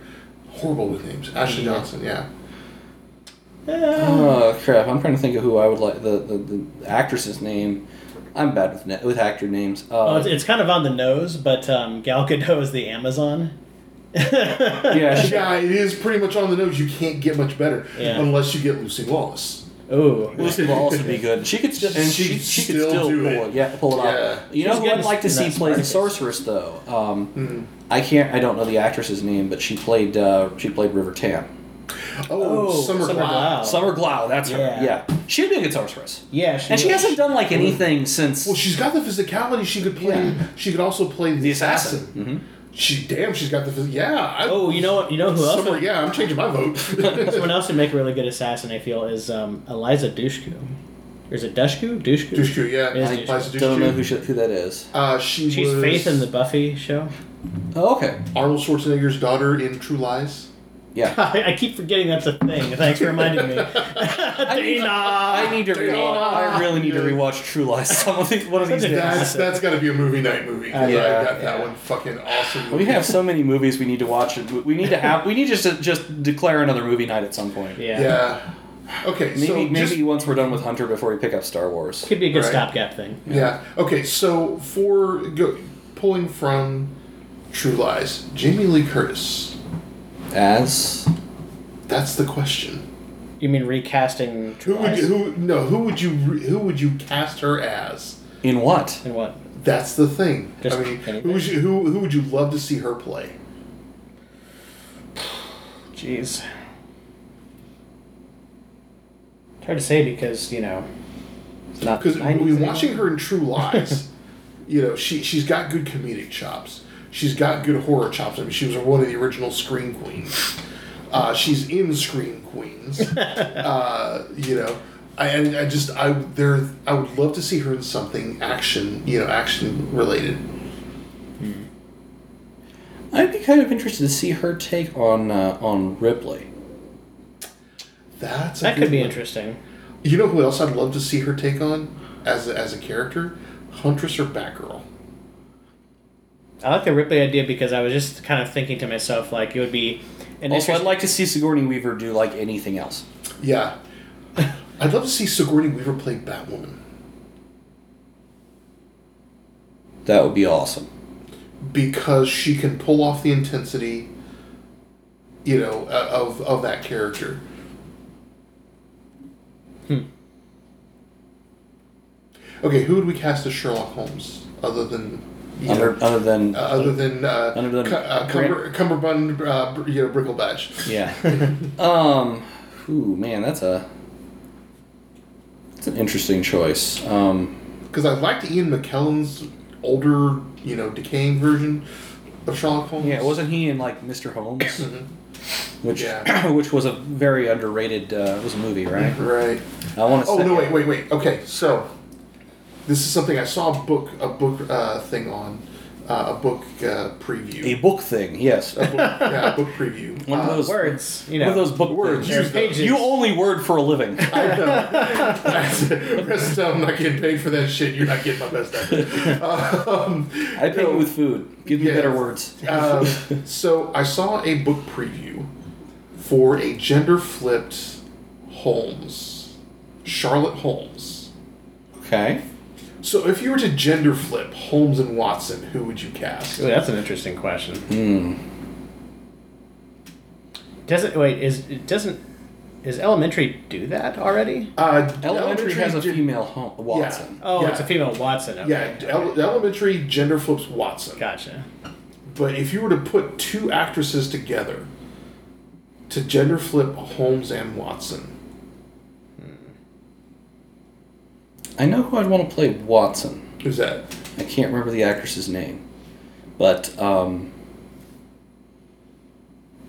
Speaker 3: Horrible with names. Ashley
Speaker 2: Yeah.
Speaker 3: Johnson, yeah.
Speaker 1: Oh crap! I'm trying to think of who I would like the the, the actress's name. I'm bad with na- with actor names. Uh,
Speaker 2: Well, Oh, it's, it's kind of on the nose, but um, Gal Gadot is the Amazon.
Speaker 1: yeah, she-
Speaker 3: Yeah, it is pretty much on the nose. You can't get much better
Speaker 2: Yeah.
Speaker 3: unless you get Lucy Lawless.
Speaker 2: Ooh.
Speaker 1: Lucy Lawless would be good. She could still and she,
Speaker 3: She'd
Speaker 1: she could
Speaker 3: still
Speaker 1: still,
Speaker 3: do
Speaker 1: pull
Speaker 3: it.
Speaker 1: it. Yeah, pull it
Speaker 3: Yeah.
Speaker 1: off. You know
Speaker 2: She's
Speaker 1: who
Speaker 2: good
Speaker 1: I'd like to
Speaker 2: in
Speaker 1: see
Speaker 2: that
Speaker 1: play the
Speaker 2: Spartacus.
Speaker 1: sorceress though. Um, I can't. I don't know the actress's name, but she played uh, she played River Tam.
Speaker 3: Oh, Summer, Glau.
Speaker 1: Summer Glau. That's
Speaker 2: Yeah.
Speaker 1: her. Yeah, she'd be a good sorceress.
Speaker 2: Yeah, she
Speaker 1: And she
Speaker 2: is.
Speaker 1: hasn't done like anything since.
Speaker 3: Well, she's got the physicality. She could play.
Speaker 1: Yeah.
Speaker 3: She could also play the,
Speaker 1: The
Speaker 3: assassin.
Speaker 1: assassin.
Speaker 3: She damn, she's got the. Phys- yeah. I,
Speaker 2: Oh, you know what? You know who else?
Speaker 3: Summer. Yeah, I'm changing my vote.
Speaker 2: Someone else who make a really good assassin, I feel, is um, Eliza Dushku. Or is it Dushku? Dushku.
Speaker 3: Dushku, yeah.
Speaker 2: Is
Speaker 3: Eliza
Speaker 2: Dushku.
Speaker 3: Dushku.
Speaker 1: don't know who, she, who that is.
Speaker 3: Uh, she
Speaker 2: She's
Speaker 3: was
Speaker 2: Faith in the Buffy show.
Speaker 1: Oh, okay.
Speaker 3: Arnold Schwarzenegger's daughter in True Lies.
Speaker 1: Yeah.
Speaker 2: I, I keep forgetting that's a thing. Thanks for reminding me. Dana!
Speaker 1: I need to rewatch. I really need to rewatch True Lies. Some of these, one of these
Speaker 2: Such a
Speaker 1: days.
Speaker 2: dad.
Speaker 3: That's that's got to be a movie night movie. 'cause
Speaker 1: Yeah,
Speaker 3: I got that
Speaker 2: Uh, yeah.
Speaker 3: one fucking awesome.
Speaker 1: We have so many movies we need to watch. and We need to have. We need just to just declare another movie night at some point.
Speaker 2: Yeah.
Speaker 3: Yeah. Okay.
Speaker 1: Maybe
Speaker 3: so
Speaker 1: maybe
Speaker 3: just-
Speaker 1: once we're done with Hunter before we pick up Star Wars.
Speaker 2: Could be a good
Speaker 3: Right.
Speaker 2: stopgap thing.
Speaker 3: Yeah. Okay. So for go, pulling from True Lies, Jamie Lee Curtis.
Speaker 1: As
Speaker 3: That's the question.
Speaker 2: You mean recasting
Speaker 3: Who
Speaker 2: True
Speaker 3: would
Speaker 2: Lies?
Speaker 3: who no who would you re- who would you cast her as?
Speaker 1: in what?
Speaker 2: And what?
Speaker 3: That's the thing.
Speaker 2: Just
Speaker 3: I mean,
Speaker 2: anything.
Speaker 3: who would you, who who would you love to see her play?
Speaker 2: Jeez. It's hard to say because you know. It's not
Speaker 3: Because
Speaker 2: I need
Speaker 3: when
Speaker 2: to-
Speaker 3: watching her in True Lies, you know she she's got good comedic chops. She's got good horror chops. I mean, she was one of the original Scream Queens. Uh, she's in Scream Queens. uh, you know, I, I I just I there I would love to see her in something action you know action related.
Speaker 1: I'd be kind of interested to see her take on uh, on Ripley.
Speaker 3: That's a
Speaker 2: That
Speaker 3: good
Speaker 2: could be
Speaker 3: one.
Speaker 2: interesting.
Speaker 3: You know who else I'd love to see her take on as a, as a character, Huntress or Batgirl.
Speaker 2: I like the Ripley idea because I was just kind of thinking to myself like it would be. An
Speaker 1: Also, I'd
Speaker 2: interest-
Speaker 1: like to see Sigourney Weaver do like anything else.
Speaker 3: Yeah, I'd love to see Sigourney Weaver play Batwoman
Speaker 1: That would be awesome.
Speaker 3: because she can pull off the intensity, you know, uh, of of that character. Hmm. Okay, who would we cast as Sherlock Holmes other than you
Speaker 1: Other,
Speaker 3: know,
Speaker 1: other than
Speaker 3: uh, other than uh,
Speaker 1: Other than
Speaker 3: Cu- uh, Cumber, Cumberbund, uh, Br- you know, Bricklebatch.
Speaker 1: yeah. um, ooh man, that's a that's an interesting choice. Um,
Speaker 3: Because I liked Ian McKellen's older, you know, decaying version of Sherlock Holmes. Mm-hmm.
Speaker 1: yeah, wasn't he in like Mr. Holmes? Which
Speaker 3: Yeah.
Speaker 1: which was a very underrated uh, it was a movie, right?
Speaker 3: right.
Speaker 1: I want to.
Speaker 3: Oh no! Wait, wait, wait. Okay, so this is something I saw a book a book uh, thing on uh, a book uh,
Speaker 1: A
Speaker 3: preview.
Speaker 1: book thing, yes.
Speaker 3: A book, yeah, a book preview.
Speaker 1: One of
Speaker 3: Uh,
Speaker 1: those
Speaker 2: words, you
Speaker 1: One
Speaker 2: know.
Speaker 1: of those book
Speaker 3: Words,
Speaker 1: things.
Speaker 3: use
Speaker 2: pages.
Speaker 1: You only word for a living.
Speaker 3: I know. Rest up, I'm not getting paid for that shit. You're not getting my best effort. Um,
Speaker 1: I pay
Speaker 3: no.
Speaker 1: you with food. Give me
Speaker 3: Yeah.
Speaker 1: better words.
Speaker 3: Um, so I saw a book preview for a gender flipped Holmes, Charlotte Holmes.
Speaker 1: Okay.
Speaker 3: So if you were to gender flip Holmes and Watson, who would you cast?
Speaker 2: Ooh, that's an interesting question.
Speaker 1: Hmm.
Speaker 2: Doesn't wait is it doesn't is elementary do that already?
Speaker 3: Uh,
Speaker 1: Elementary has a
Speaker 3: gen-
Speaker 1: female home, Watson.
Speaker 2: Oh,
Speaker 3: Yeah.
Speaker 2: it's a female Watson. Okay.
Speaker 3: Yeah, el- elementary gender flips Watson.
Speaker 2: Gotcha.
Speaker 3: But if you were to put two actresses together to gender flip Holmes and Watson,
Speaker 1: I know who I'd want to play Watson.
Speaker 3: who's that?
Speaker 1: I can't remember the actress's name, but um,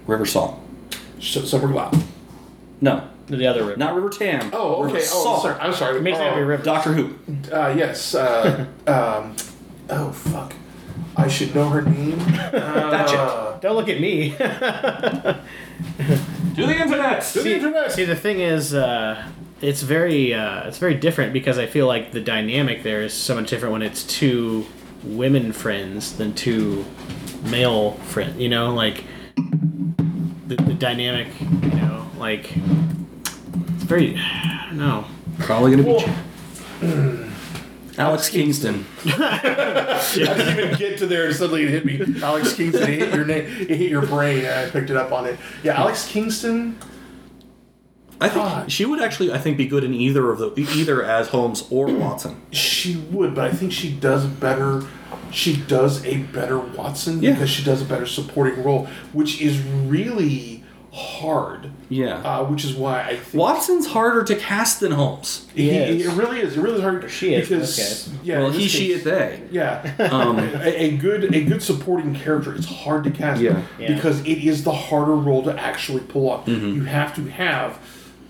Speaker 1: River Song.
Speaker 3: Sh- Summer Glau.
Speaker 1: No,
Speaker 2: The other room.
Speaker 1: not River Tam.
Speaker 3: Oh,
Speaker 1: River
Speaker 3: okay. Oh,
Speaker 1: Song.
Speaker 3: sorry. I'm sorry.
Speaker 2: It makes me
Speaker 3: Oh.
Speaker 2: happy river.
Speaker 1: Doctor Who.
Speaker 3: Uh, yes. Uh, um, oh fuck! I should know her name. Uh,
Speaker 2: Don't look at me.
Speaker 5: Do the internet.
Speaker 3: to the internet.
Speaker 2: See, the thing is, uh, it's very uh, it's very different because I feel like the dynamic there is so much different when it's two women friends than two male friends. You know, like the, the dynamic. You know, like it's very. I don't know.
Speaker 1: Probably gonna
Speaker 3: Well,
Speaker 1: Alex Kingston.
Speaker 3: I didn't even get to there, and suddenly it hit me. Alex Kingston. It hit your name. It hit your brain. and I picked it up on it. Yeah, Alex Kingston.
Speaker 1: I think
Speaker 3: God.
Speaker 1: she would actually. I think be good in either of the either as Holmes or Watson.
Speaker 3: She would, but I think she does better. She does a better Watson
Speaker 1: Yeah.
Speaker 3: because she does a better supporting role, which is really hard.
Speaker 1: Yeah.
Speaker 3: Uh, which is why I think
Speaker 1: Watson's harder to cast than Holmes.
Speaker 3: he,
Speaker 2: Yes.
Speaker 3: it really is. It really is hard.
Speaker 2: She is,
Speaker 3: because
Speaker 2: okay.
Speaker 3: yeah.
Speaker 1: well,
Speaker 3: in this
Speaker 1: he, she, it,
Speaker 3: case-
Speaker 1: they.
Speaker 3: Yeah.
Speaker 1: Um,
Speaker 3: a, a good a good supporting character is hard to cast
Speaker 1: Yeah.
Speaker 2: Yeah.
Speaker 3: because it is the harder role to actually pull off.
Speaker 1: Mm-hmm.
Speaker 3: You have to have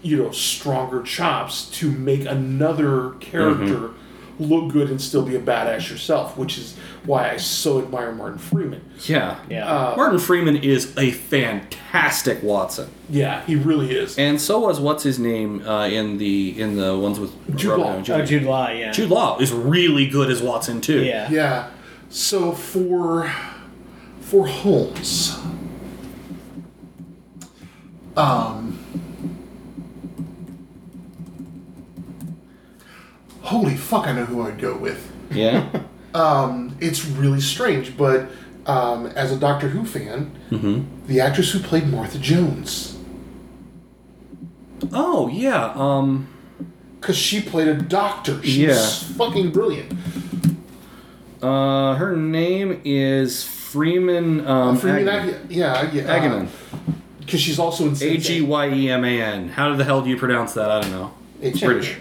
Speaker 3: you know stronger chops to make another character
Speaker 1: Mm-hmm.
Speaker 3: look good and still be a badass yourself, which is why I so admire Martin Freeman.
Speaker 1: yeah.
Speaker 2: Yeah.
Speaker 1: Martin Freeman is a fantastic Watson,
Speaker 3: Yeah, he really is.
Speaker 1: and so was what's his name uh, in the in the ones with
Speaker 3: Jude
Speaker 1: Robert
Speaker 3: Law.
Speaker 1: Downey Jr.
Speaker 2: oh, Jude Law. Yeah.
Speaker 1: Jude Law is really good as Watson too.
Speaker 2: Yeah.
Speaker 3: yeah. So for for Holmes, um, holy fuck, I know who I'd go with.
Speaker 1: yeah.
Speaker 3: Um, it's really strange, but um, as a Doctor Who fan,
Speaker 1: Mm-hmm.
Speaker 3: the actress who played Martha Jones,
Speaker 1: Oh yeah. Um,
Speaker 3: because she played a doctor, she's
Speaker 1: Yeah.
Speaker 3: fucking brilliant.
Speaker 1: uh, her name is Freeman. Um,
Speaker 3: Freeman,
Speaker 1: Agyeman.
Speaker 3: Ag- yeah, yeah,
Speaker 1: Agyeman.
Speaker 3: because she's also in
Speaker 1: A G Y E M A N. How the hell do you pronounce that? I don't know.
Speaker 3: H-
Speaker 1: British.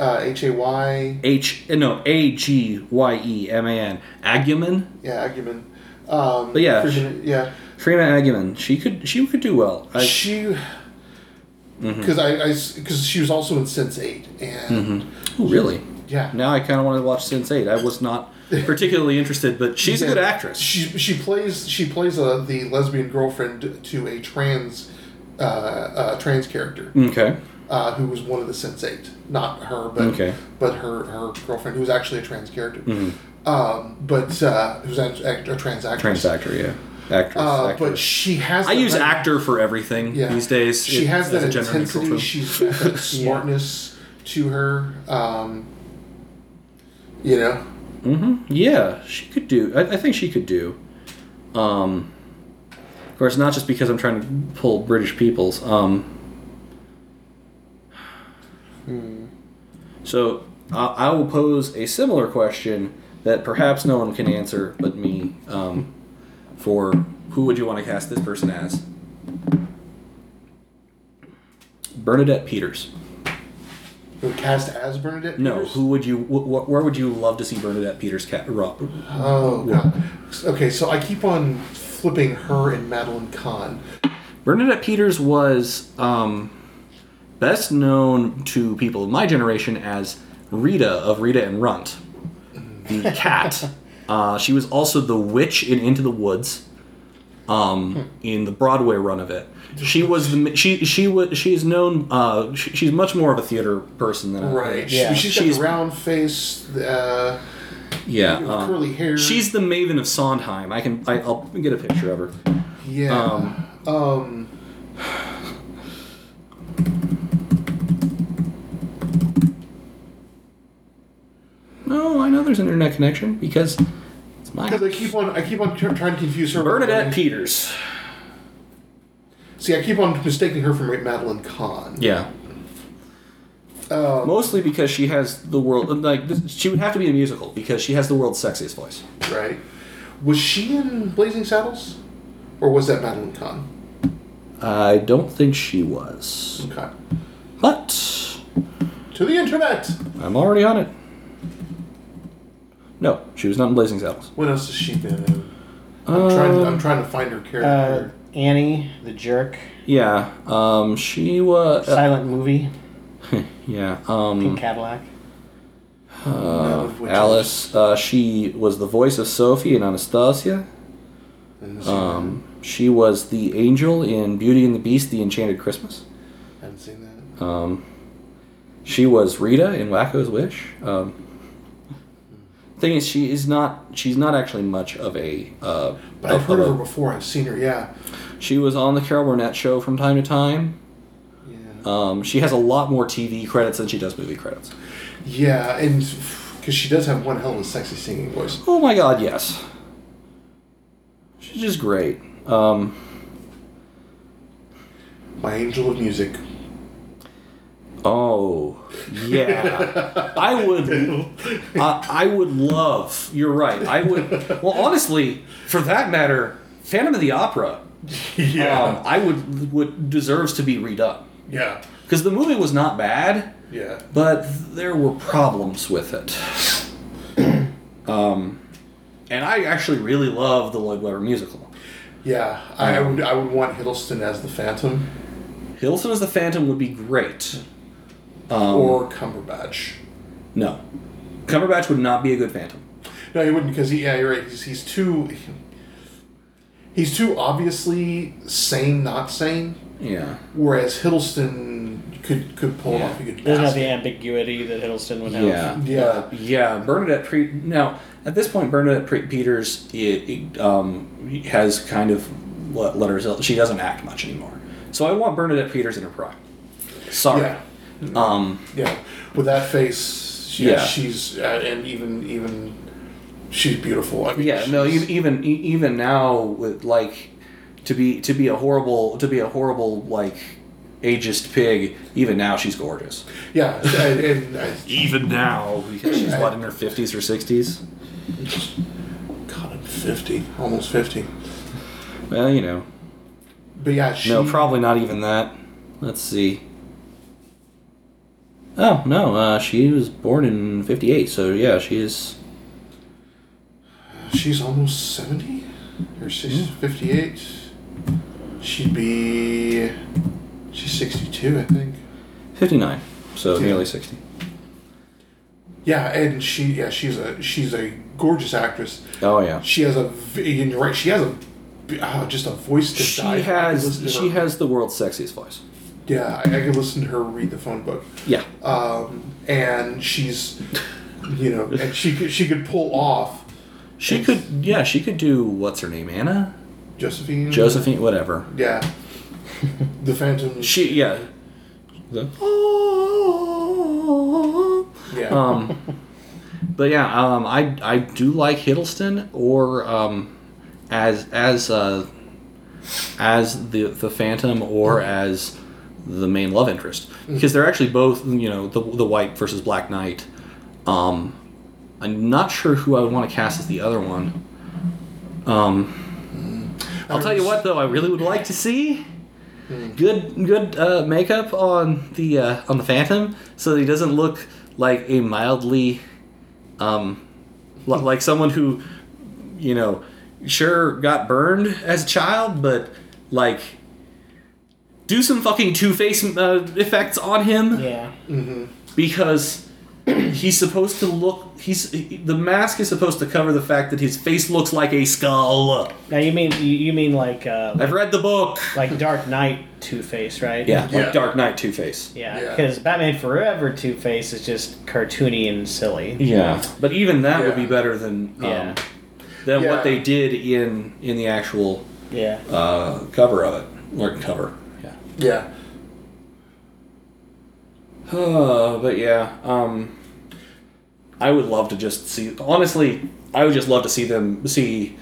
Speaker 3: uh, H A Y.
Speaker 1: H no A G Y E M A N. Agumen.
Speaker 3: Yeah, Agumen. Um,
Speaker 1: But yeah,
Speaker 3: Freeman- yeah.
Speaker 1: Freeman Agumen. She could she could do well. I,
Speaker 3: she,
Speaker 1: Mm-hmm.
Speaker 3: because I because she was also in Sense Eight and
Speaker 1: Ooh, really?
Speaker 3: yeah
Speaker 1: Mm-hmm. Now I kind of wanted to watch Sense Eight. I was not particularly interested, but she's a good actress.
Speaker 3: She she plays she plays a, the lesbian girlfriend to a trans uh, uh, trans character
Speaker 1: Okay.
Speaker 3: uh, who was one of the Sense Eight, not her, but
Speaker 1: Okay. Mm-hmm.
Speaker 3: but her her girlfriend who was actually a trans character, um, but uh, who's an, act- a trans actress.
Speaker 1: Trans actor, yeah. Actress.
Speaker 3: Uh, but
Speaker 1: actress.
Speaker 3: she has.
Speaker 5: I
Speaker 3: the
Speaker 5: use
Speaker 3: kind-
Speaker 5: actor for everything
Speaker 3: Yeah.
Speaker 5: these days.
Speaker 3: She
Speaker 5: It-
Speaker 3: has
Speaker 5: as
Speaker 3: that
Speaker 5: a gender neutral
Speaker 3: intensity.
Speaker 5: term.
Speaker 3: She's got that smartness to her. Um, you know,
Speaker 1: Mm-hmm. yeah, she could do. I, I think she could do. Um, of course, not just because I'm trying to pull British peoples. Um, So I I will pose a similar question that perhaps no one can answer but me. Um, for who would you want to cast this person as? Bernadette Peters.
Speaker 3: who cast as Bernadette?
Speaker 1: No,
Speaker 3: Peters?
Speaker 1: who would you? Wh- wh- where would you love to see Bernadette Peters ca- ro-
Speaker 3: Oh god. Okay, so I keep on flipping her and Madeline Kahn.
Speaker 1: Bernadette Peters was um, best known to people of my generation as Rita of Rita and Runt, the cat. uh, she was also the witch in Into the Woods,
Speaker 3: Hmm.
Speaker 1: um, in the Broadway run of it. She was the she she was she is known. Uh, she, she's much more of a theater person than I-
Speaker 2: Yeah.
Speaker 3: She, has got
Speaker 1: She's-
Speaker 3: the round face, the, uh,
Speaker 1: yeah. um,
Speaker 3: curly hair.
Speaker 1: she's the Maven of Sondheim. I can I, I'll get a picture of her.
Speaker 3: yeah. Um,
Speaker 1: No, I know there's an internet connection because it's my
Speaker 3: because I keep on, I keep on tr- trying to confuse her. with-
Speaker 1: Bernadette Peters.
Speaker 3: See, I keep on mistaking her for Madeline Kahn.
Speaker 1: Yeah. Mostly because she has the world like this, she would have to be in a musical because she has the world's sexiest voice.
Speaker 3: Right. Was she in Blazing Saddles, or was that Madeline Kahn?
Speaker 1: I don't think she was,
Speaker 3: Okay.
Speaker 1: but
Speaker 3: To the internet.
Speaker 1: I'm already on it. No, she was not in Blazing Saddles.
Speaker 3: What else has she been in?
Speaker 1: Uh,
Speaker 3: I'm, trying,
Speaker 1: Um,
Speaker 3: to, I'm trying to find her
Speaker 2: Uh,
Speaker 3: character.
Speaker 2: Annie, the jerk,
Speaker 1: Yeah, um, she was. Uh,
Speaker 2: silent movie,
Speaker 1: yeah, um,
Speaker 2: Pink Cadillac.
Speaker 3: none of which
Speaker 1: Alice. Uh, she was the voice of Sophie in Anastasia.
Speaker 3: is-
Speaker 1: Um, she was the angel in Beauty and the Beast: The Enchanted Christmas.
Speaker 3: haven't seen that.
Speaker 1: Um, she was Rita in Wacko's Wish. Um, thing is, she is not. She's not actually much of a. Uh,
Speaker 3: But I've heard of her
Speaker 1: of a-
Speaker 3: before. I've seen her. Yeah.
Speaker 1: she was on the Carol Burnett show from time to time.
Speaker 3: Yeah.
Speaker 1: Um, she has a lot more TV credits than she does movie credits.
Speaker 3: yeah, and because she does have one hell of a sexy singing voice.
Speaker 1: Oh my God, yes. She's just great. Um,
Speaker 3: My angel of music.
Speaker 1: oh, yeah. I would. I, I would love. You're right. I would. Well, honestly, for that matter, Phantom of the Opera
Speaker 3: Yeah.
Speaker 1: um, I would would deserves to be redone
Speaker 3: yeah.
Speaker 1: because the movie was not bad,
Speaker 3: Yeah.
Speaker 1: but there were problems with it. um, and I actually really love the Lloyd Webber musical.
Speaker 3: Yeah.
Speaker 1: um,
Speaker 3: I, I would. I would want Hiddleston as the Phantom
Speaker 1: Hiddleston as the Phantom would be great. Um,
Speaker 3: or Cumberbatch.
Speaker 1: no, Cumberbatch would not be a good Phantom.
Speaker 3: No, he wouldn't because he. Yeah, you're right. He's, he's too. He's too obviously sane, not sane.
Speaker 1: Yeah,
Speaker 3: Whereas Hiddleston could could pull it
Speaker 1: Yeah.
Speaker 3: off. He could.
Speaker 2: Doesn't have
Speaker 3: mask
Speaker 2: the
Speaker 3: it.
Speaker 2: ambiguity that Hiddleston would have.
Speaker 1: yeah,
Speaker 3: Yeah.
Speaker 1: uh, yeah. Bernadette Pre- now at this point, Bernadette Pre- Peters it, it, um, has kind of let, let herself. She doesn't act much anymore. So I want Bernadette Peters in her prime. Sorry.
Speaker 3: Yeah.
Speaker 1: Um,
Speaker 3: Yeah, with that face, she,
Speaker 1: Yeah.
Speaker 3: she's uh, and even even she's beautiful. I mean,
Speaker 1: yeah. No.
Speaker 3: she's-
Speaker 1: e- Even e- even now, with like to be to be a horrible to be a horrible like ageist pig. Even now, she's gorgeous.
Speaker 3: yeah, and, and I,
Speaker 1: Even now, because she's what in her fifties or sixties.
Speaker 3: God, I'm fifty, almost fifty.
Speaker 1: Well, you know.
Speaker 3: But yeah, she,
Speaker 1: No, probably not even that. Let's see. Oh no, uh, she was born in '58, so yeah, she is.
Speaker 3: she's almost seventy
Speaker 1: Hmm.
Speaker 3: or she's fifty-eight. She'd be she's 62, I think.
Speaker 1: 59. So
Speaker 3: Yeah.
Speaker 1: nearly 60.
Speaker 3: Yeah, and she yeah she's a she's a gorgeous actress.
Speaker 1: Oh, yeah.
Speaker 3: She has a v- and you're right. She has a oh, just a voice to
Speaker 1: She
Speaker 3: die. I could
Speaker 1: has
Speaker 3: listen to
Speaker 1: she
Speaker 3: her-
Speaker 1: has the world's sexiest voice.
Speaker 3: yeah. I, I could listen to her read the phone book.
Speaker 1: Yeah.
Speaker 3: Um, and she's you know and she could she could pull off
Speaker 1: She could yeah, she could do what's her name? Anna?
Speaker 3: Mm-hmm. Josephine.
Speaker 1: Josephine, whatever.
Speaker 3: Yeah. The Phantom.
Speaker 1: She yeah. The- Oh,
Speaker 3: yeah.
Speaker 1: Um, but yeah, um, I I do like Hiddleston or um, as as uh, as the the Phantom or as the main love interest because they're actually both you know the the White versus Black Knight. Um, I'm not sure who I would want to cast as the other one. Um, I'll tell you what though, I really would like to see good good uh, makeup on the uh, on the Phantom, so that he doesn't look like a mildly, um, li- like someone who, you know, sure got burned as a child, but like do some fucking Two Face uh, effects on him
Speaker 2: Yeah.
Speaker 1: because he's supposed to look he's he- the mask is supposed to cover the fact that his face looks like a skull.
Speaker 2: Now you mean you, you mean like uh,
Speaker 1: I've read the book.
Speaker 2: like Dark Knight Two Face, right?
Speaker 1: Yeah,
Speaker 3: Yeah.
Speaker 1: like Dark Knight Two Face.
Speaker 2: Yeah,
Speaker 3: Yeah.
Speaker 2: because Batman Forever Two Face is just cartoony and silly.
Speaker 1: Yeah, but even that would
Speaker 3: Yeah.
Speaker 1: be better than um,
Speaker 2: Yeah.
Speaker 1: than
Speaker 3: Yeah.
Speaker 1: what they did in in the actual
Speaker 2: Yeah.
Speaker 1: uh, cover of it or cover. Yeah.
Speaker 3: yeah.
Speaker 1: Uh, but yeah, um, I would love to just see. Honestly, I would just love to see them see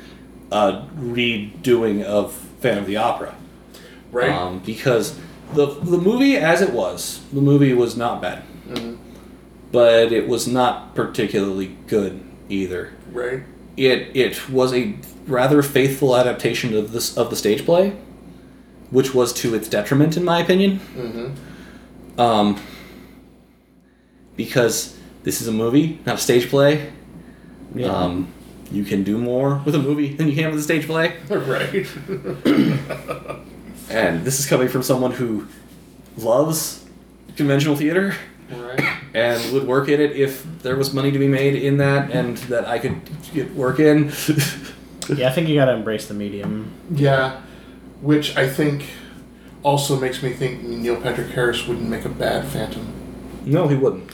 Speaker 1: a redoing of Phantom of the Opera
Speaker 3: Right.
Speaker 1: um, because the the movie as it was, the movie was not bad, but it was not particularly good either.
Speaker 3: right.
Speaker 1: it it was a rather faithful adaptation of this of the stage play, which was to its detriment, in my opinion.
Speaker 3: Mm-hmm.
Speaker 1: Um, because this is a movie, not a stage play.
Speaker 2: Yeah.
Speaker 1: Um, you can do more with a movie than you can with a stage play,
Speaker 3: Right.
Speaker 1: and this is coming from someone who loves conventional theater
Speaker 3: right.
Speaker 1: and would work in it if there was money to be made in that and that I could get work in.
Speaker 2: Yeah, I think you gotta embrace the medium.
Speaker 3: Yeah, which I think also makes me think Neil Patrick Harris wouldn't make a bad Phantom.
Speaker 1: no, he wouldn't.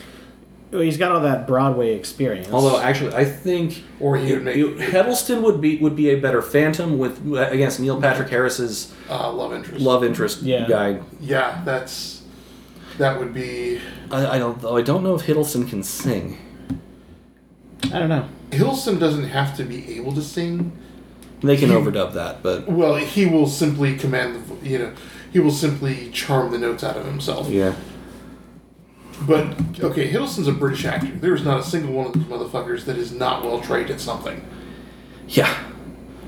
Speaker 2: Well, he's got all that Broadway experience.
Speaker 1: Although actually, I think
Speaker 3: Or he would
Speaker 1: it-
Speaker 3: make-
Speaker 1: it- Hiddleston would be would be a better Phantom with against Neil Patrick Harris's
Speaker 3: Uh, love interest.
Speaker 1: love interest
Speaker 2: Yeah.
Speaker 1: guy.
Speaker 3: Yeah, that's that would be
Speaker 1: I, I don't though I don't know if Hiddleston can sing.
Speaker 2: I don't know.
Speaker 3: Hiddleston doesn't have to be able to sing.
Speaker 1: They can overdub that, but
Speaker 3: Well, he will simply command the vo- you know he will simply charm the notes out of himself.
Speaker 1: yeah,
Speaker 3: But okay, Hiddleston's a British actor. There is not a single one of these motherfuckers that is not well trained at something.
Speaker 1: yeah.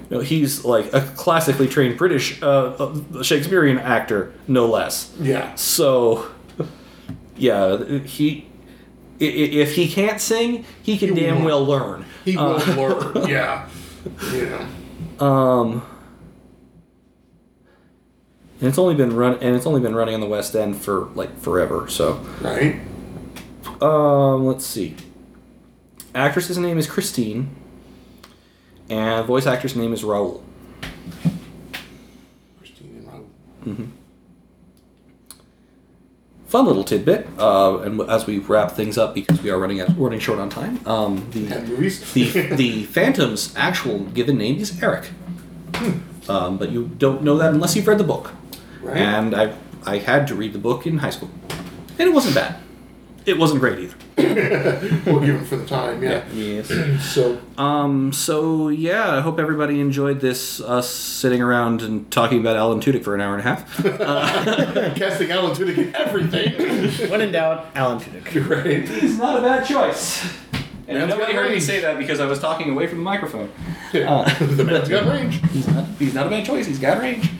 Speaker 1: No, he's like a classically trained British uh, uh, Shakespearean actor, no less.
Speaker 3: Yeah.
Speaker 1: So, yeah, he. i- i- If he can't sing, he can
Speaker 3: He
Speaker 1: damn
Speaker 3: will.
Speaker 1: well learn.
Speaker 3: He will
Speaker 1: Uh.
Speaker 3: learn. Yeah. You know.
Speaker 1: Um, and it's only been run and it's only been running on the West End for like forever. So,
Speaker 3: Right?
Speaker 1: um, let's see. Actress's name is Christine, and voice actor's name is Raul.
Speaker 3: Christine and Raoul.
Speaker 1: Mm-hmm. Fun little tidbit. Uh, and as we wrap things up because we are running out, running short on time. Um, the
Speaker 3: And movies.
Speaker 1: the the Phantom's actual given name is Eric. Um, but you don't know that unless you've read the book.
Speaker 3: right?
Speaker 1: and I I had to read the book in high school, and it wasn't bad. It wasn't great either.
Speaker 3: we'll give him for the time, yeah.
Speaker 1: Yes.
Speaker 3: So
Speaker 1: Um. So yeah, I hope everybody enjoyed this us sitting around and talking about Alan Tudyk for an hour and a half. Uh,
Speaker 3: casting Alan Tudyk in everything,
Speaker 2: When in doubt, Alan Tudyk.
Speaker 3: right?
Speaker 1: It's not a bad choice. And
Speaker 3: Man's
Speaker 1: nobody
Speaker 3: got
Speaker 1: heard me
Speaker 3: range.
Speaker 1: say that because I was talking away from the microphone.
Speaker 3: the man's got range.
Speaker 1: He's not, he's not a bad choice. He's got range.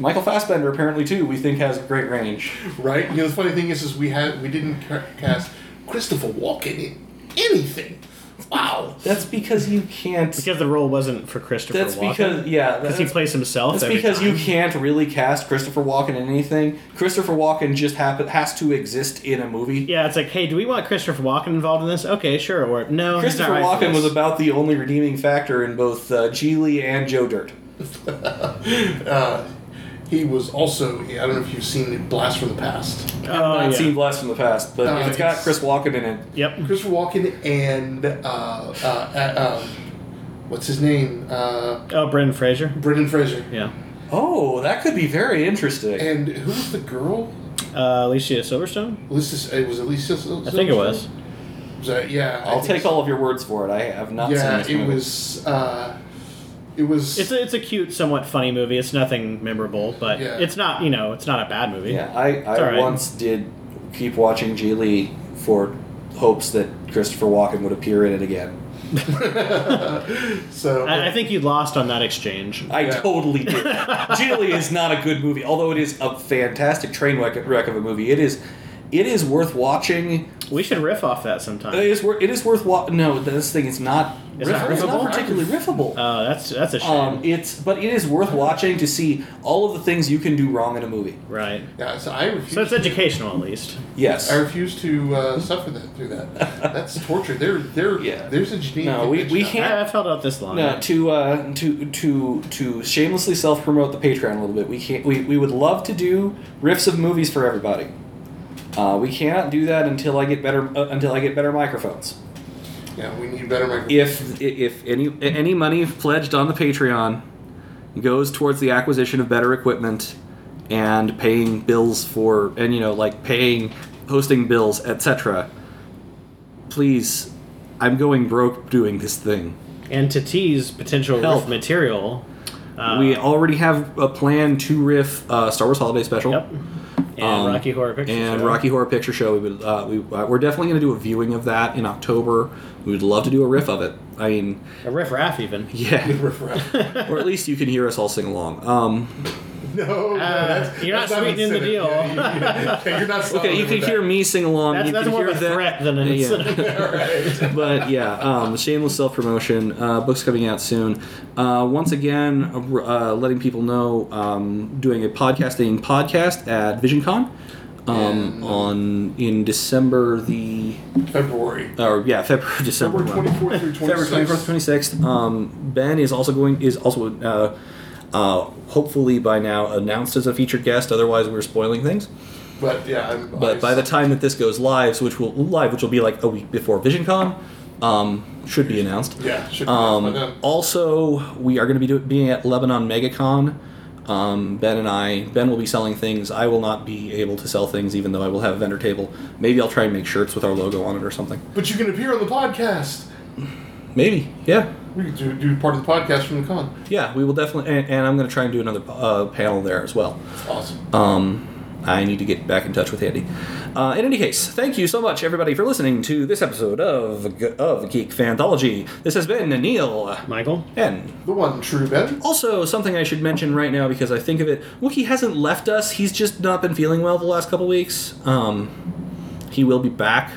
Speaker 1: Michael Fassbender apparently too. We think has great range.
Speaker 3: Right? You know, the funny thing is, is we had we didn't ca- cast Christopher Walken in anything. Wow.
Speaker 1: That's because you can't.
Speaker 2: Because the role wasn't for Christopher
Speaker 1: that's
Speaker 2: Walken.
Speaker 1: because yeah.
Speaker 2: Because he plays himself.
Speaker 1: That's
Speaker 2: every
Speaker 1: because
Speaker 2: time.
Speaker 1: you can't really cast Christopher Walken in anything. Christopher Walken just happen, has to exist in a movie.
Speaker 2: Yeah, it's like, hey, do we want Christopher Walken involved in this? Okay, sure. Or no, he's not
Speaker 1: Christopher
Speaker 2: right for
Speaker 1: Walken was
Speaker 2: this.
Speaker 1: about the only redeeming factor in both uh, Geely and Joe Dirt.
Speaker 3: Uh, he was also. I don't know if you've seen Blast from the Past.
Speaker 2: Oh,
Speaker 1: I've
Speaker 2: yeah.
Speaker 1: seen Blast from the Past, but
Speaker 3: Uh,
Speaker 1: if Oh, it's got
Speaker 3: it's-
Speaker 1: Chris Walken in it,
Speaker 2: Yep.
Speaker 3: Christopher Walken and uh, uh, uh, um, what's his name? Uh,
Speaker 2: Oh, Brendan Fraser.
Speaker 3: Brendan Fraser.
Speaker 2: Yeah.
Speaker 1: oh, that could be very interesting.
Speaker 3: And who was the girl?
Speaker 2: Uh, Alicia Silverstone.
Speaker 3: Alicia. It was Alicia. Sil-
Speaker 2: I think it was.
Speaker 3: Was that- yeah. I
Speaker 1: I'll
Speaker 3: think
Speaker 1: take
Speaker 3: so.
Speaker 1: all of your words for it. I have not seen
Speaker 3: Yeah,
Speaker 1: this
Speaker 3: it
Speaker 1: movie.
Speaker 3: was. Uh, it was.
Speaker 2: It's a, it's a cute, somewhat funny movie. It's nothing memorable, but
Speaker 3: Yeah.
Speaker 2: it's not you know it's not a bad movie.
Speaker 1: Yeah, I, I
Speaker 2: It's all right.
Speaker 1: once did keep watching Geely for hopes that Christopher Walken would appear in it again.
Speaker 3: so
Speaker 2: I, I think you lost on that exchange.
Speaker 1: I
Speaker 3: Yeah.
Speaker 1: totally did. Geely is not a good movie, although it is a fantastic train wreck, wreck of a movie. It is, it is worth watching.
Speaker 2: We should riff off that sometime.
Speaker 1: It is worth. It is worth. Wa- no, this thing is not.
Speaker 2: It's not
Speaker 1: riff- It's
Speaker 2: riffable?
Speaker 1: not particularly riffable.
Speaker 2: Oh, that's that's a shame.
Speaker 1: um, it's but it is worth watching to see all of the things you can do wrong in a movie.
Speaker 2: right.
Speaker 3: yeah, so I refuse.
Speaker 2: So it's educational at least.
Speaker 1: Yes.
Speaker 3: I refuse to uh, suffer that through that. That's torture. There, there,
Speaker 1: Yeah.
Speaker 3: there's a Geneva
Speaker 1: No, we- we
Speaker 3: Convention out
Speaker 1: can't-
Speaker 2: I, I've held out this long.
Speaker 1: No, to uh, to to to shamelessly self promote the Patreon a little bit. We can't. We, we would love to do riffs of movies for everybody. Uh, we cannot do that until I get better uh, until I get better microphones.
Speaker 3: there. Yeah, we need better microphones.
Speaker 1: If if any any money pledged on the Patreon goes towards the acquisition of better equipment and paying bills for and you know like paying hosting bills etc. Please, I'm going broke doing this thing.
Speaker 2: And to tease potential
Speaker 1: Help.
Speaker 2: riff material. Uh,
Speaker 1: we already have a plan to riff uh, Star Wars Holiday Special
Speaker 2: Yep. And
Speaker 1: Um,
Speaker 2: Rocky Horror Picture
Speaker 1: and
Speaker 2: Show.
Speaker 1: Rocky Horror Picture Show. We would, uh, we, uh, we're definitely going to do a viewing of that in October. We would love to do a riff of it. I mean,
Speaker 2: A riff raff even.
Speaker 1: yeah,
Speaker 3: Riff raff.
Speaker 1: or at least you can hear us all sing along. Um,
Speaker 3: no, no, that's,
Speaker 2: Uh, you're not
Speaker 3: that's
Speaker 2: sweetening the
Speaker 3: incentive.
Speaker 2: deal.
Speaker 3: Yeah, yeah, yeah. you're not.
Speaker 1: okay, you
Speaker 3: can
Speaker 1: can hear me sing along.
Speaker 2: That's,
Speaker 1: you
Speaker 2: that's
Speaker 1: can
Speaker 2: more
Speaker 1: hear
Speaker 2: of a
Speaker 1: that-
Speaker 2: threat than an incentive.
Speaker 3: Right.
Speaker 1: but yeah, um, shameless self promotion. Uh, books coming out soon. Uh, once again, uh, letting people know, um, doing a podcasting podcast at VisionCon um,
Speaker 3: And-
Speaker 1: on in December the
Speaker 3: February.
Speaker 1: or yeah February December
Speaker 3: February
Speaker 1: wow.
Speaker 3: 24th through 26th.
Speaker 1: February twenty fourth, twenty sixth. Um, ben is also going is also uh, uh, hopefully by now announced as a featured guest. Otherwise, we're spoiling things.
Speaker 3: But yeah, I'm,
Speaker 1: But
Speaker 3: I-
Speaker 1: by the time that this goes live, which will live, which will be like a week before VisionCon, um, should be announced.
Speaker 3: yeah, should be by
Speaker 1: Um,
Speaker 3: then.
Speaker 1: also, we are going to be do- being at Lebanon MegaCon. Um, ben and I, Ben will be selling things. I will not be able to sell things, even though I will have a vendor table. Maybe I'll try and make shirts with our logo on it or something.
Speaker 3: But you can appear on the podcast.
Speaker 1: Maybe, yeah,
Speaker 3: We could do, do part of the podcast from the con.
Speaker 1: yeah. We will definitely, and, and I'm going to try and do another uh, panel there as well.
Speaker 3: Awesome.
Speaker 1: Um, I need to get back in touch with Andy. Uh, in any case, thank you so much, everybody, for listening to this episode of of Geek Fanthology. This has been Neil
Speaker 2: Michael?
Speaker 1: and
Speaker 3: the one true Ben.
Speaker 1: also something I should mention right now because I think of it. Wookie hasn't left us. He's just not been feeling well the last couple weeks. Um, he will be back.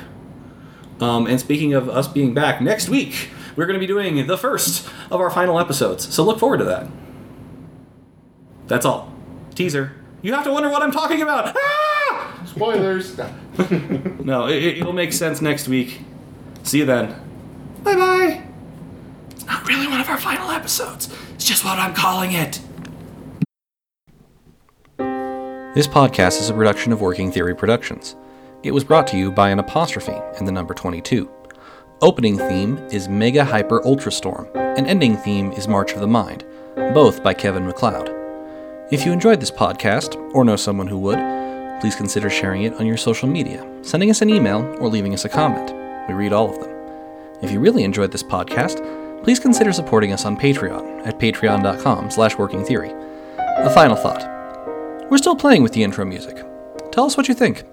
Speaker 1: Um, and speaking of us being back next week, we're going to be doing the first of our final episodes. So look forward to that. That's all. Teaser. You have to wonder what I'm talking about. Ah!
Speaker 3: Spoilers. No.
Speaker 1: No, it, it- it'll make sense next week. See you then. Bye bye. It's not really one of our final episodes, it's just what I'm calling it. This podcast is a production of Working Theory Productions. It was brought to you by an apostrophe and the number 22. Opening theme is Mega Hyper Ultra Storm, and ending theme is March of the Mind, both by Kevin McLeod. If you enjoyed this podcast, or know someone who would, please consider sharing it on your social media, sending us an email, or leaving us a comment. We read all of them. If you really enjoyed this podcast, please consider supporting us on Patreon at patreon.com slash working theory. A final thought. We're still playing with the intro music. Tell us what you think.